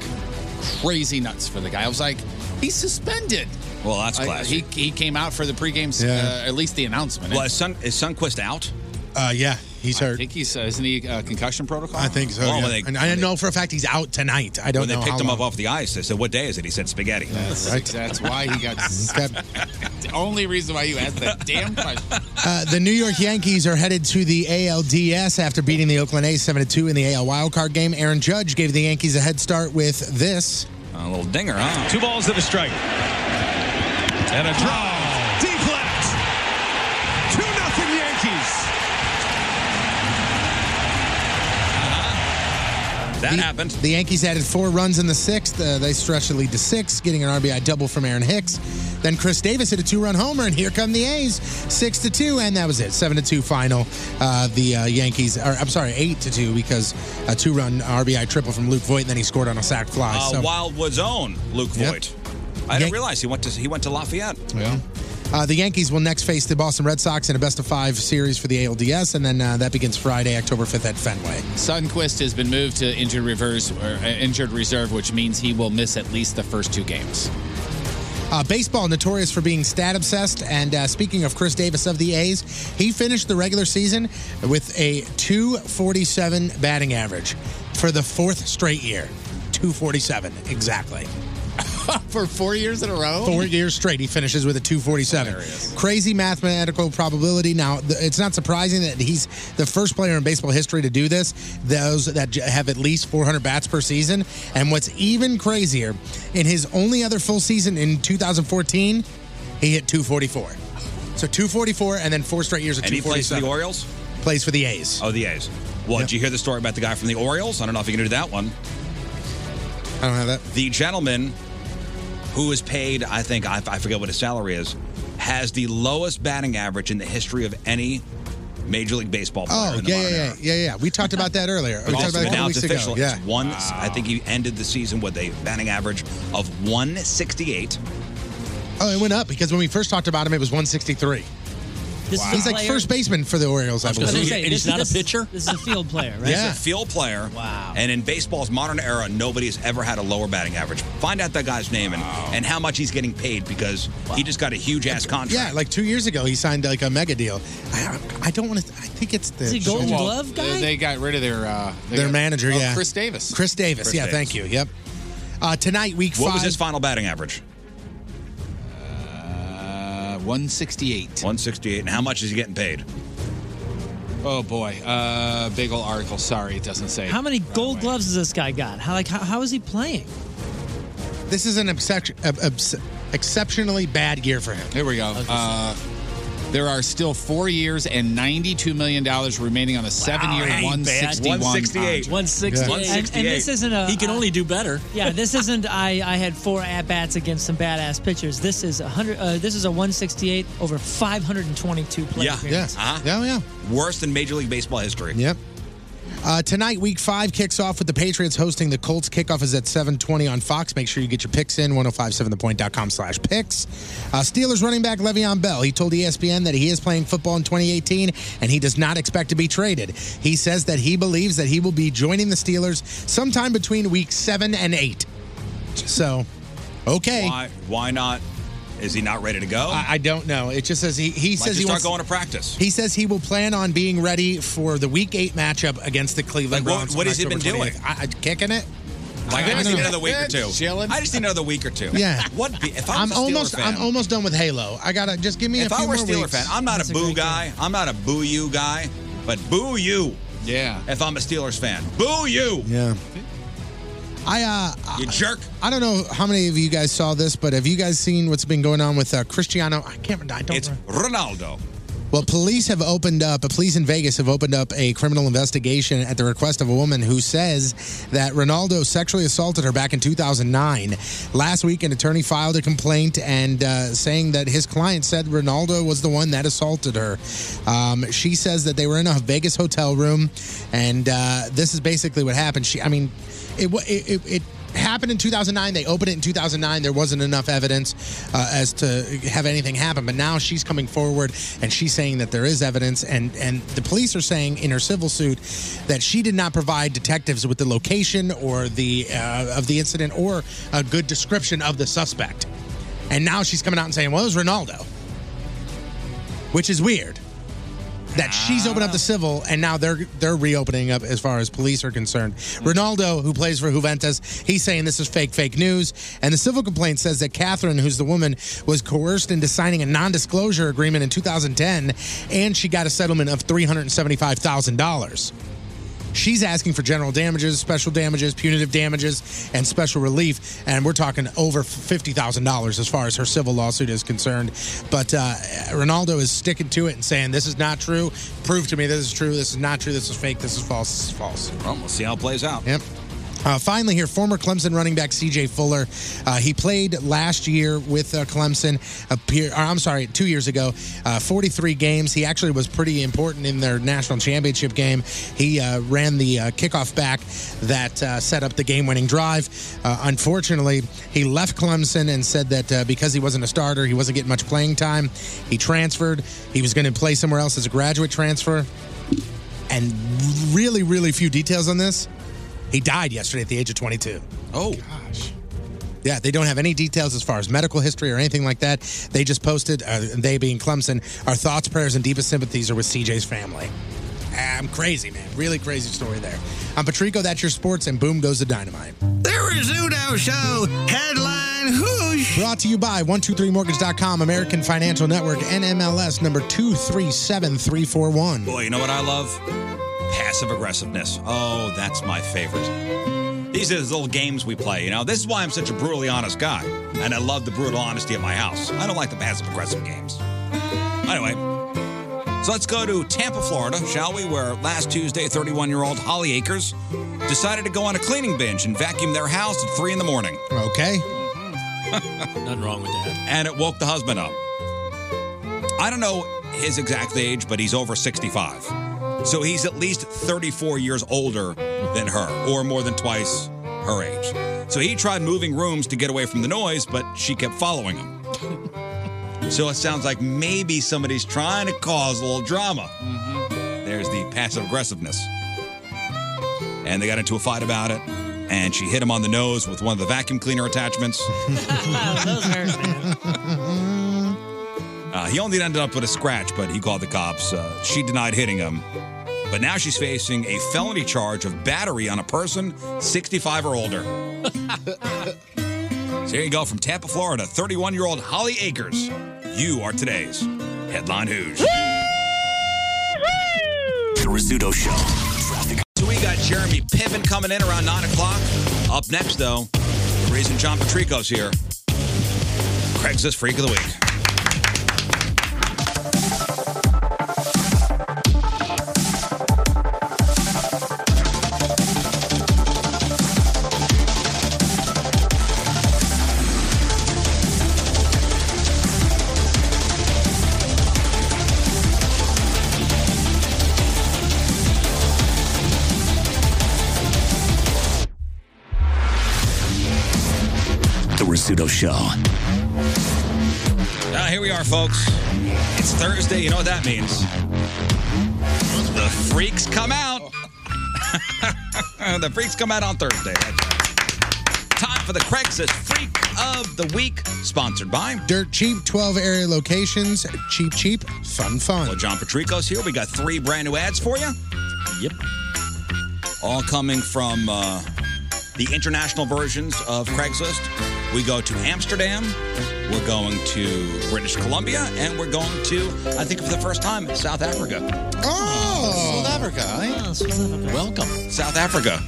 Crazy nuts for the guy. I was like, he's suspended. Well, that's Like, classic. he he came out for the pregame Yeah. uh, at least the announcement. well, is, Sun, is Sunquist out? Uh, yeah, he's hurt. I think he's uh, isn't he uh, concussion protocol? I think so. Oh, yeah. when they- and I know for a fact he's out tonight. I don't when they know picked how him long. up off the ice, they said, "What day is it?" He said, "Spaghetti." That's, Right. that's why he got. got- the only reason why you asked that damn question. Uh, the New York Yankees are headed to the ALDS after beating the Oakland A's 7 2 in the AL wildcard game. Aaron Judge gave the Yankees a head start with this. A little dinger, huh? Two balls and a strike. And a draw. Deep left. 2 nothing Yankees. That happened. The Yankees added four runs in the sixth. Uh, they stretched the lead to six, getting an RBI double from Aaron Hicks. Then Chris Davis hit a two-run homer, and here come the A's, six to two, and that was it, seven to two final. Uh, the uh, Yankees, or I'm sorry, eight to two because a two-run RBI triple from Luke Voigt, and then he scored on a sac fly. Ah, Uh, so Wildwood's own Luke Voigt. I didn't realize he went to he went to Lafayette. Yeah. Uh, the Yankees will next face the Boston Red Sox in a best of five series for the ALDS, and then uh, that begins Friday, October 5th at Fenway. Sunquist has been moved to injured reverse or uh, injured reserve, which means he will miss at least the first two games. Uh, baseball notorious for being stat obsessed. And uh, speaking of Chris Davis of the A's, he finished the regular season with a 247 batting average for the fourth straight year. 247, exactly. For four years in a row? Four years straight, he finishes with a 247. Crazy mathematical probability. Now, th- it's not surprising that he's the first player in baseball history to do this. Those that j- have at least 400 bats per season. And what's even crazier, in his only other full season in 2014, he hit 244. So 244 and then four straight years of And he plays for 247. the Orioles. Plays for the A's. Oh, the A's. Well, did you hear the story about the guy from the Orioles? I don't know if you can do that one. I don't have that. The gentleman who is paid, I think, I, I forget what his salary is, has the lowest batting average in the history of any Major League Baseball player. Oh, in the yeah, yeah, modern yeah, yeah, yeah. We talked about that earlier. We But talked also, about that a couple now it's weeks ago. official. Yeah. It's one. I think he ended the season with a batting average of 168. Oh, it went up because when we first talked about him, it was 163. This is a He's like player- first baseman for the Orioles, I I was gonna believe. say, And he's this- not a this- pitcher? This is a field player, right? He's a field player. Wow. And in baseball's modern era, nobody has ever had a lower batting average. Find out that guy's name and, and how much he's getting paid because he just got a huge ass contract. Yeah, like two years ago, he signed like a mega deal. I, I don't want to. I think it's the Well, uh, They got rid of their uh, they Their got- manager, oh, yeah, Chris Davis. Chris Davis, Chris yeah, Davis. thank you. Yep. Uh, tonight, week What five. was his final batting average? Uh, 168. 168. And how much is he getting paid? Oh boy, uh, big old article. Sorry, it doesn't say. How many gold gloves has this guy got? How like how, how is he playing? This is an obsec- ob- obs- exceptionally bad year for him. There we go. Uh, there are still four years and ninety-two million dollars remaining on the seven-year ain't bad. 161 contract. 168. And, and this isn't a. He can uh, only do better. yeah, this isn't. I I had four at bats against some badass pitchers. This is a hundred. Uh, this is a 168 over 522 play Yeah. appearances. Uh-huh. Yeah, yeah. Worse than Major League Baseball history. Yep. Uh, tonight, Week Five kicks off with the Patriots hosting the Colts. Kickoff is at 7:20 on Fox. Make sure you get your picks in. 1057thepoint.com/picks. Uh, Steelers running back Le'Veon Bell. He told E ESPN that he is playing football in 2018 and he does not expect to be traded. He says that he believes that he will be joining the Steelers sometime between Week Seven and Eight. So, okay. Why, why not? Is he not ready to go? I, I don't know. It just says he, he Might says just he start wants going to practice. He says he will plan on being ready for the Week Eight matchup against the Cleveland Like, what- Browns. what on has he been October 28th. doing? I, I, kicking it. Like, I, I just don't need know. another week or two. Chilling. I just need another week or two. Yeah. What? Be, if I I'm was a Steeler almost. fan, I'm almost done with Halo. I gotta just give me if a few I were a more Steeler weeks. fan, I'm not a boo guy. I'm not a boo you guy, but boo you. Yeah. If I'm a Steelers fan, boo you. Yeah. I uh, You jerk. I don't know how many of you guys saw this, but have you guys seen what's been going on with uh, Cristiano? I can't. I don't. It's Ronaldo. Well, police have opened up, police in Vegas have opened up a criminal investigation at the request of a woman who says that Ronaldo sexually assaulted her back in 2009. Last week, an attorney filed a complaint and uh, saying that his client said Ronaldo was the one that assaulted her. Um, she says that they were in a Vegas hotel room, and uh, this is basically what happened. She, I mean, it, wa- it, it, it happened in 2009. They opened it in 2009. There wasn't enough evidence uh, as to have anything happen. But now she's coming forward and she's saying that there is evidence. And, and the police are saying in her civil suit that she did not provide detectives with the location or the uh, of the incident or a good description of the suspect. And now she's coming out and saying, "Well, it was Ronaldo," which is weird. That she's opened up the civil, and now they're they're reopening up as far as police are concerned. Ronaldo, who plays for Juventus, he's saying this is fake, fake news. And the civil complaint says that Catherine, who's the woman, was coerced into signing a non-disclosure agreement in 2010, and she got a settlement of three hundred seventy-five thousand dollars. She's asking for general damages, special damages, punitive damages, and special relief. And we're talking over $50,000 as far as her civil lawsuit is concerned. But uh, Ronaldo is sticking to it and saying, This is not true. Prove to me this is true. This is not true. This is fake. This is false. This is false. Well, we'll see how it plays out. Yep. Uh, finally, here, former Clemson running back C.J. Fuller. Uh, he played last year with uh, Clemson. Appear, or, I'm sorry, two years ago, uh, 43 games. He actually was pretty important in their national championship game. He uh, ran the uh, kickoff back that uh, set up the game-winning drive. Uh, unfortunately, he left Clemson and said that uh, because he wasn't a starter, he wasn't getting much playing time. He transferred. He was going to play somewhere else as a graduate transfer and really, really few details on this. He died yesterday at the age of 22. Oh, gosh. Yeah, they don't have any details as far as medical history or anything like that. They just posted, uh, they being Clemson, our thoughts, prayers, and deepest sympathies are with CJ's family. I'm crazy, man. Really crazy story there. I'm Patrico, that's your sports, and boom goes the dynamite. The Rizzuto Show Oh, headline whoosh. Brought to you by 123mortgage.com, American Financial Network, NMLS number 237341. Boy, you know what I love? Passive aggressiveness. Oh, that's my favorite. These are the little games we play, you know? This is why I'm such a brutally honest guy. And I love the brutal honesty at my house. I don't like the passive aggressive games. Anyway, so let's go to Tampa, Florida, shall we? Where last Tuesday, 31 year old Holly Akers decided to go on a cleaning binge and vacuum their house at 3 in the morning. Okay. Nothing wrong with that. And it woke the husband up. I don't know his exact age, but he's over 65. So he's at least 34 years older than her, or more than twice her age. So he tried moving rooms to get away from the noise, but she kept following him. so it sounds like maybe somebody's trying to cause a little drama. Mm-hmm. There's the passive aggressiveness. And they got into a fight about it, and she hit him on the nose with one of the vacuum cleaner attachments. Those hurt, Oh, Uh, he only ended up with a scratch, but he called the cops. Uh, she denied hitting him. But now she's facing a felony charge of battery on a person 65 or older. so here you go from Tampa, Florida, 31 year old Holly Akers. You are today's headline Who's. The Rizzuto Show. Traffic. So we got Jeremy Piven coming in around 9 o'clock. Up next, though, the reason John Patrico's here Craigslist Freak of the Week. Rizzuto Show. Ah, here we are, folks. It's Thursday. You know what that means? The freaks come out. the freaks come out on Thursday. That's right. Time for the Craigslist Freak of the Week, sponsored by. Dirt cheap, 12 area locations, cheap, cheap, fun, fun. Well, John Patrico's here. We got three brand new ads for you. Yep. All coming from uh, the international versions of Craigslist. We go to Amsterdam, we're going to British Columbia, and we're going to, I think for the first time, South Africa. Oh, South Africa. eh? Welcome. South Africa.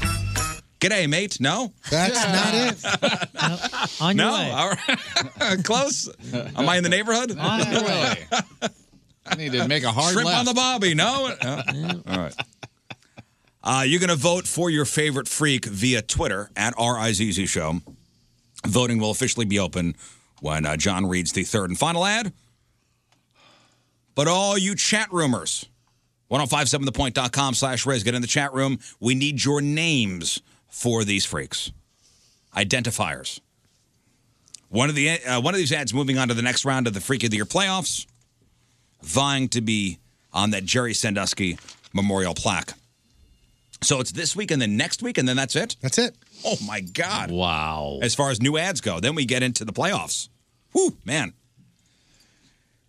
G'day, mate. No? That's not it. On no? All right. Close. Am I in the neighborhood? On your way. I need to make a hard Shrimp left. on the bobby. No? No. All right. Uh, you're going to vote for your favorite freak via Twitter at RIZZ Show. Voting will officially be open when uh, John reads the third and final ad. But all you chat oh rumors, 1057thepoint.com slash Riz, get in the chat room. We need your names for these freaks, identifiers. One of, the, uh, one of these ads moving on to the next round of the Freak of the Year playoffs, vying to be on that Jerry Sandusky memorial plaque. So it's this week and then next week, and then that's it? That's it. Oh, my God. Wow. As far as new ads go, then we get into the playoffs. Whew, man.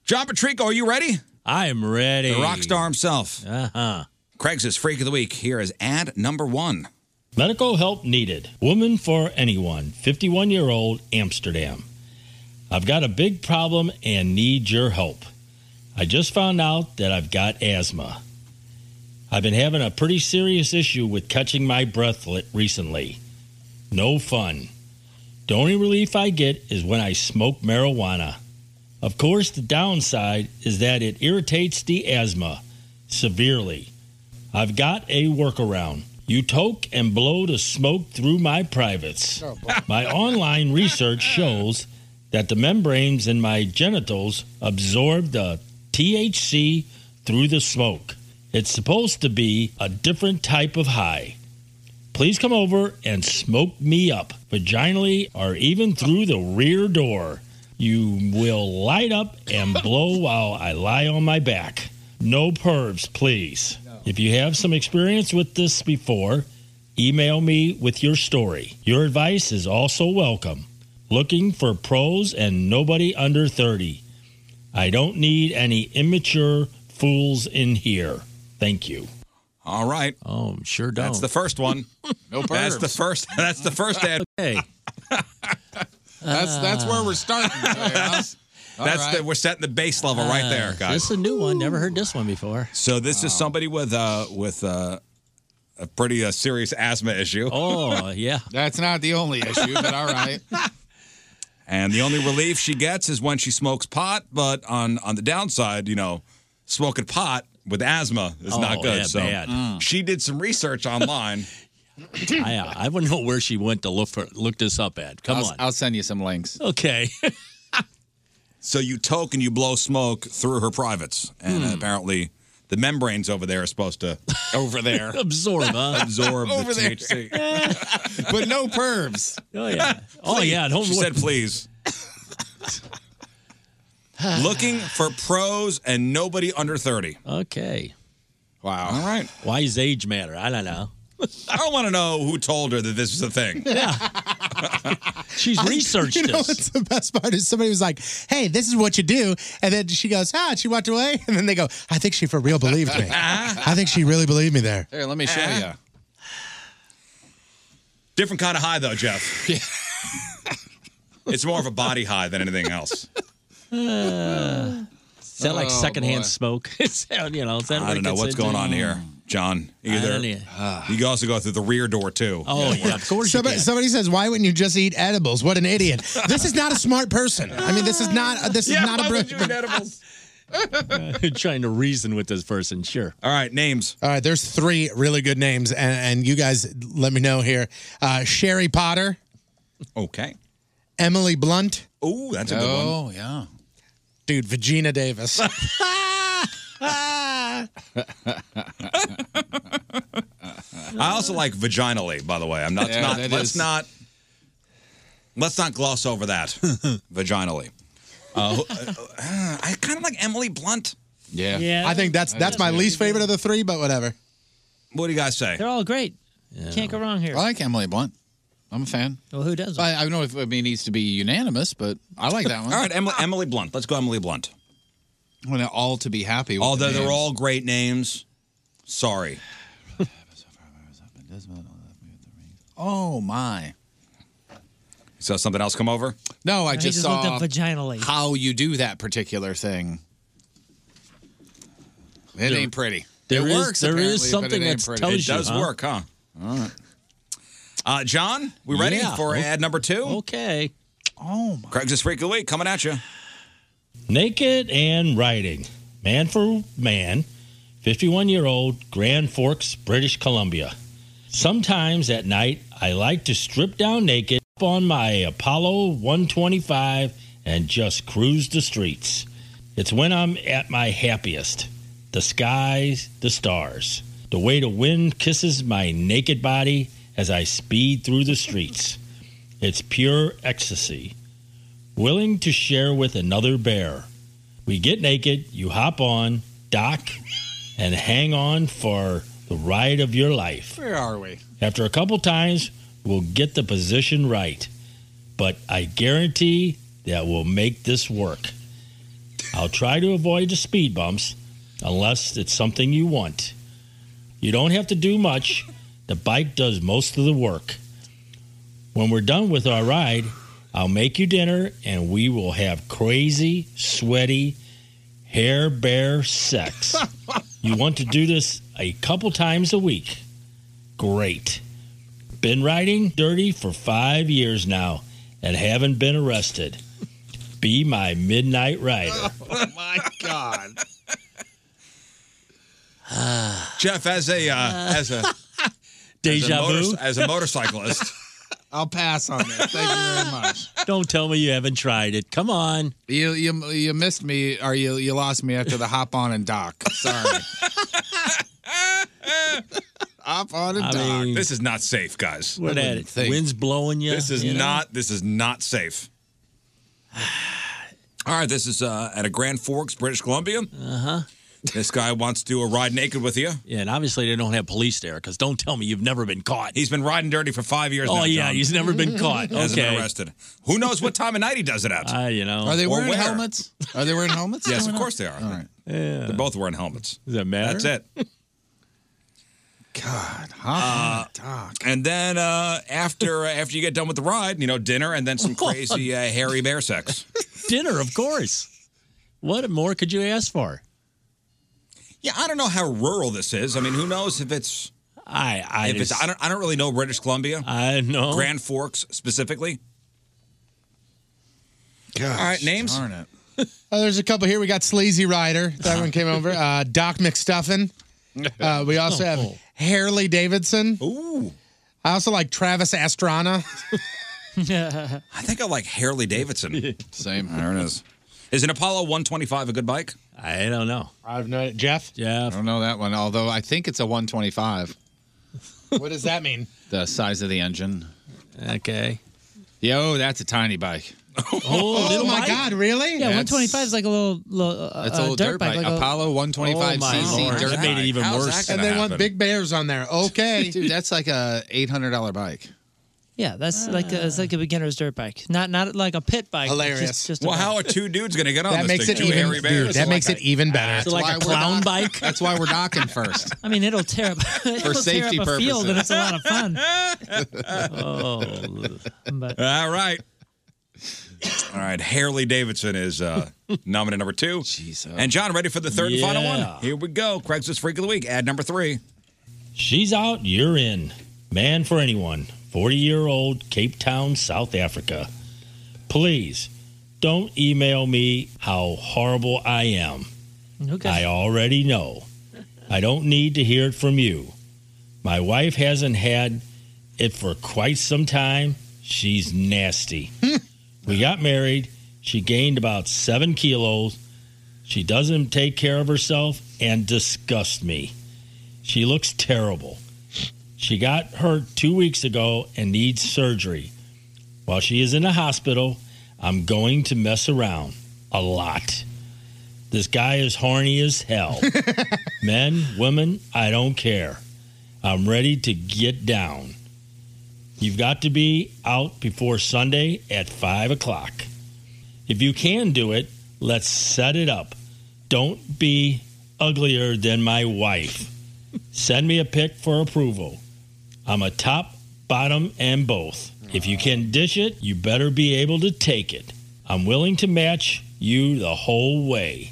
John Patrico, are you ready? I am ready. Uh-huh. The rock star himself. Uh huh. Craigslist Freak of the Week. Here is ad number one. Medical help needed. Woman for anyone. 51 year old Amsterdam. I've got a big problem and need your help. I just found out that I've got asthma. I've been having a pretty serious issue with catching my breath li- recently. No fun. The only relief I get is when I smoke marijuana. Of course, the downside is that it irritates the asthma severely. I've got a workaround. You toke and blow the smoke through my privates. my online research shows that the membranes in my genitals absorb the THC through the smoke. It's supposed to be a different type of high. Please come over and smoke me up, vaginally or even through the rear door. You will light up and blow while I lie on my back. No pervs, please. If you have some experience with this before, email me with your story. Your advice is also welcome. Looking for pros and nobody under 30. I don't need any immature fools in here. Thank you. All right. Oh, sure don't. That's the first one. No That's the pervs. first. That's the first ad. Hey. That's that's where we're starting. that's the, we're setting the base level right there, Uh, guys. This is a new one. Never heard this one before. so this is somebody with uh with uh, a pretty uh, serious asthma issue. Oh, yeah. That's not the only issue, but all right. And the only relief she gets is when she smokes pot. But on on the downside, you know, smoking pot with asthma is Oh, not good. yeah, so bad. Mm. she did some research online. I, uh, I wouldn't know where she went to look for look this up at. Come I'll- on. I'll send you some links. Okay. so you toke and you blow smoke through her privates, and Hmm. apparently the membranes over there are supposed to over there Absorb, huh? absorb Over the there. THC. but no pervs. Oh yeah. Oh Please. yeah. At home She said, "Please." Looking for pros and nobody under thirty. Okay. Wow. All right. Why does age matter? I don't know. I don't want to know who told her that this is a thing. Yeah. She's I- researched you know this. What's the best part is somebody was like, "Hey, this is what you do," and then she goes, "Ah," and she walked away, and then they go, "I think she for real believed me. I think she really believed me there." Here, let me show you. Uh-huh. Different kind of high though, Jeff. it's more of a body high than anything else. Uh, is that like Oh, secondhand boy. smoke? Is that, you know, is that I what don't know gets what's into going on you? here, John. Either don't Ah. you can also go through the rear door too. Oh yeah, of course. Somebody, somebody says, "Why wouldn't you just eat edibles?" What an idiot! This is not a smart person. I mean, this is not. This is Yeah, not a. why bro- would you eat edibles? trying to reason with this person. Sure. All right, names. All right, there's three really good names, and, and you guys let me know here. Uh, Sherry Potter, Okay. Emily Blunt. Oh, that's a good one. Oh, yeah. Dude, Regina Davis. I also like vaginally, by the way. I'm not Yeah, not that let's is- not Let's not gloss over that vaginally. Uh, who- uh, uh, I kind of like Emily Blunt. Yeah. I think that's that's my least favorite of the three, but whatever. What do you guys say? They're all great. Can't go wrong here. I like Emily Blunt. I'm a fan. Well, who doesn't? I, I don't know if I mean, it needs to be unanimous, but I like that one. all right, Emily, Emily Blunt. Let's go, Emily Blunt. Well, now, all to be happy. With Although the they're names. all great names. Sorry. Oh my! So something else come over? No, I No, he just just saw looked up vaginally. how you do that particular thing. It There- ain't pretty. there it is- works. there is apparently, but it something ain't that pretty. tells It you, does huh? work, huh? All right. Uh, John, we ready Yeah. for O- ad number two? Okay. Oh, my. Craig's Freak of the Week coming at you. Naked and riding, man for man, 51 year old Grand Forks, British Columbia. Sometimes at night, I like to strip down naked up on my Apollo 125 and just cruise the streets. It's when I'm at my happiest. The skies, the stars, the way the wind kisses my naked body as I speed through the streets. It's pure ecstasy willing to share with another bear. We get naked, you hop on, dock, and hang on for the ride of your life. Where are we? After a couple times, we'll get the position right, but I guarantee that we'll make this work. I'll try to avoid the speed bumps unless it's something you want. You don't have to do much, the bike does most of the work. When we're done with our ride, I'll make you dinner and we will have crazy, sweaty, hair bear sex. you want to do this a couple times a week. Great. Been riding dirty for five years now and haven't been arrested. Be my midnight rider. Oh my God. Jeff, as a uh, as a Deja as a motor- vu? as a motorcyclist. I'll pass on that. Thank you very much. Don't tell me you haven't tried it. Come on. You you you missed me, or you you lost me after the hop on and dock. Sorry. hop on and I dock. mean, this is not safe, guys. What I at wouldn't it? think. Wind's blowing you. This is you know? not. This is not safe. All right, this is uh, at a Grand Forks, British Columbia. Uh huh. This guy wants to uh, ride naked with you. Uh-huh. Yeah, and obviously they don't have police there because don't tell me you've never been caught. He's been riding dirty for five years. Oh now, yeah, John. he's never been caught. Hasn't okay. been arrested. Who knows what time of night he does it at? I, you know. Are they Or wearing where? helmets? Are they wearing helmets? Yes, Why of not? course they are. All right. They're both wearing helmets. Does that matter? That's it. God, Uh, and then uh, after after you get done with the ride, you know, dinner and then some crazy uh, hairy bear sex. Dinner, of course. What more could you ask for? Yeah, I don't know how rural this is. I mean, who knows if it's I I if it's just- I don't I don't really know British Columbia. I know Grand Forks specifically. Gosh, All right, names. Uh, there's a couple here. We got Sleazy Rider. That one came over. Uh, Doc McStuffin. Uh, we also have Oh. Harley Davidson. Ooh. I also like Travis Astrana. I think I like Harley Davidson. Same. There it is. Is an Apollo 125 a good bike? I don't know. I've no Jeff. Jeff. I don't know that one. Although I think it's a 125. what does that mean? The size of the engine. Okay. Yo, that's a tiny bike. Oh, little my bike? God, really? Yeah, That's- 125 is like a little, little uh, That's a little dirt, dirt bike. bike. like a- Apollo 125 cc dirt That bike. How's that And gonna they happen? want big bears on there. Okay. Dude, that's like a $800 bike. yeah, that's like a, it's like a beginner's dirt bike. Not not like a pit bike. but Just, just a well, bike. how are two dudes going to get on That this makes thing? it two even- hairy bears. Dude, that makes it even better. That's why we're doc- That's why we're docking first. I mean, it'll tear up it'll safety tear up a field, purposes. and it's a lot of fun. oh. But- All right. All right. Harley Davidson is uh, nominee number two. uh, And John, ready for the third and final Yeah. one? Here we go. Craigslist Freak of the Week, ad number three. She's out, you're in. Man for anyone. 40 year old Cape Town, South Africa. Please don't email me how horrible I am. Okay. I already know. I don't need to hear it from you. My wife hasn't had it for quite some time. She's nasty. we got married. She gained about seven kilos. She doesn't take care of herself and disgusts me. She looks terrible. She got hurt two weeks ago and needs surgery. While she is in the hospital, I'm going to mess around a lot. This guy is horny as hell. Men, women, I don't care. I'm ready to get down. You've got to be out before Sunday at 5 o'clock. If you can do it, let's set it up. Don't be uglier than my wife. Send me a pic for approval. I'm a top, bottom, and both. If you can dish it, you better be able to take it. I'm willing to match you the whole way.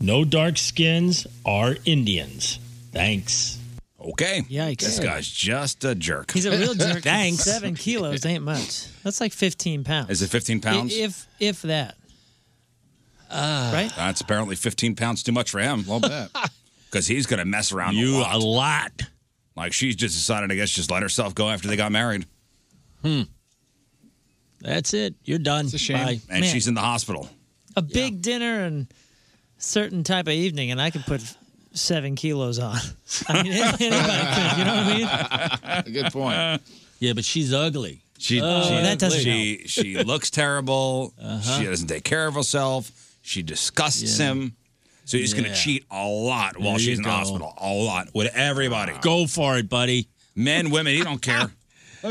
No dark skins are Indians. Thanks. Okay. Yikes. This guy's just a jerk. He's a real jerk. Thanks. Seven kilos ain't much. That's like 15 pounds. Is it 15 pounds? I- If if that. Uh, right? That's apparently 15 pounds too much for him. Well, bet. Because he's going to mess around you a lot. Like she's just decided, I guess, just let herself go after they got married. Hmm. That's it. You're done. It's a shame. Bye. And Man. she's in the hospital. A big dinner and certain type of evening, and I could put seven kilos on. I mean, anybody could. You know what I mean? Good point. Yeah, but she's ugly. She, Oh, she, that doesn't Uh-huh. she, she looks terrible. She doesn't take care of herself. She disgusts him. So he's going Yeah. to cheat a lot while There you she's in the go. hospital. A lot. With everybody. Go for it, buddy. Men, women, he don't care.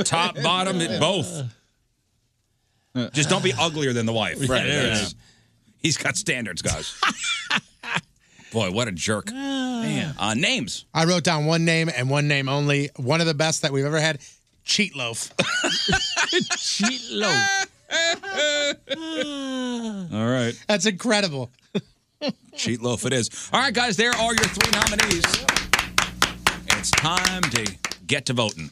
Top, bottom, it- both. Just don't be uglier than the wife. Right, there it That's- is. He's got standards, guys. Boy, what a jerk. Ah. Man. Uh, names. I wrote down one name and one name only. One of the best that we've ever had, Cheat Loaf. Cheat Loaf. Ah. All right. That's incredible. Cheat loaf it is. All right, guys, there are your three nominees. It's time to get to voting.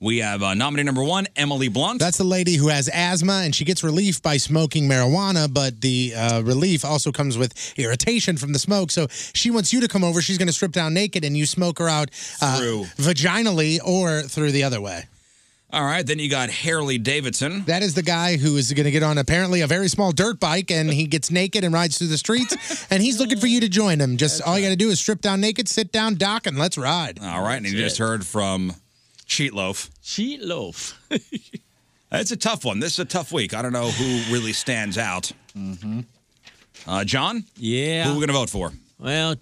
We have uh, nominee number one, Emily Blunt. That's the lady who has asthma and she gets relief by smoking marijuana, but the uh, relief also comes with irritation from the smoke. So she wants you to come over. She's going to strip down naked and you smoke her out uh, Through. vaginally or through the other way. All right, then you got Harley Davidson. That is the guy who is going to get on apparently a very small dirt bike and he gets naked and rides through the streets and he's looking for you to join him. Just all you got to do is strip down naked, sit down, dock, and let's ride. All right, and you just heard from Cheat Loaf. Cheat Loaf. It's a tough one. This is a tough week. I don't know who really stands out. Mm-hmm. Uh, John? Yeah. Who are we going to vote for? Well,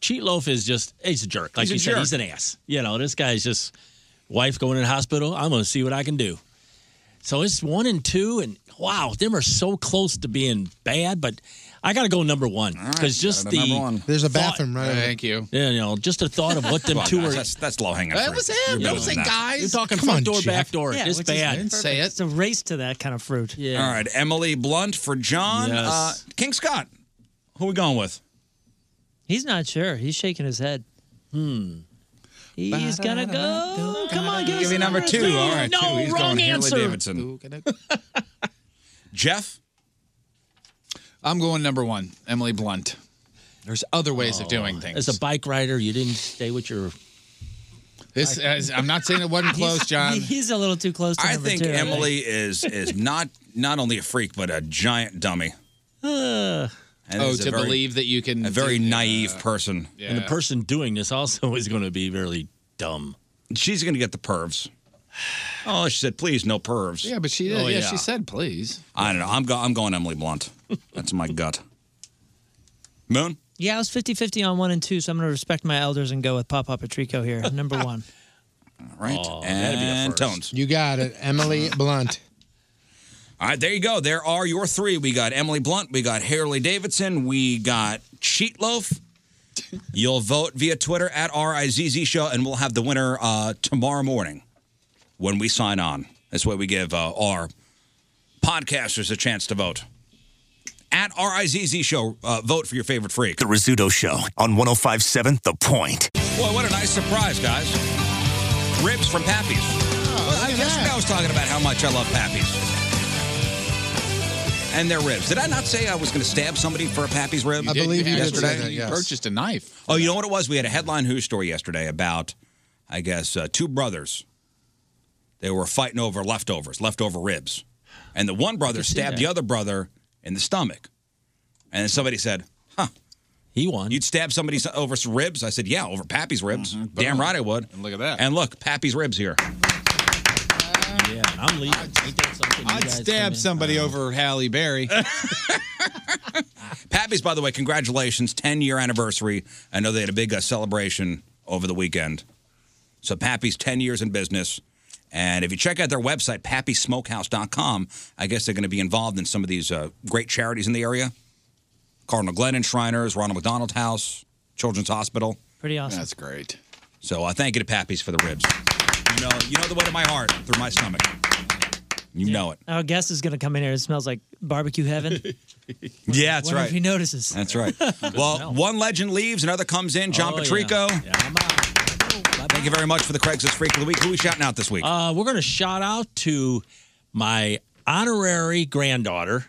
Cheat Loaf is just, he's a jerk. Like He's a you said, jerk. he's an ass. You know, this guy's just, wife going in the hospital. I'm going to see what I can do. So it's one and two, and wow, them are so close to being bad, but I got to go number one. Because just the. There's a thought- bathroom right over Thank you. Yeah, you know, just the thought of what them Come on, two guys, are. that's- that's low-hanging That fruit. was it. You're That better was than it, that. guys. You're talking Come front on, door, Jeff. back door. Yeah, it's which is bad. perfect. Say it. It's a race to that kind of fruit. Yeah. All right, Emily Blunt for John. Yes. Uh, King Scott. Who are we going with? He's not sure. He's shaking his head. Hmm. He's gonna go. Come on, give, us Give me number two. three. All right, no, two. He's wrong going answer. Harley Davidson. Jeff? I'm going number one, Emily Blunt. There's other ways of doing things. As a bike rider, you didn't stay with your. This is, I'm not saying it wasn't close, John. He's a little too close to I number think two. Emily is is not not only a freak but a giant dummy. Uh, And oh, is a to very- believe that you can. a very do- naive person. Yeah. And the person doing this also is going to be really dumb. She's going to get the pervs. Oh, she said, please, no pervs. Yeah, but she did. Oh, yeah, yeah. she said please. I don't know. I'm, go- I'm going Emily Blunt. That's my gut. Moon? yeah, I was 50-50 on one and two, so I'm gonna respect my elders and go with Pop Papa Trico here, number one. All right. and Tones. You got it. Emily Blunt. All right, there you go. There are your three. We got Emily Blunt, we got Harley Davidson, we got Cheat Loaf. You'll vote via Twitter at RIZZ Show, and we'll have the winner uh, tomorrow morning when we sign on. That's why we give uh, our podcasters a chance to vote. At RIZZ Show, uh, vote for your favorite freak. The Rizzuto Show on 105.7 The Point. Boy, what a nice surprise, guys. Ribs from Pappy's. Oh, Well, I, yesterday I was talking about how much I love Pappy's. And their ribs. Did I not say I was going to stab somebody for a Pappy's rib? You did- you did say yesterday. that, You purchased a knife. Oh, you know what it was? We had a headline news story yesterday about, I guess, uh, two brothers. They were fighting over leftovers, leftover ribs, and the one brother stabbed the other brother in the stomach, and then somebody said, "Huh." He won. You'd stab somebody so- over some ribs? I said, yeah, Mm-hmm. over Pappy's ribs. Damn right I would. And look at that. And look, Pappy's ribs here. Yeah, I'm leaving. Ain't that something you I'd guys stab somebody over Halle Berry. Pappy's, by the way, congratulations, 10 year anniversary. I know they had a big uh, celebration over the weekend. So Pappy's 10 years in business. And if you check out their website, pappysmokehouse.com, I guess they're going to be involved in some of these uh, great charities in the area Cardinal Glennon Shriners, Ronald McDonald House, Children's Hospital. Pretty awesome. That's great. So I thank you to Pappy's for the ribs. You know, you know the way to my heart, through my stomach. You know it. Our guest is going to come in here. It smells like barbecue heaven. Yeah, that's Wonder right. If he notices. That's right. well, one legend leaves, another comes in. John Oh, yeah. Patrico. Thank you very much for the Craigslist Freak of the Week. Who we shouting out this week? Uh, we're going to shout out to my honorary granddaughter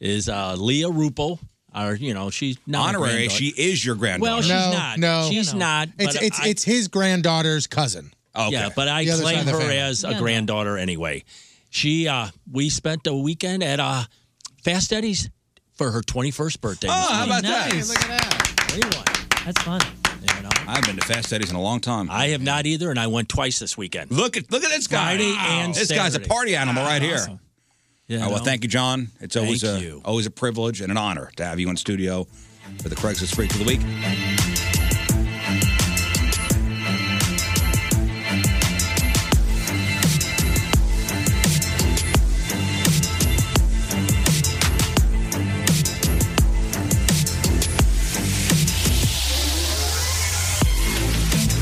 is uh, Leah Rupel. Or you know, she's not a Honorary? granddaughter. She is your granddaughter. Well, she's no, not. No, she's not. It's but it's I- it's his granddaughter's cousin. Yeah, but I The other side claim of the her family. as a Yeah, no. granddaughter anyway. She uh we spent the weekend at uh Fast Eddie's for her 21st Oh, birthday. this week. Look at that. 21. That's fun. I haven't been to Fast Eddie's in a long time. I have not either, and I went twice this weekend. Look at look at this guy. Friday Wow. and this guy's a Saturday. party animal Wow. right here. Awesome. Yeah, Oh, well, no. thank you, John. It's always Thank a always a privilege and an honor to have you in studio for the Craigslist Freak of the Week.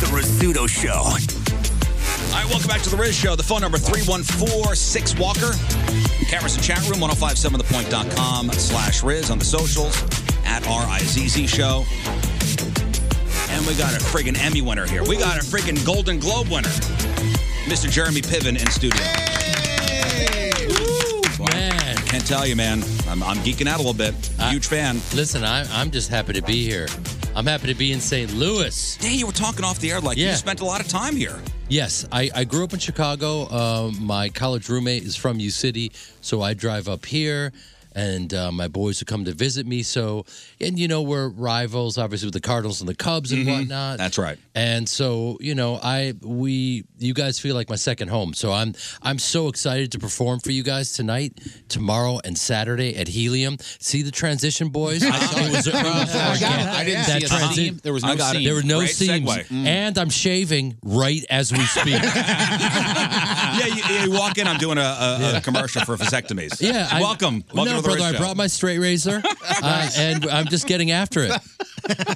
The Rizzuto Show. All right, welcome back to the Riz Show. The phone number 3146 Walker. Cameras and chat room 1057thepoint.com slash Riz on the socials at R I Z Z Show. And we got a friggin' Emmy winner here. We got a friggin' Golden Globe winner, Mr. Jeremy Piven in studio. Well, I Can't tell you, man. I'm, I'm geeking out a little bit. Huge fan. Listen, I, I'm just happy to be here. I'm happy to be in St. Louis. Yeah, you were talking off the air like you spent a lot of time here. Yes, I, I grew up in Chicago. Uh, my college roommate is from U City, so I drive up here, and uh, my boys would come to visit me. So, and you know, we're rivals, obviously, with the Cardinals and the Cubs and whatnot. That's right. And so, you know, I we you guys feel like my second home. So I'm I'm so excited to perform for you guys tonight, tomorrow, and Saturday at Helium. See the transition, boys. It was- it was I got it. I didn't that see a transi- seam. There was no I got it. seam. There were no Great seams. segue. Mm. And I'm shaving right as we speak. yeah, you, you walk in, I'm doing a, a, a commercial for vasectomies. Yeah, I- welcome. welcome no, to the brother, Riz I Show. brought my straight razor, uh, and I'm just getting after it.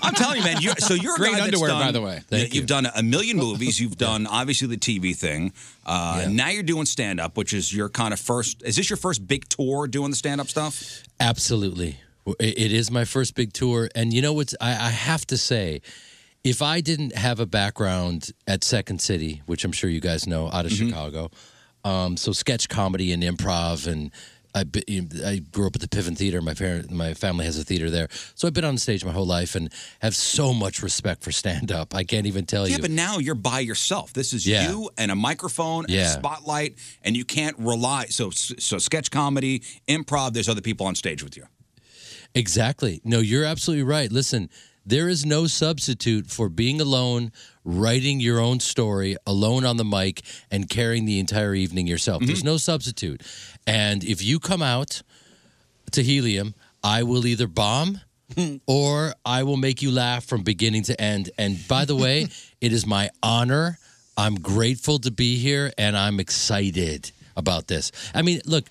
I'm telling you, man. You're, so you're a Great guy that's underwear, done- by the way. you- you've done a million movies. You've done obviously the TV thing. Uh, Now you're doing stand up, which is your kind of first. Is this your first big tour doing the stand up stuff? Absolutely. It it is my first big tour. And you know what's, I, I have to say, if I didn't have a background at Second City, which I'm sure you guys know out of Chicago, um, so sketch comedy and improv and I, be- I grew up at the Piven Theater. My parent, my family has a theater there, so I've been on stage my whole life and have so much respect for stand up. I can't even tell yeah, you. but now you're by yourself. This is Yeah. you and a microphone and a Yeah. spotlight, and you can't rely. So, so sketch comedy, improv. There's other people on stage with you. Exactly. No, you're absolutely right. Listen, there is no substitute for being alone, writing your own story alone on the mic, and carrying the entire evening yourself. There's no substitute. And if you come out to Helium, I will either bomb or I will make you laugh from beginning to end. And by the way, it is my honor. I'm grateful to be here and I'm excited about this. I mean, look,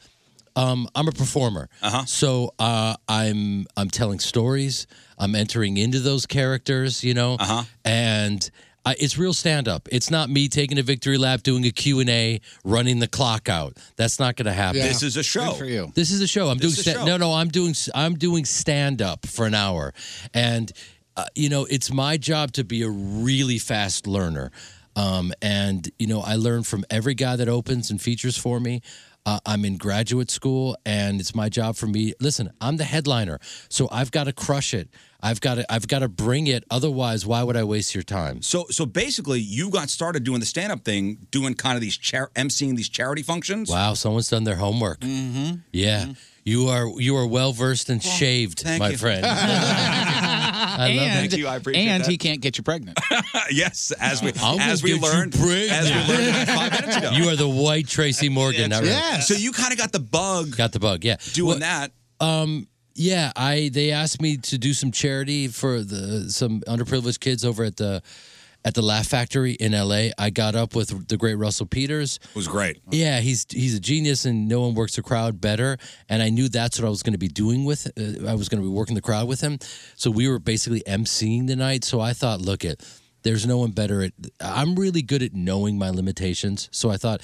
um, I'm a performer. Uh-huh. So uh, I'm I'm telling stories. I'm entering into those characters, you know, uh-huh. and I, it's real stand up. It's not me taking a victory lap, doing a Q and A, running the clock out. That's not going to happen. This is a show. This is a show. I'm This doing is a sta- show. no, no. I'm doing I'm doing stand up for an hour, and uh, you know it's my job to be a really fast learner. Um, and you know I learn from every guy that opens and features for me. Uh, I'm in graduate school, and it's my job for me. Listen, I'm the headliner, so I've got to crush it. I've got to I've got to bring it. Otherwise, why would I waste your time? So, so basically, you got started doing the stand up thing, doing kind of these char- emceeing these charity functions. Wow, someone's done their homework. Mm-hmm. Yeah, you are you are well versed and shaved, thank my you. friend. I love Thank that. you. I appreciate And that. he can't get you pregnant. yes, as we I'm gonna as we get you learned as we learned about five minutes ago. You are the white Tracy Morgan. That's not right. really. So you kind of got the bug. Got the bug. Yeah. Doing that. Um. Yeah. I they asked me to do some charity for the some underprivileged kids over at the at the Laugh Factory in L.A. I got up with the great Russell Peters. It was great. Yeah, he's he's a genius, and no one works the crowd better. And I knew that's what I was going to be doing with. Uh, I was going to be working the crowd with him. So we were basically emceeing the night. So I thought, look it, there's no one better at. I'm really good at knowing my limitations. So I thought,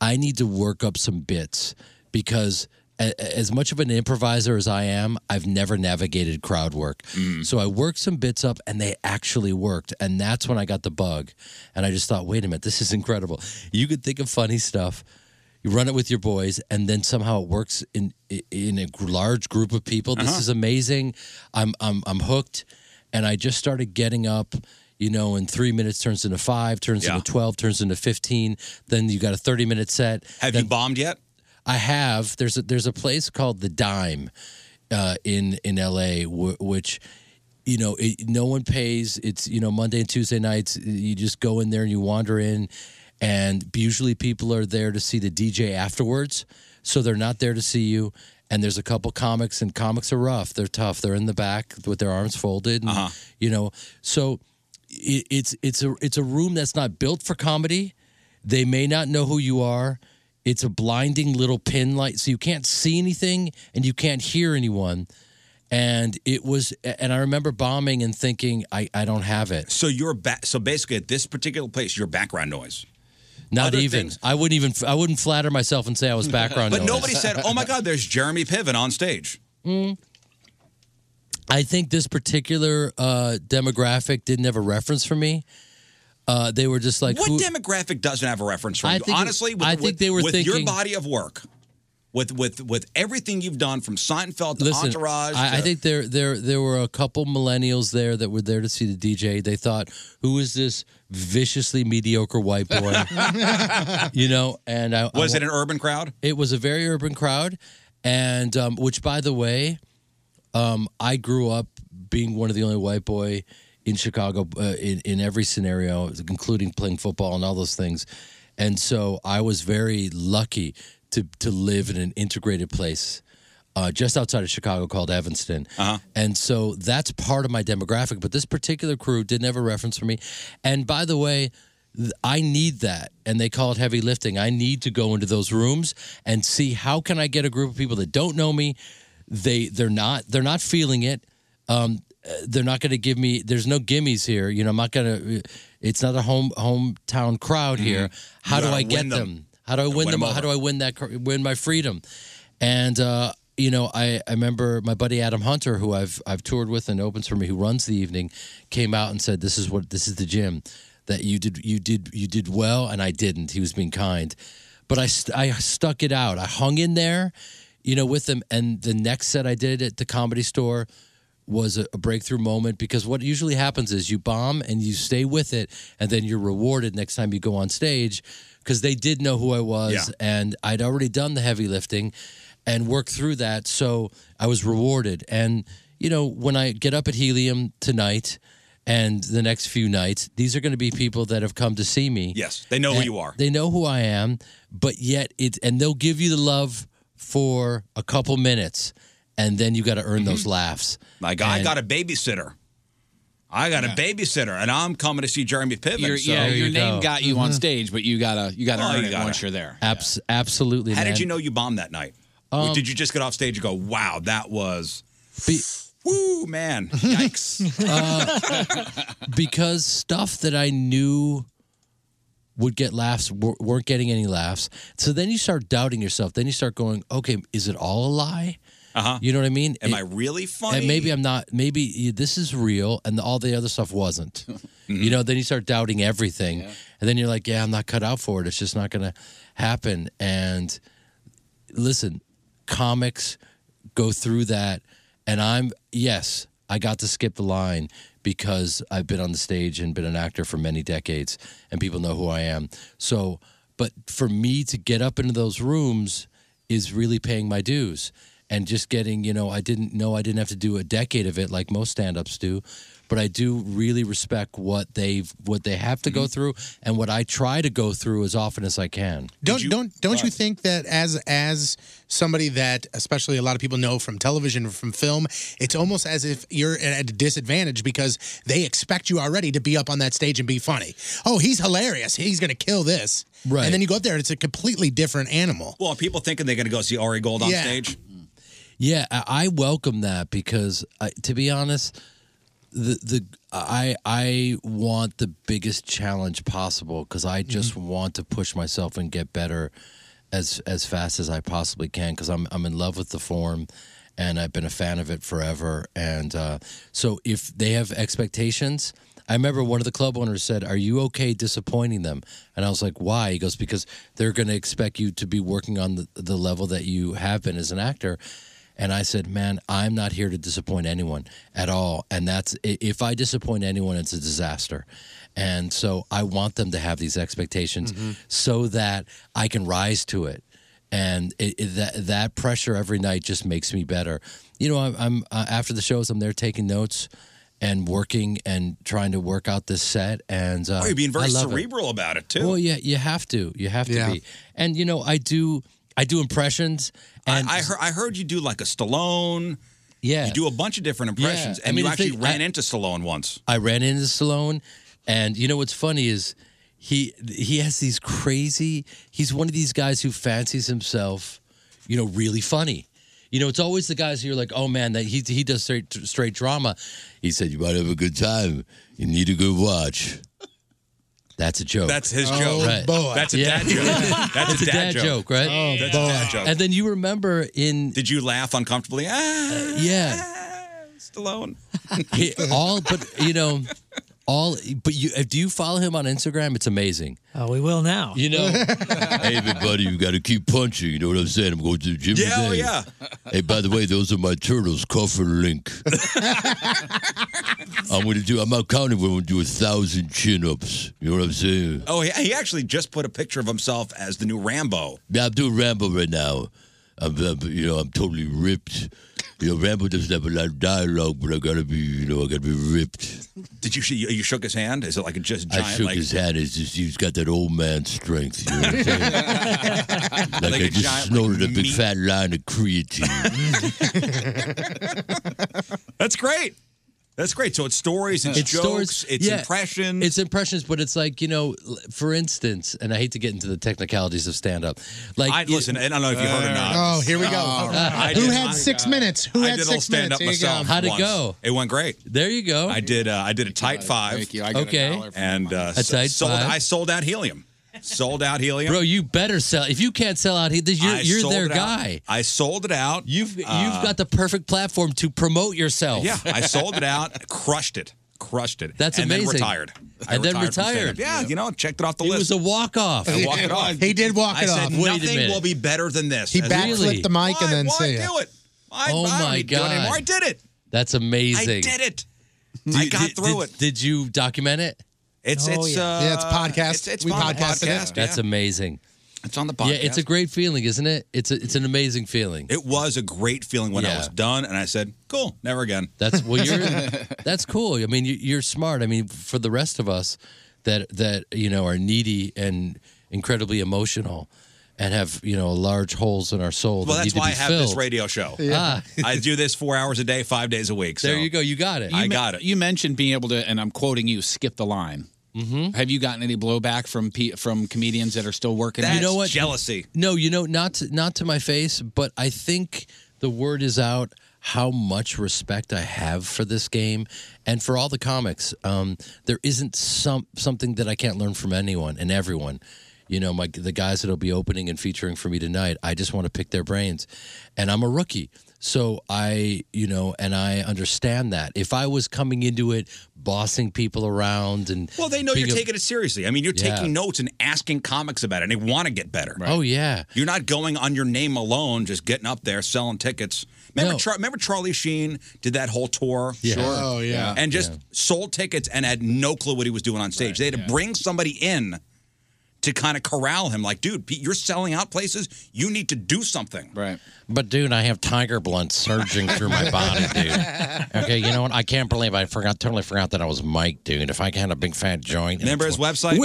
I need to work up some bits because. a- a- As much of an improviser as I am, I've never navigated crowd work. So I worked some bits up and they actually worked. And that's when I got the bug. And I just thought, wait a minute, this is incredible. You could think of funny stuff, you run it with your boys, and then somehow it works in in a gr- large group of people. This Uh-huh. is amazing. I'm I'm I'm hooked, and I just started getting up. You know, in three minutes turns into five, turns into twelve, turns into fifteen. Then you got a thirty-minute set. Have you bombed yet? I have. There's a, there's a place called the Dime uh, in in L.A. W- which you know it, no one pays. It's you know Monday and Tuesday nights. You just go in there and you wander in, and usually people are there to see the DJ afterwards, so they're not there to see you. And there's a couple comics, and comics are rough. They're tough. They're in the back with their arms folded, and you know so. It, it's it's a it's a room that's not built for comedy. They may not know who you are. It's a blinding little pin light, so you can't see anything and you can't hear anyone. And it was, and I remember bombing and thinking, I, I don't have it. So you're back. So basically, at this particular place, your background noise. Not Other even. things- I wouldn't even. I wouldn't flatter myself and say I was background. But noise. nobody said, "Oh my God, there's Jeremy Piven on stage." Mm. I think this particular uh, demographic didn't have a reference for me. Uh, they were just like, what who- demographic doesn't have a reference for I you? think it- Honestly, with, I think with- they were with your thinking- body of work, with with with everything you've done from Seinfeld to Listen, Entourage. I, I to- think there there there were a couple millennials there that were there to see the DJ. They thought, "Who is this viciously mediocre white boy?" you know, and I was I, it an urban crowd? It was a very urban crowd, and um, which, by the way, um, I grew up being one of the only white boy in Chicago uh, in in every scenario, including playing football and all those things, and so I was very lucky to to live in an integrated place. Uh, just outside of Chicago, called Evanston, Uh-huh. and so that's part of my demographic. But this particular crew didn't have a reference for me. And by the way, th- I need that. And they call it heavy lifting. I need to go into those rooms and see how can I get a group of people that don't know me. They they're not they're not feeling it. Um, uh, they're not going to give me. There's no gimmies here. You know, I'm not going to. It's not a home hometown crowd here. Mm-hmm. How You do gotta I get win them? them. How do I Gotta win win them? 'em How do I win that? cr- Win my freedom? And uh, you know, I, I remember my buddy Adam Hunter, who I've I've toured with and opens for me, who runs the evening, came out and said, "This is what this is the gym that you did you did you did well, and I didn't." He was being kind, but I st- I stuck it out. I hung in there, you know, with them. And the next set I did at the comedy store was a, a breakthrough moment because what usually happens is you bomb and you stay with it, and then you're rewarded next time you go on stage because they did know who I was Yeah. and I'd already done the heavy lifting and worked through that. So I was rewarded. And, you know, when I get up at Helium tonight and the next few nights, these are going to be people that have come to see me. Yes, they know who And you are. They know who I am, but yet it, and they'll give you the love for a couple minutes. And then you got to earn those Mm-hmm. laughs. Like I got a babysitter. I got a babysitter, and I'm coming to see Jeremy Piven. Your- so- yeah, your name got you on stage, but you gotta you gotta Well, earn Oh, you it gotta. once you're there. Abs- absolutely. How man. did you know you bombed that night? Um, did you just get off stage and go, "Wow, that was, woo, man, yikes"? Uh, because stuff that I knew would get laughs wer- weren't getting any laughs. So then you start doubting yourself. Then you start going, okay, is it all a lie? Uh-huh. You know what I mean? Am It- I really funny? And maybe I'm not. Maybe this is real, and all the other stuff wasn't. You know, then you start doubting everything, and then you're like, "Yeah, I'm not cut out for it. It's just not going to happen." And listen, comics go through that, and I'm yes, I got to skip the line because I've been on the stage and been an actor for many decades, and people know who I am. So, but for me to get up into those rooms is really paying my dues. and just getting, you know, I didn't know I didn't have to do a decade of it like most stand-ups do, but I do really respect what they've what they have to go through and what I try to go through as often as I can. Don't don't don't you think that as as somebody that especially a lot of people know from television or from film, it's almost as if you're at a disadvantage because they expect you already to be up on that stage and be funny. Oh, he's hilarious. He's going to kill this. Right. And then you go up there and it's a completely different animal. Well, people thinking they're going to go see Ari Gold on Yeah. stage. Yeah, I I welcome that because, I, to be honest, the the I I want the biggest challenge possible because I just want to push myself and get better as as fast as I possibly can because I'm I'm in love with the form and I've been a fan of it forever and uh, so if they have expectations. I remember one of the club owners said, "Are you okay disappointing them?" And I was like, "Why?" He goes, "Because they're going to expect you to be working on the, the level that you have been as an actor." And I said, "Man, I'm not here to disappoint anyone at all, and that's i- if I disappoint anyone, it's a disaster." And so I want them to have these expectations Mm-hmm. so that I can rise to it. And it, it- that that pressure every night just makes me better. You know, I'm, I'm uh, after the shows, I'm there taking notes and working and trying to work out this set. And uh, oh, you're being I very love it. cerebral about it too. Well, yeah, you have to, you have to Yeah. be. And you know, I do, I do impressions. And I heard, I heard you do like a Stallone. Yeah. You do a bunch of different Yeah, impressions, I and mean, you the thing- actually ran I- into Stallone once. I ran into Stallone, and you know what's funny is he he has these crazy. He's one of these guys who fancies himself, you know, really funny. You know, it's always the guys who are like, "Oh man, that he he does straight straight drama." He said, "You might have a good time. You need a good watch." That's a joke. That's his joke. Oh, Right. That's a Yeah. dad joke. That's It's a dad joke, right? Oh, That's a dad boy. joke. And then you remember in Did you laugh uncomfortably? Ah, yeah, Stallone. He- all but you know, all but you do you follow him on Instagram? It's amazing. Oh, we will now. You know, hey, everybody, you got to keep punching. You know what I'm saying? I'm going to the gym Yeah, oh, today. yeah. Hey, by the way, those are my turtles, Cuff and Link. I'm going to do, I'm out counting, we're going to do a thousand chin ups. You know what I'm saying? Oh, he, he actually just put a picture of himself as the new Rambo. Yeah, I'm doing Rambo right now. I'm, I'm, you know, I'm totally ripped. You know, Rambo doesn't have a lot of dialogue, but I gotta be, you know, I gotta be ripped. Did you sh- you shook his hand? Is it like a just I giant? shook like, his hand. It's just, he's got that old man strength. You know what I'm saying? like, Like I a just giant, snorted like, a big meat- fat line of creatine. That's great. That's great. So it's stories, it's, jokes, it's yeah, impressions. It's impressions, but it's like you know, l- for instance, and I hate to get into the technicalities of stand up. Like, I listen. I don't know if you heard or not. Oh, here we go. I Who did- had six minutes? Who I had did all six stand minutes? up Here you myself. How'd it once. go? It went great. There you go. I did. Uh, I did a tight five. Thank you. I got a Okay. dollar for and uh, A tight sold, five. I sold out helium. Sold out helium. Uh, bro, you better sell. If you can't sell out, he- you're, I you're sold their it out. guy. I sold it out. Uh, You've You've got the perfect platform to promote yourself. Yeah, I sold it out. Crushed it. Crushed it. That's and amazing. Then retired. I And then retired from retired. stand-up. Yeah, Yeah. you know, checked it off the It list. was a walk off. I walked it off. He did walk I it said, off. Nothing will be better than this. He As- backflipped the mic Why- and then why see ya. do it? I, Oh, I don't my need to do it anymore. God. I did it. That's amazing. I did it. Did- I got did- through did- Did you document it? It's- it's, Oh, yeah. uh, Yeah, it's podcast. it's- it's We podcast. podcasted it. Yeah. That's amazing. It's on the Yeah, it's a great feeling, isn't it? It's a, it's an amazing feeling. It was a great feeling when I Yeah. was done, and I said, "Cool, never again." That's well, you're that's cool. I mean, you, you're smart. I mean, for the rest of us that that you know are needy and incredibly emotional and have you know large holes in our soul. well. that That's need to why I be have this filled. Ah. radio show. Yeah. I do this four hours a day, five days a week. So. There you go. You got it. I got it. You mentioned being able to, and I'm quoting you, skip the line. Mm-hmm. Have you gotten any blowback from pe- from comedians that are still working? You know what? Jealousy. No, you know, not to, not to my face, but I think the word is out how much respect I have for this game and for all the comics. Um, there isn't some something that I can't learn from anyone and everyone. You know, my the guys that'll be opening and featuring for me tonight. I just want to pick their brains, and I'm a rookie. So I, you know, and I understand that. If I was coming into it, bossing people around, and Well, they know being you're a- taking it seriously. I mean, you're Yeah. taking notes and asking comics about it, and they want to get better. Oh yeah, You're not going on your name alone, just getting up there selling tickets. Remember, No. Char- remember Charlie Sheen did that whole tour? Yeah. Sure. Oh, yeah. And just Yeah. sold tickets and had no clue what he was doing on stage. they had to bring somebody in to kind of corral him. Like, dude, Pete, you're selling out places. You need to do something. Right. But dude, I have Tiger Blunt surging through my body, dude. Okay, you know what? I can't believe I forgot. Totally forgot that I was Mike, dude. If I had a big fat joint, and Remember his website?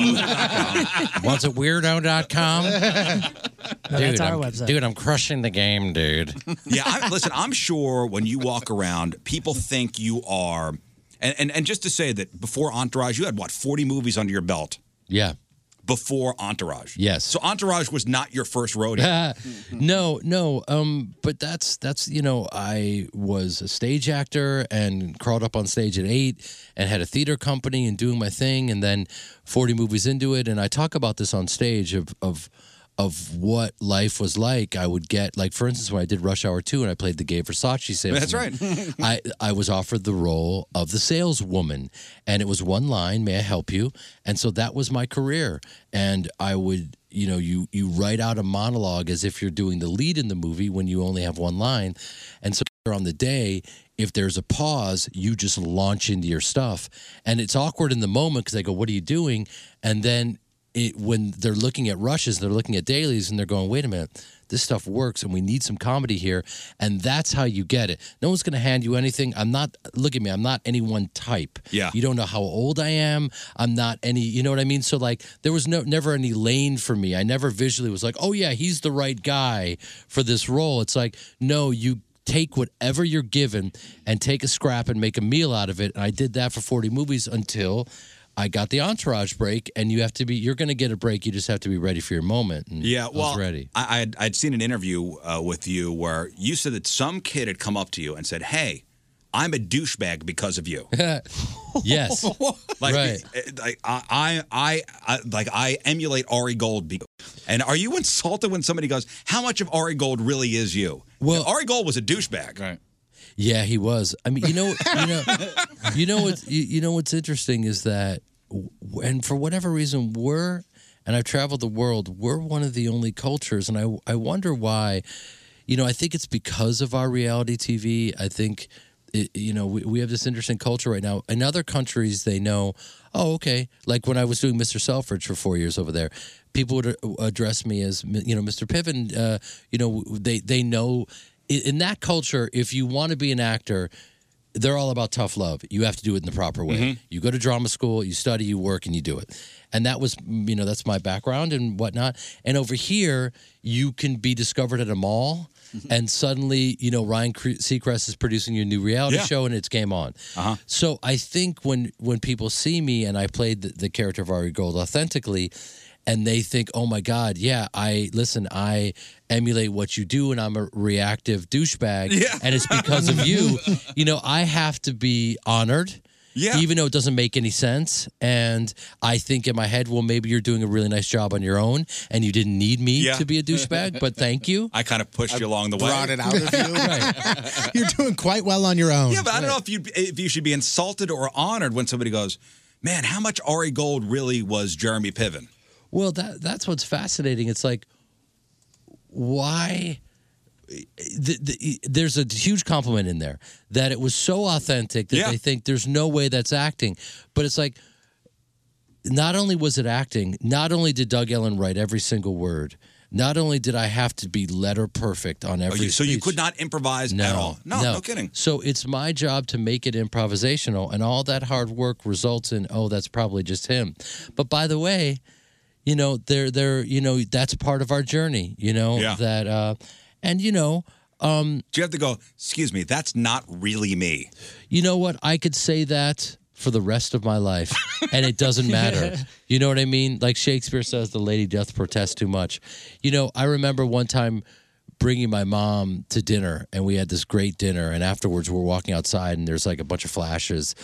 it's- what's it? Weirdo.com. No, dude, that's our I'm, website. Dude, I'm crushing the game, dude. yeah, I, listen, I'm sure when you walk around, people think you are. And, and, and just to say that before Entourage, you had what, 40 movies under your belt? Yeah. Before Entourage. Yes. Hmm, So Entourage was not your first rodeo. no, no. Um, but that's that's you know I was a stage actor and crawled up on stage at eight and had a theater company and doing my thing and then forty movies into it and I talk about this on stage of of of what life was like. I would get like for instance when I did Rush Hour two and I played the gay Versace salesman. That's right. I, I was offered the role of the saleswoman, and it was one line, "May I help you?" And so that was my career. And I would, you know, you you write out a monologue as if you're doing the lead in the movie when you only have one line, and so on the day. If there's a pause, you just launch into your stuff, and it's awkward in the moment because they go, "What are you doing?" And then it, when they're looking at rushes, they're looking at dailies, and they're going, "Wait a minute, this stuff works, and we need some comedy here." And that's how you get it. No one's going to hand you anything. I'm not. Look at me. I'm not any one type. Yeah. You don't know how old I am. I'm not any. You know what I mean? So like, there was no never any lane for me. I never visually was like, "Oh yeah, he's the right guy for this role." It's like, no, you take whatever you're given and take a scrap and make a meal out of it. And I did that for 40 movies until I got the entourage break. And you have to be, you're going to get a break. You just have to be ready for your moment. And Yeah, I well, was ready. I, I'd, I'd seen an interview uh, with you where you said that some kid had come up to you and said, "Hey, I'm a douchebag because of you." yes, like, Right. uh, like I, I, I, I, like I emulate Ari Gold. be- And are you insulted when somebody goes, "How much of Ari Gold really is you?" Well, Ari Gold was a douchebag. Right. Yeah, he was. I mean, you know, you know, you know what's you, you know what's interesting is that, w- and for whatever reason, we're and I've traveled the world. We're one of the only cultures, and I I wonder why. You know, I think it's because of our reality TV. I think, it, you know, we, we have this interesting culture right now. In other countries, they know, oh, okay. Like when I was doing Mr. Selfridge for four years over there, people would uh, address me as, you know, Mr. Piven. Uh, you know, they they know in, in that culture, if you want to be an actor, they're all about tough love. You have to do it in the proper way. You go to drama school, you study, you work, and you do it. And that was, you know, that's my background and whatnot. And over here, you can be discovered at a mall, and suddenly, you know, Ryan Cre- Seacrest is producing your new reality Yeah. show, and it's game on. Uh-huh. So I think when when people see me and I played the, the character of Ari Gold authentically, and they think, "Oh my God, yeah, I listen, I emulate what you do, and I'm a reactive douchebag, Yeah. and it's because of you." You know, I have to be honored. Yeah. Even though it doesn't make any sense. And I think in my head, well, maybe you're doing a really nice job on your own and you didn't need me Yeah. to be a douchebag, but thank you. I kind of pushed you along the way. brought it out of you. You're doing quite well on your Oh, own. Yeah, but I don't know if you if you should be insulted or honored when somebody goes, "Man, how much Ari Gold really was Jeremy Piven?" Well, that that's what's fascinating. It's like why the, the, there's a huge compliment in there that it was so authentic that they think there's no way that's acting, but it's like not only was it acting, not only did Doug Ellen write every single word, not only did I have to be letter perfect on Oh, every. you- so you speech. could not improvise no, at all. No, no, kidding. So it's my job to make it improvisational, and all that hard work results in oh, that's probably just him. But by the way, you know, they're they're you know that's part of our journey. You know Yeah. that, uh, and you know, um, Do you have to go? Excuse me, that's not really me. you know what? I could say that for the rest of my life, and it doesn't matter. You know what I mean? Like Shakespeare says, the lady doth protest too much. You know, I remember one time bringing my mom to dinner, and we had this great dinner, and afterwards we're walking outside, and there's like a bunch of flashes.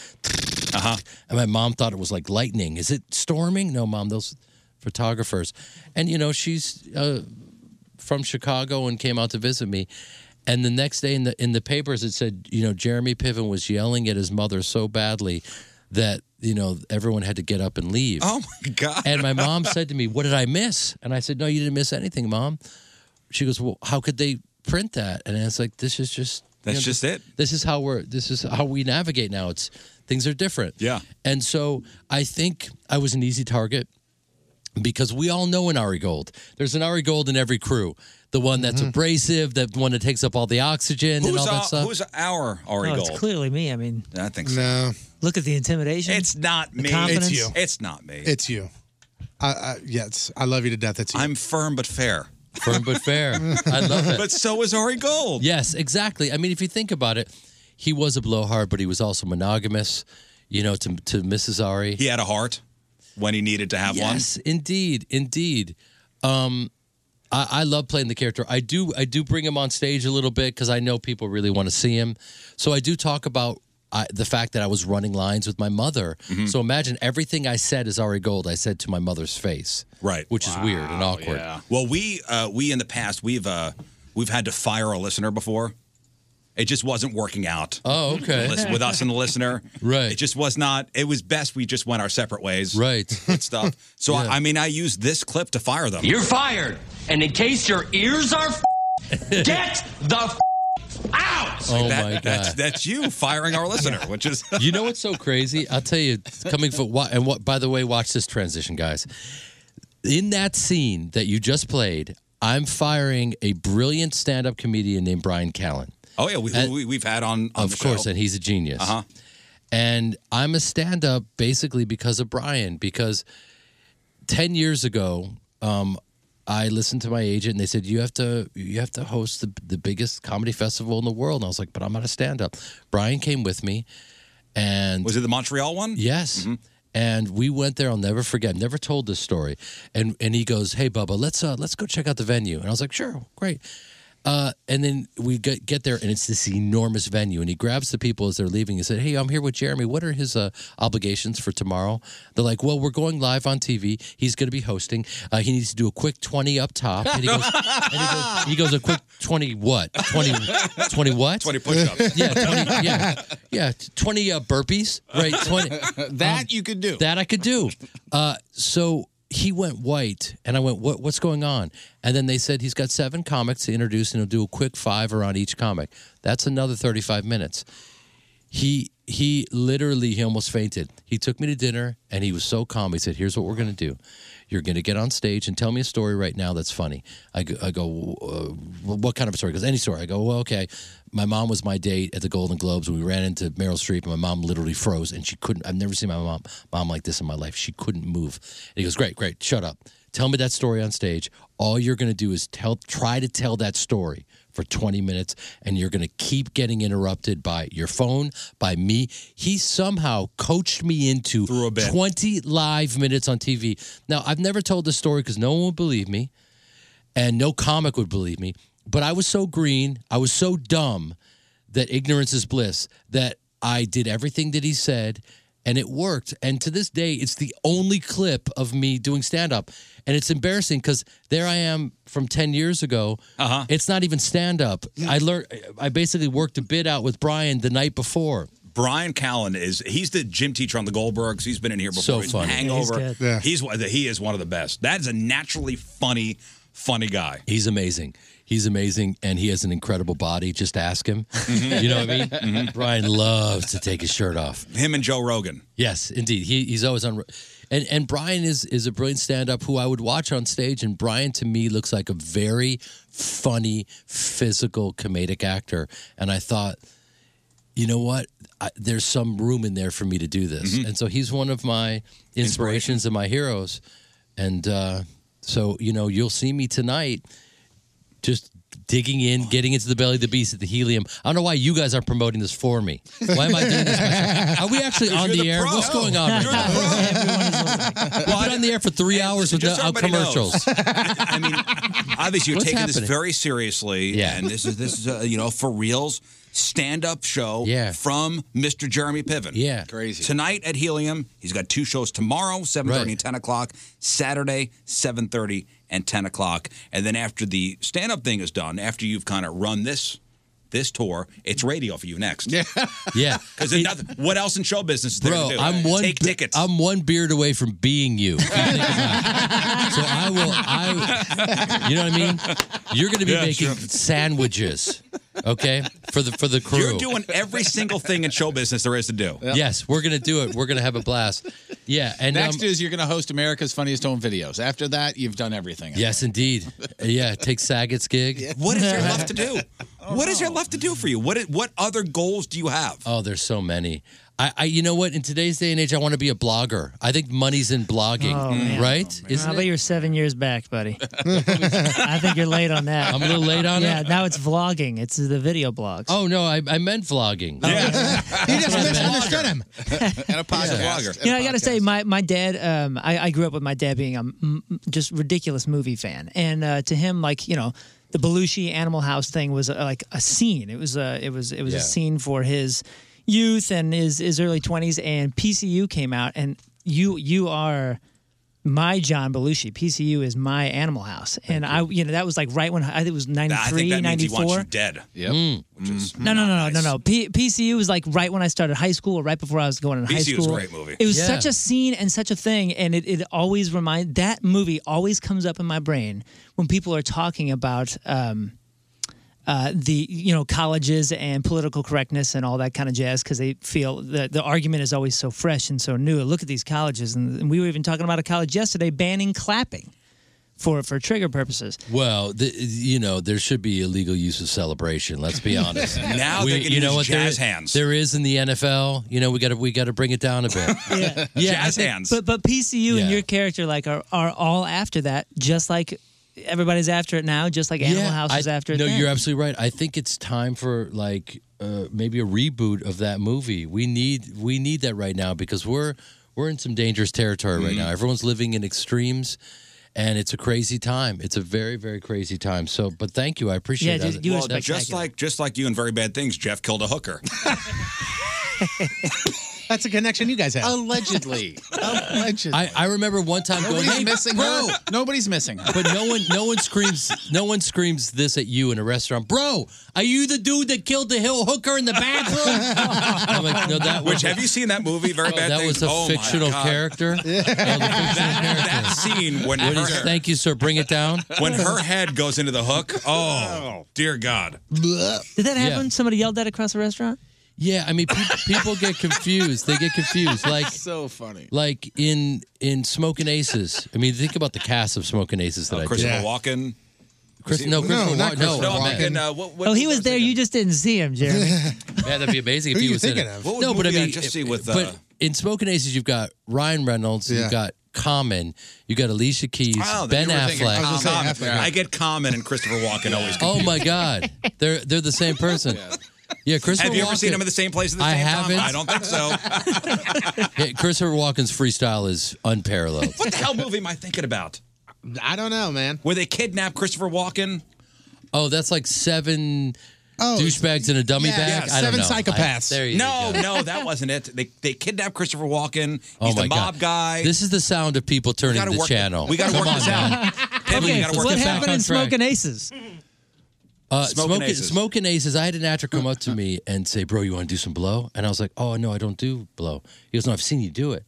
Uh-huh. And my mom thought it was like lightning. Is it storming? No, mom, those photographers. And, you know, she's. Uh, from Chicago and came out to visit me. And the next day in the in the papers it said, you know, Jeremy Piven was yelling at his mother so badly that, you know, everyone had to get up and leave. Oh my god. And my mom said to me, "What did I miss?" And I said, "No, you didn't miss anything, mom." She goes, "Well, how could they print that?" And it's like, "This is just That's this- just it. This is how we're this is how we navigate now. It's things are different." Yeah. And so I think I was an easy target because we all know an Ari Gold. There's an Ari Gold in every crew. The one that's abrasive, the one that takes up all the oxygen and Who's, all our, that stuff. who's our Ari Oh, Gold? it's clearly me. I mean, I think so. No. Look at the intimidation. It's not The me. confidence. It's you. It's not me. It's you. I, I, yes, I love you to death. It's you. I'm firm but fair. Firm but fair. I love it. But so is Ari Gold. Yes, exactly. I mean, if you think about it, he was a blowhard, but he was also monogamous. You know, to to Mrs. Ari, he had a heart when he needed to have yes, one. indeed, indeed. Um, I, I love playing the character. I do. I do bring him on stage a little bit because I know people really want to see him. So I do talk about. I, the fact that I was running lines with my mother. Mm-hmm. So imagine everything I said is Ari Gold. I said to my mother's face, right? Which is weird and awkward. Well, we uh, we in the past we've uh, we've had to fire a listener before. It just wasn't working out. Oh, okay. Listen- With us and the listener, right? It just was not. It was best we just went our separate ways, right? And stuff. So I, I mean, I used this clip to fire them. You're fired. And in case your ears are f- get the f- out. It's like that- That's, that's you firing our listener, which is Oh you know what's so crazy? I'll tell you, coming from what and what. By the way, watch this transition, guys. In that scene that you just played, I'm firing a brilliant stand-up comedian named Brian Callen. Oh yeah, we, And- we we've had on, on of the course, show. and he's a genius. Uh-huh. And I'm a stand-up basically because of Brian. Because ten years ago, um, I listened to my agent, and they said you have to you have to host the the biggest comedy festival in the world. And I was like, but I'm not a stand-up. Brian came with me, and was it the Montreal one? Mm-hmm. Yes. And we went there. I'll never forget. I've never told this story. And and he goes, "Hey, Bubba, let's uh, let's go check out the venue." And I was like, "Sure, great." Uh, and then we get get there, and it's this enormous venue. And he grabs the people as they're leaving. He said, "Hey, I'm here with Jeremy. What are his uh, obligations for tomorrow?" They're like, "Well, we're going live on TV. He's going to be hosting. Uh, he needs to do a quick twenty up top." And he goes, and he goes, he goes "A quick twenty what? 20, 20 what? Twenty push-ups. Yeah, 20, yeah, yeah. Twenty uh, burpees. Right. Twenty. um, That you could do. That I could do. Uh, so he went white, and I went, "What? What's going on?" And then they said he's got seven comics to introduce, and he'll do a quick five around each comic. That's another thirty-five minutes. He he literally he almost fainted. He took me to dinner, and he was so calm. He said, "Here's what we're gonna do." You're going to get on stage and tell me a story right now that's funny. I go, I go uh, what kind of a story? Because any story. I go, well, okay. My mom was my date at the Golden Globes. We ran into Meryl Streep, and my mom literally froze, and she couldn't. I've never seen my mom mom like this in my life. She couldn't move. And he goes, great, great. Shut up. Tell me that story on stage. All you're going to do is tell, try to tell that story for 20 minutes, and you're going to keep getting interrupted by your phone, by me. He somehow coached me into 20 live minutes on TV. Now, I've never told this story because no one would believe me, and no comic would believe me. But I was so green, I was so dumb that ignorance is bliss, that I did everything that he said. And it worked. And to this day, it's the only clip of me doing stand up. And it's embarrassing because there I am from 10 years ago. Uh-huh. It's not even stand up. I learned, I basically worked a bit out with Brian the night before. Brian Callen is he's the gym teacher on the Goldbergs. He's been in here before. So he's funny. Hangover. Yeah, he's he's, good. Yeah. one- he is one of the best. That is a naturally funny, funny guy. He's amazing. He's amazing, and he has an incredible body. Just ask him. Mhm. You know what I mean? Mhm. Brian loves to take his shirt off. Him and Joe Rogan. Yes, indeed. He, he's always on. And and Brian is is a brilliant stand up who I would watch on stage. And Brian to me looks like a very funny, physical, comedic actor. And I thought, you know what? I, there's some room in there for me to do this. And so he's one of my inspirations and my heroes. And uh, so you know you'll see me tonight, just. Digging in, getting into the belly of the beast at the helium. I don't know why you guys aren't promoting this for me. Why am I doing this? myself? Are we actually on the, air? What's going on? right now? I've been on the air for three hours so just without so everybody commercials. Obviously, you're What's taking this happening? very seriously. Yeah. And this is this is a, you know for reals stand up show. Yeah. From Mr. Jeremy Piven. Yeah. Crazy. Tonight at Helium, he's got two shows tomorrow, 7.30 and 10 o'clock. Saturday, 7.30 and 10 o'clock. And then after the stand-up thing is done, after you've kind of run this this tour, it's radio for you next. Yeah. Yeah. Because what else in show business is there Bro, to do? I'm one Take be- tickets. I'm one beard away from being you. if you think about it. so I will. I, you know what I mean? You're going to be Yeah, making sure. sandwiches, okay? For the for the crew. You're doing every single thing in show business there is to do. Yes, we're gonna do it. We're gonna have a blast. Yeah, and Next um, is you're going to host America's Funniest Home Videos. After that, you've done everything. yes, indeed. Yeah, take Saget's gig. What is there left to do? What Oh. is there left to do for you? What what other goals do you have? Oh, there's so many. I, I, you know what? In today's day and age, I want to be a blogger. I think money's in blogging, Oh, man. right? How Isn't about it? you're seven years back, buddy? I think you're late on that. I'm a little late on yeah, it? Yeah, now it's vlogging. It's the video blogs. Oh no, I, I meant vlogging. you just misunderstood him. and a podcast. You know, I gotta say, my my dad. Um, I, I grew up with my dad being a m- m- just ridiculous movie fan, and uh, to him, like you know, the Belushi Animal House thing was uh, like a scene. It was a it was it was Yeah. a scene for his youth and his his early twenties. And PCU came out, and you you are my John Belushi. PCU is my Animal House, and I you know that was like right when I think it was I think 93, that means he wants you 94. dead. Yep. Hmm. Which is No, no, no, no, no, no. P- PCU was like right when I started high school or right before I was going in high PCU was school. a great movie. It was Yeah. such a scene and such a thing, and it, it always remind that movie always comes up in my brain when people are talking about um, uh, the you know colleges and political correctness and all that kind of jazz because they feel that the argument is always so fresh and so new. Look at these colleges, and, and we were even talking about a college yesterday banning clapping for for trigger purposes. Well, the, you know, there should be illegal use of celebration. Let's be honest. Now they can use jazz there, hands. There is in the NFL. You know, we got to we got to bring it down a bit. yeah, Yeah, I I think- think- But but PCU and your character like are are all after that, just like everybody's after it now, just like Animal House is I- after it. No, then. you're absolutely right. I think it's time for like uh, maybe a reboot of that movie. We need we need that right now because we're we're in some dangerous territory Mm-hmm. right now. Everyone's living in extremes. And it's a crazy time. It's a very, very crazy time. So, but thank you. I appreciate it. well, just like just like you in very bad things, Jeff killed a hooker. That's a connection you guys have. Allegedly. Allegedly. I, I remember one time Nobody's going, "Hey, missing bro, her. Nobody's missing her. But no one, no one screams, no one screams this at you in a restaurant, bro. Are you the dude that killed the hill hooker in the bathroom? I'm like, no, that Which was- have you seen that movie? Very Oh, bad that things. was a Oh, my fictional God. character. Oh, the fictional That scene when What is- her- thank you, sir. Bring it down. When her head goes into the hook. Oh, dear God. Did that Yeah. happen? Somebody yelled that across the restaurant. Yeah, I mean, peop people get confused. They get confused, like so funny. like in in Smoking Aces. I mean, think about the cast of Smoking Aces that I Oh, Christopher did. Walken. Chris- Was he- no, Christopher No, not Walken. No, No, I'm Walken. thinking, uh, what, what oh, he was there. You just didn't see him, Jeremy. Yeah, that'd be amazing if Who he you was in thinking it. of? What would no, but I movie I mean, eh, just see with, uh, but in Smoking Aces, you've got Ryan Reynolds, Yeah. you've got Common, you got Alicia Keys, Oh, Ben you were thinking Affleck. Common. I get Common and Christopher Walken always. Oh confused. my God, they're they're the same person. Yeah, Christopher. Have you ever seen Walken- him in the same place at the I same haven't. time? I don't think so. Yeah, Christopher Walken's freestyle is unparalleled. What the hell movie am I thinking about? I don't know, man. Where they kidnap Christopher Walken? Oh, that's like seven Oh, Oh, douchebags in a dummy bag. I don't know. I- there you no, go. no, that wasn't it. They they kidnapped Christopher Walken. He's Oh the my mob God. guy. This is the sound of people turning gotta the work- channel. we gotta Come work on this now. out. Pivot, you gotta work what this back happened on in track. Smoking Aces? Uh, Smoking smoking, Aces. smoking aces. I had an actor come up to me and say, "Bro, you want to do some blow?" And I was like, "Oh no, I don't do blow." He goes, "No, I've seen you do it."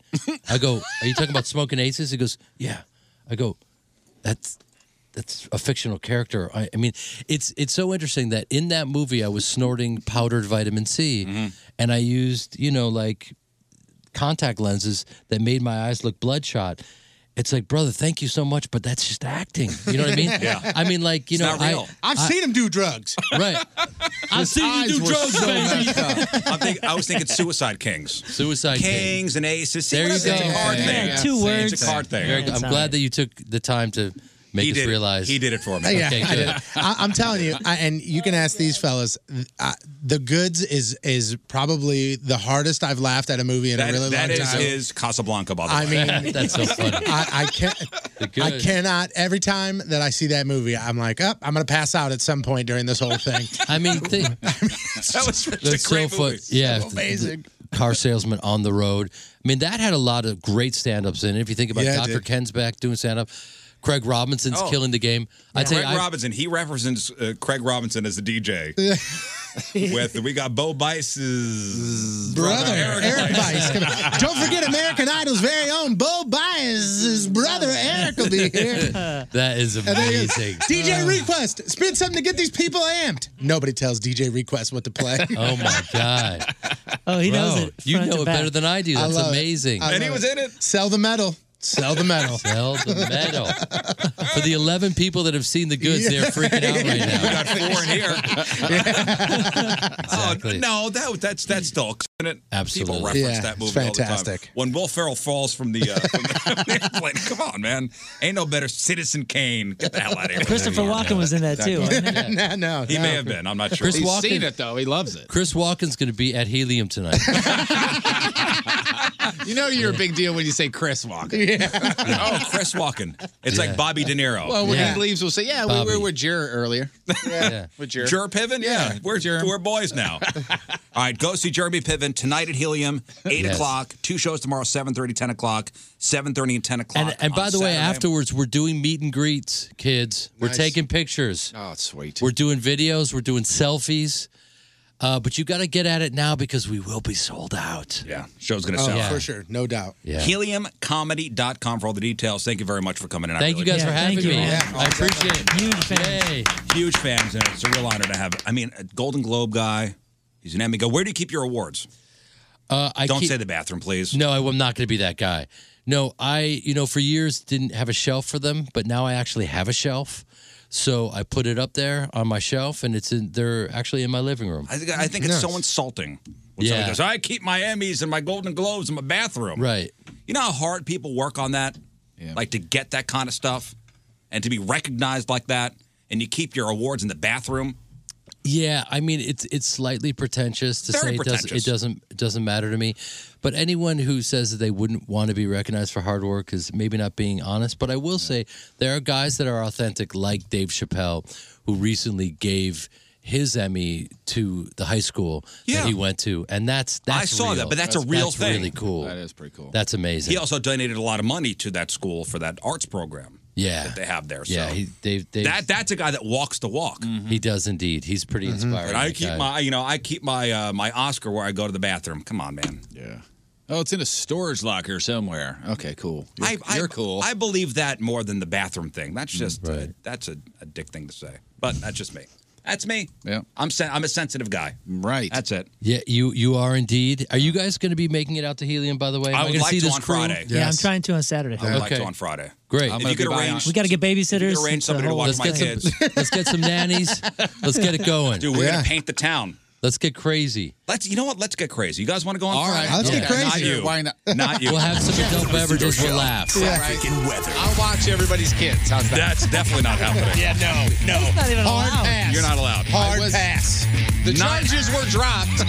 I go, "Are you talking about smoking aces?" He goes, "Yeah." I go, "That's that's a fictional character." I, I mean, it's it's so interesting that in that movie I was snorting powdered vitamin C, Mm-hmm. and I used you know like contact lenses that made my eyes look bloodshot. It's like, brother, thank you so much, but that's just acting. You know what I mean? Yeah. I mean, like, you know, I, have seen him do drugs. Right. I've seen you do drugs, baby. I'm think, I was thinking Suicide Kings. Suicide Kings and aces. See, There what you I'm saying? go. It's a card Yeah, thing. yeah, two See, It's words. a card thing. Very good. I'm glad that you took the time to make He us did it. realize He did it for me. Hey, yeah, Okay, I good. did. I, I'm telling you, I, and you can ask these fellas. th- I, the goods is is probably the hardest I've laughed at a movie in That, a really that is long time. his Casablanca, by the I way. mean, I, I can't. I Goods. cannot. Every time that I see that movie, I'm like, up. I'm gonna pass out at some point during this whole thing. I mean, that was such That's a great so movie. fun. Yeah, amazing. Car salesman on the road. I mean, that had a lot of great stand-ups in it. If you think about Yeah, it Dr. did. Ken's back doing stand-up, Craig Robinson's Oh. killing the game. I tell Craig you, I- Robinson, he represents uh, Craig Robinson as the DJ. With we got Bo Bice's Brother, Eric, Bice. Come on. Don't forget American Idol's very own Bo Bice's brother, Eric will be here. that is And then he goes, amazing. DJ Request, spin something to get these people amped. Nobody tells DJ Request what to play. Oh my god! Oh, he knows it You front know to it back. better than I do. I That's love it. amazing. I And he love was it. in it. Sell the medal. Sell the medal. Sell the medal. For the eleven people that have seen the goods, they're freaking out right now. We got four in here. Exactly. Oh no, that that's that's still isn't it? Absolutely. People reference Yeah, that it's movie all the fantastic. time. When Will Ferrell falls from the, uh, from the airplane, come on, man, ain't no better Citizen Kane. Get the hell out of here. Christopher Walken was in that too. Exactly. wasn't he? no, no, He may have been. I'm not sure. Chris Walken, though. He loves it. Chris Walken's going to be at Helium tonight. You know you're a big deal when you say Chris Walken. oh, Chris Walken. It's Yeah. like Bobby De Niro. Well, when he leaves, we'll say, yeah, we Bobby. were with Jer earlier. Yeah. With Jer. Jer Piven? Yeah. We're, we're boys now. All right, go see Jeremy Piven tonight at Helium, 8 Yes. o'clock. Two shows tomorrow, 7.30, 10 o'clock, 7.30 and 10 o'clock. And, and by on the way, Saturday. afterwards, we're doing meet and greets, kids. We're Nice. taking pictures. Oh, sweet. We're doing videos. We're doing selfies. Uh, but you got to get at it now because we will be sold out. Yeah. Show's going to sell. Oh, for sure, no doubt. Yeah. Heliumcomedy.com for all the details. Thank you very much for coming in. I Thank you really guys for appreciate it. having me. I appreciate it. Huge fan. Huge fans, and it's a real honor to have. I mean, a Golden Globe guy. He's an Emmy guy. Where do you keep your awards? Uh, I Don't keep- say the bathroom, please. No, I, am not going to be that guy. No, I, you know, for years didn't have a shelf for them, but now I actually have a shelf. So I put it up there on my shelf and it's in, they're actually in my living room. I think, I think it's so insulting. When Yeah. somebody goes, I keep my Emmys and my Golden Globes in my bathroom. Right. You know how hard people work on that? Like to get that kind of stuff and to be recognized like that, and you keep your awards in the bathroom. Yeah, I mean it's it's slightly pretentious to Very say pretentious. it doesn't it doesn't it doesn't matter to me. But anyone who says that they wouldn't want to be recognized for hard work is maybe not being honest. But I will say there are guys that are authentic, like Dave Chappelle, who recently gave his Emmy to the high school that he went to, and that's that's I saw that, real. but that's a real thing. Really cool. That is pretty cool. That's amazing. He also donated a lot of money to that school for that arts program yeah, that they have there. So yeah. He, Dave, Dave, that that's a guy that walks the walk. Mm-hmm. he does indeed. He's pretty inspiring. Mm-hmm. And I that keep guy. my, you know, I keep my uh, my Oscar where I go to the bathroom. Come on, man. Yeah. Oh, it's in a storage locker somewhere. Okay, cool. I, you're cool. I believe that more than the bathroom thing. Mm, That's just uh, that's a, a dick thing to say, but that's just me. That's me. Yeah. I'm sen- I'm a sensitive guy. Right. That's it. Yeah, you you are indeed. Are you guys going to be making it out to Helium? By the way, Am I would gonna like see to this on crew? Friday. Yeah, I'm trying to on Saturday. I would like to on Friday. Great. If you could arrange, we got to get babysitters. arrange It's a somebody to whole- watch my get kids. some, let's get some nannies. Let's get it going. Dude, we're gonna paint the town. Let's get crazy. Let's. You know what? Let's get crazy. You guys want to go on? All Friday? right, let's get Yeah. crazy. Not you. Why not? Not you. We'll have some adult beverages. We'll laugh. Traffic and weather. I'll watch everybody's kids. How's that? That's definitely not happening. yeah, no, no. He's not even Hard allowed. pass. You're not allowed. Hard pass. The Not- charges were dropped.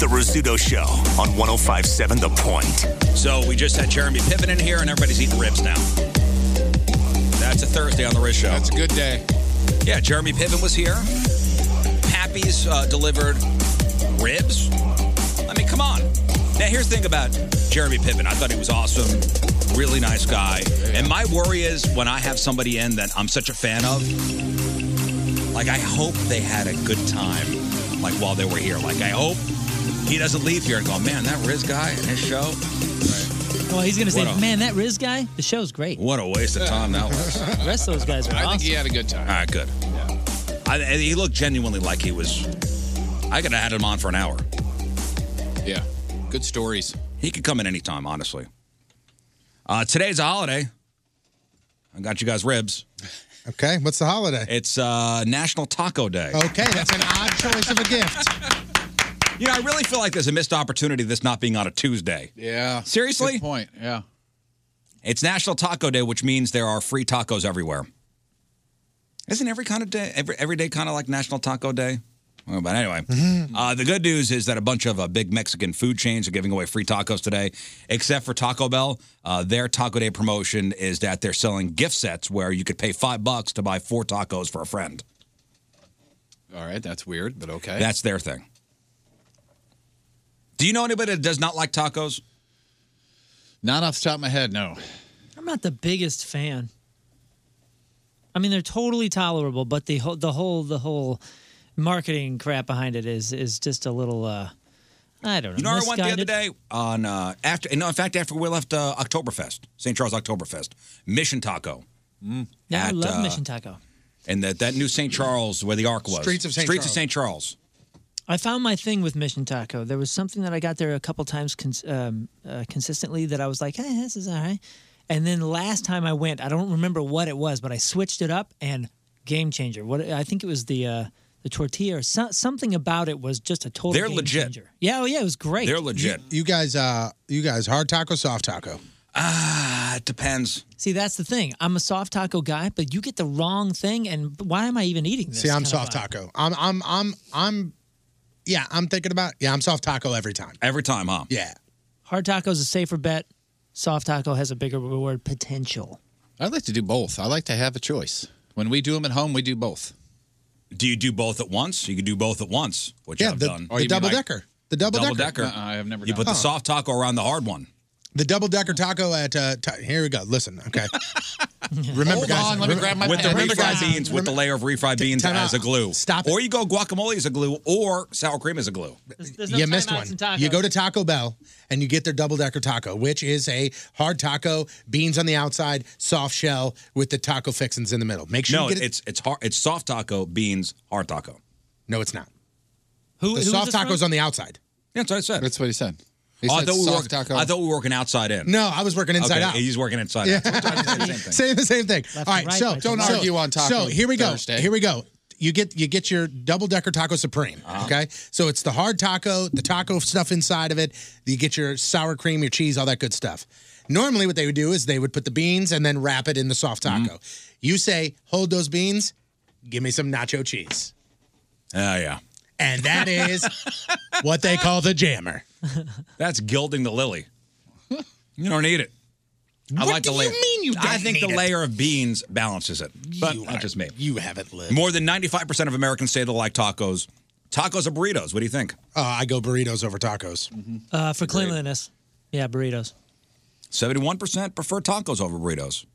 The Rizzuto Show on 105.7 The Point. So we just had Jeremy Piven in here, and everybody's eating ribs now. That's a Thursday on the Riz Show. That's a good day. Yeah, Jeremy Piven was here. Pappy's uh, delivered ribs. I mean, come on. Now here's the thing about Jeremy Piven. I thought he was awesome, really nice guy. And my worry is when I have somebody in that I'm such a fan of, like I hope they had a good time, like while they were here. Like I hope he doesn't leave here and go, man, that Riz guy and his show. Well, he's going to say, What a- man, that Riz guy, the show's great. What a waste of time that was. The rest of those guys are I awesome. think he had a good time. All right, good. I, and he looked genuinely like he was. I could have had him on for an hour. Yeah, good stories. He could come in anytime, honestly. Uh, today's a holiday. I got you guys ribs. Okay, what's the holiday? Oh. It's uh, National Taco Day. Okay, that's an odd choice of a gift. You know, I really feel like there's a missed opportunity this not being on a Tuesday. Yeah. Seriously? Good point. Yeah. It's National Taco Day, which means there are free tacos everywhere. Isn't every kind of day, every, every day kind of like National Taco Day? Well, but anyway, Mm-hmm. uh, the good news is that a bunch of uh, big Mexican food chains are giving away free tacos today, except for Taco Bell. Uh, their Taco Day promotion is that they're selling gift sets where you could pay five bucks to buy four tacos for a friend. All right, that's weird, but okay. That's their thing. Do you know anybody that does not like tacos? Not off the top of my head, no. I'm not the biggest fan. I mean, they're totally tolerable, but the whole the whole the whole marketing crap behind it is is just a little. uh I don't know. You know where I went the other misguided. day? On uh, after, no, in fact, after we left uh, Oktoberfest, St. Charles Oktoberfest, Mission Taco. Yeah, I At, love uh, Mission Taco. And that, that new St. Charles where the Ark was. Streets of St. Streets Charles. of St. Charles. I found my thing with Mission Taco. There was something that I got there a couple times cons- um, uh, consistently that I was like, "Hey, this is all right." And then last time I went, I don't remember what it was, but I switched it up and game changer. What I think it was the uh, the tortilla or so- something about it was just a total. They're game legit. Changer. Yeah, oh yeah, it was great. You, you guys, uh, you guys, hard taco, soft taco. Ah, it depends. See, that's the thing. I'm a soft taco guy, but you get the wrong thing, and why am I even eating this? See, kind I'm of soft vibe? taco. I'm, I'm, I'm, I'm. Yeah, I'm thinking about. Yeah, I'm soft taco every time. Every time, huh? Yeah. Hard taco is a safer bet. Soft taco has a bigger reward potential. I'd like to do both. I like to have a choice. When we do them at home, we do both. Do you do both at once? You can do both at once, which Yeah, I've the- done. the Oh, you mean double like- decker. The double, double decker. decker. Uh-uh, I've never You done put it. the soft taco around the hard one. The double decker taco at uh, ta- here we go. Listen, okay. remember, Hold guys. on, let me grab my with the refried beans, with the layer of refried beans time as a out. glue. Stop. Or you go guacamole as a glue, or sour cream as a glue. you missed one. You go to Taco Bell and you get their double decker taco, which is a hard taco, beans on the outside, soft shell with the taco fixings in the middle. Make sure no, you get it. it's it's hard. It's soft taco, beans, hard taco. No, it's not. Who, the who is soft this from? tacos on the outside. Yeah, that's what I said. That's what he said. Oh, I, thought we were working, I thought we were working outside in. No, I was working inside Okay, out. He's working inside Yeah. out. Saying the same thing. All right, right, so left and so- right. argue on Taco So here we go. Thursday. Here we go. You get you get your double decker taco supreme. Okay, so it's the hard taco, the taco stuff inside of it. You get your sour cream, your cheese, all that good stuff. Normally, what they would do is they would put the beans and then wrap it in the soft taco. You say, hold those beans, give me some nacho cheese, Oh yeah. and that is what they call the jammer. That's gilding the lily. You don't need it. I What like do the you layer. mean you I don't think need the it? layer of beans balances it, but not just me. You haven't lived. More than ninety-five percent of Americans say they like tacos. Tacos or burritos? What do you think? Uh, I go burritos over tacos. Uh, for cleanliness. Yeah, burritos. Seventy-one percent prefer tacos over burritos.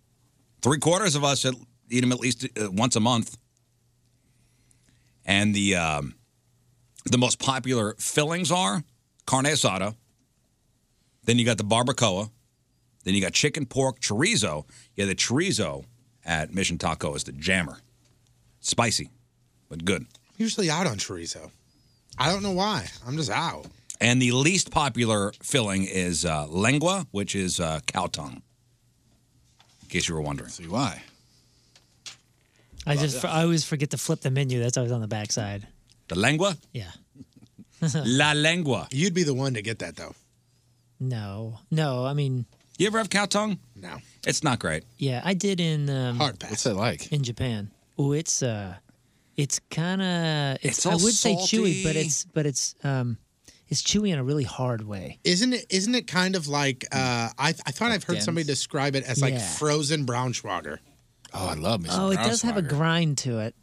Three quarters of us at- eat them at least uh, once a month. And the um, the most popular fillings are carne asada. Then you got the barbacoa. Then you got chicken, pork, chorizo. Yeah, the chorizo at Mission Taco is the jammer. Spicy, but good. Usually out on chorizo. I don't know why. I'm just out. And the least popular filling is uh, lengua, which is uh, cow tongue. In case you were wondering. See why? I just I always forget to flip the menu. That's always on the backside. The lengua? Yeah. La lengua. You'd be the one to get that though. No, no. I mean, You ever have cow tongue? No. It's not great. yeah, I did in um, hard pass. What's it like in Japan? Oh, it's uh, it's kind of it's, It's all I would say chewy, but salty. it's but it's um, it's chewy in a really hard way. Isn't it? Isn't it kind of like? Mm. Uh, I I thought I've heard dense? somebody describe it as like Yeah. frozen braunschweiger. Oh, I love Oh, it does have a grind to it.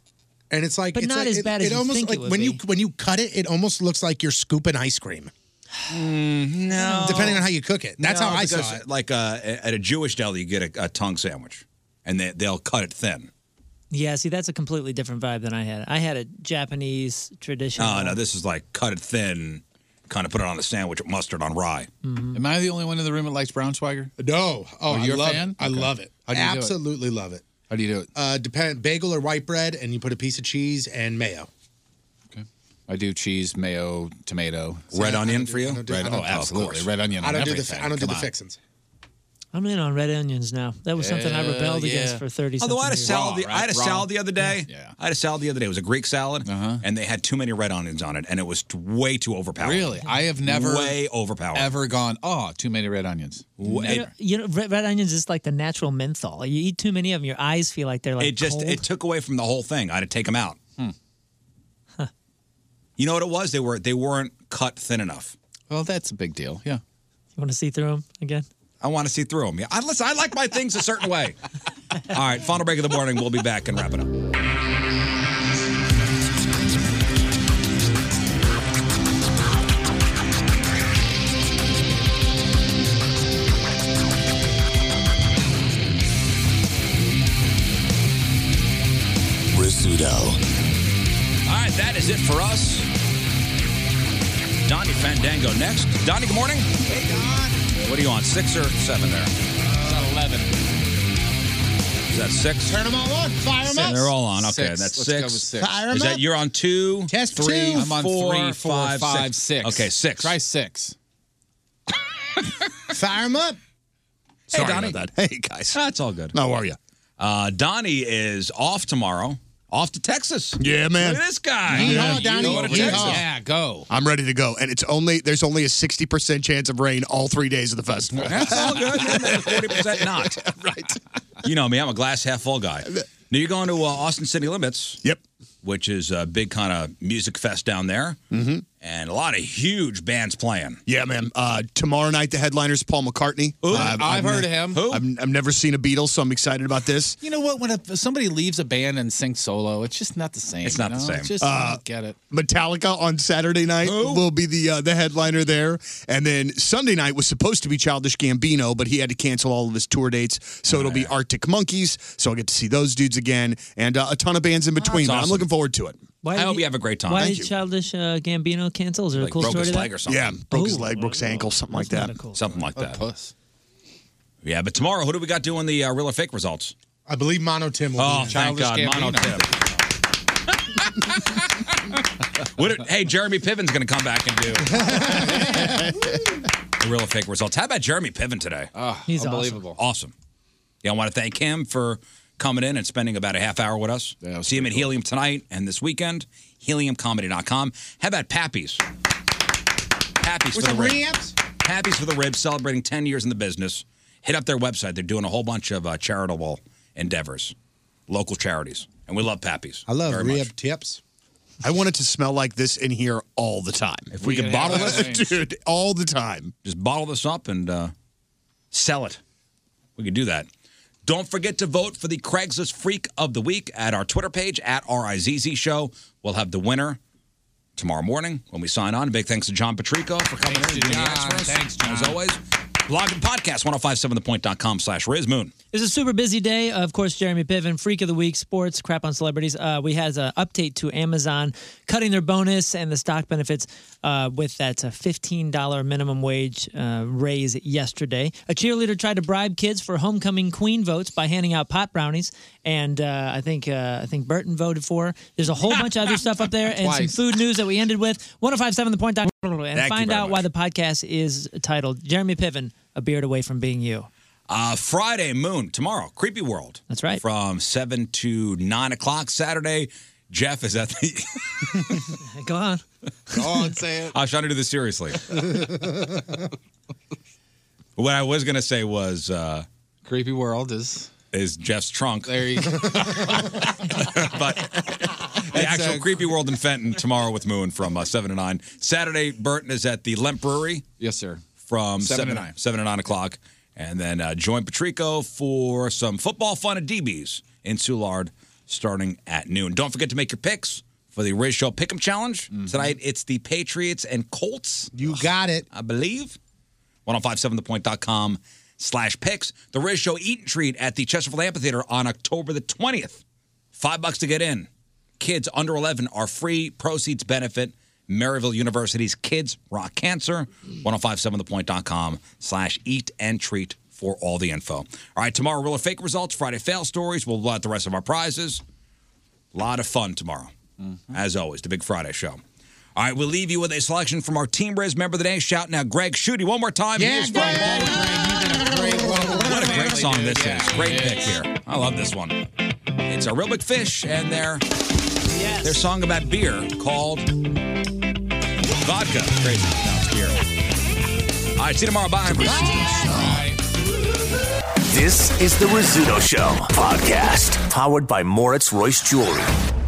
And it's like, but it's not like- as it- bad it, as you almost think like it would when you be. when you cut it, it almost looks like you're scooping ice cream. mm-hmm. Mm-hmm. Oh. no. depending on how you cook it. That's No, how I because, saw it. Like uh, at a Jewish deli, you get a, a tongue sandwich, and they, they'll cut it thin. Yeah, see, that's a completely different vibe than I had. I had a Japanese traditional. Oh, no, this is like cut it thin, kind of put it on a sandwich with mustard on rye. Mm-hmm. Am I the only one in the room that likes Braunschweiger? No. Oh, I you're love a fan? it. I love it. How do you do it? Absolutely love it. How do you do it? Uh, depend bagel or white bread, and you put a piece of cheese and mayo. I do cheese, mayo, tomato, Red I onion do- for you? I don't do- Red- I don't- oh, oh, of absolutely, course. red onion. I on don't do the everything. fi- I don't do Come the on. fixins. I'm in on red onions now. That was something I rebelled against for thirty. Although I had a something years. salad, the, I had a salad the other day. I had a salad the other day. It was a Greek salad, Uh-huh. and they had too many red onions on it, and it was t- way too overpowered. Really? I have never- way overpowered. Ever gone? Oh, too many red onions. You know, you know, red, red onions is like the natural menthol. You eat too many of them, your eyes feel like they're like it just cold. it took away from the whole thing. I had to take them out. Hmm. You know what it was? They were they weren't cut thin enough. Well, that's a big deal. Yeah. you want to see through them again? I want to see through them. Yeah, I, listen, I like my things a certain way. All right, final break of the morning. We'll be back and wrap it up. Rizzuto. All right, that is it for us. Donnie Fandango next. Donnie, good morning. Hey, Don. What are you on, six or seven there? It's 11. Is that six? Turn them all on. Fire them Six. up. They're all on. Okay, Six. that's Let's 6 go with six. Fire 'em is that up. you're on two, Test three, two. I'm on four, three, four, five, five, six. six. Okay, six. Try six. Fire them up. Hey, Sorry Donnie. about Hey, guys. That's Ah, all good. How are you? Uh, Donnie is off tomorrow. Off to Texas. Yeah, man. Look at this guy. Yeehaw, You Donnie. Go to Yeehaw. Texas. Yeah, go. I'm ready to go, and it's only there's only a 60 percent chance of rain all three days of the festival. That's all good. Forty percent not. right. You know me. I'm a glass half full guy. Now you're going to uh, Austin City Limits. Yep. Which is a big kind of music fest down there, Mm-hmm. and a lot of huge bands playing. Yeah, man. Uh, tomorrow night, the headliner's Paul McCartney. Who? Uh, I've heard of him. Who? I've, I've never seen a Beatles, so I'm excited about this. You know what? When a, somebody leaves a band and sings solo, it's just not the same. It's not you the know? same. It's just, Uh, I don't get it. Metallica on Saturday night will be the uh, the headliner there, and then Sunday night was supposed to be Childish Gambino, but he had to cancel all of his tour dates, so it'll be Arctic Monkeys. So I'll get to see those dudes again, and uh, a ton of bands in between. man. I'm awesome. looking forward to it. I hope you have a great time. Why Thank did you. Childish uh, Gambino cancel? Is there a Like cool broke story his to that? leg or something. Yeah, broke his leg, broke his ankle, something like that. Something like that. Puss. Yeah, but tomorrow, who do we got doing the uh, real or fake results? I believe Mono Tim will Oh, be thank God, Mono Tim. Would it- hey, Jeremy Piven's going to come back and do the real or fake results. How about Jeremy Piven today? He's unbelievable. Awesome. Yeah, I want to thank him for coming in and spending about a half hour with us. See him at Helium tonight and this weekend, heliumcomedy.com. How about Pappy's? Pappy's With for the some rib. ribs? Pappy's for the ribs, celebrating 10 years in the business. Hit up their website. They're doing a whole bunch of uh, charitable endeavors, local charities. And we love Pappy's. I love very much. tips. I want it to smell like this in here all the time. If we, could bottle this, dude, all the time. Just bottle this up and uh, sell it. We could do that. Don't forget to vote for the Craigslist Freak of the Week at our Twitter page, at RIZZ Show. We'll have the winner tomorrow morning when we sign on. Big thanks to John Patrico for coming in. and doing the ads for us. Thanks, As always, blog and podcast, 1057thepoint.com slash Riz Moon. It's a super busy day. Uh, Of course, Jeremy Piven, Freak of the Week, Sports, Crap on Celebrities. Uh, we had an update to Amazon cutting their bonus and the stock benefits uh, with that uh, $15 minimum wage uh, raise yesterday. A cheerleader tried to bribe kids for homecoming queen votes by handing out pot brownies, and uh, I think uh, I think Burton voted for. her. There's a whole bunch of other stuff up there and some Twice. food news that we ended with. 1057thepoint.com and Thank you find very out why the podcast is titled Jeremy Piven, A Beard Away from Being You. Uh, Friday, Moon, tomorrow, Creepy World. That's right. From 7 to 9 o'clock Saturday. Jeff is at the. Go on. Go on, say it. I was trying to do this seriously. What I was gonna say was uh, Creepy World is is Jeff's trunk. There you go. but the actual creepy world in Fenton tomorrow with Moon from uh, seven to nine. Saturday, Burton is at the Lemp Brewery. Yes, sir. From Seven seven, to seven to nine. nine o'clock, and then uh, join Patrico for some football fun at DB's in Soulard starting at noon. Don't forget to make your picks. For the Riz Show Pick'em Challenge Mm-hmm. tonight, it's the Patriots and Colts. You got it, I believe. 1057thepoint.com slash picks. The Riz Show Eat and Treat at the Chesterfield Amphitheater on October the 20th. Five bucks to get in. Kids under 11 are free. Proceeds benefit Maryville University's Kids Rock Cancer. 1057thepoint.com slash eat and treat for all the info. All right, tomorrow, real or fake results, Friday fail stories. We'll blow out the rest of our prizes. A lot of fun tomorrow, as always, the Big Friday show. All right, we'll leave you with a selection from our Team Riz member of the day. Shout now, Greg Schutte, one more time. Yeah, Here's Greg! What a great song this is. Great pick here. I love this one. It's a real big fish and their their song about beer called Vodka. Crazy. No, it's beer. All right, see you tomorrow. Bye. This is the Rizzuto Show podcast, powered by Moritz Royce Jewelry.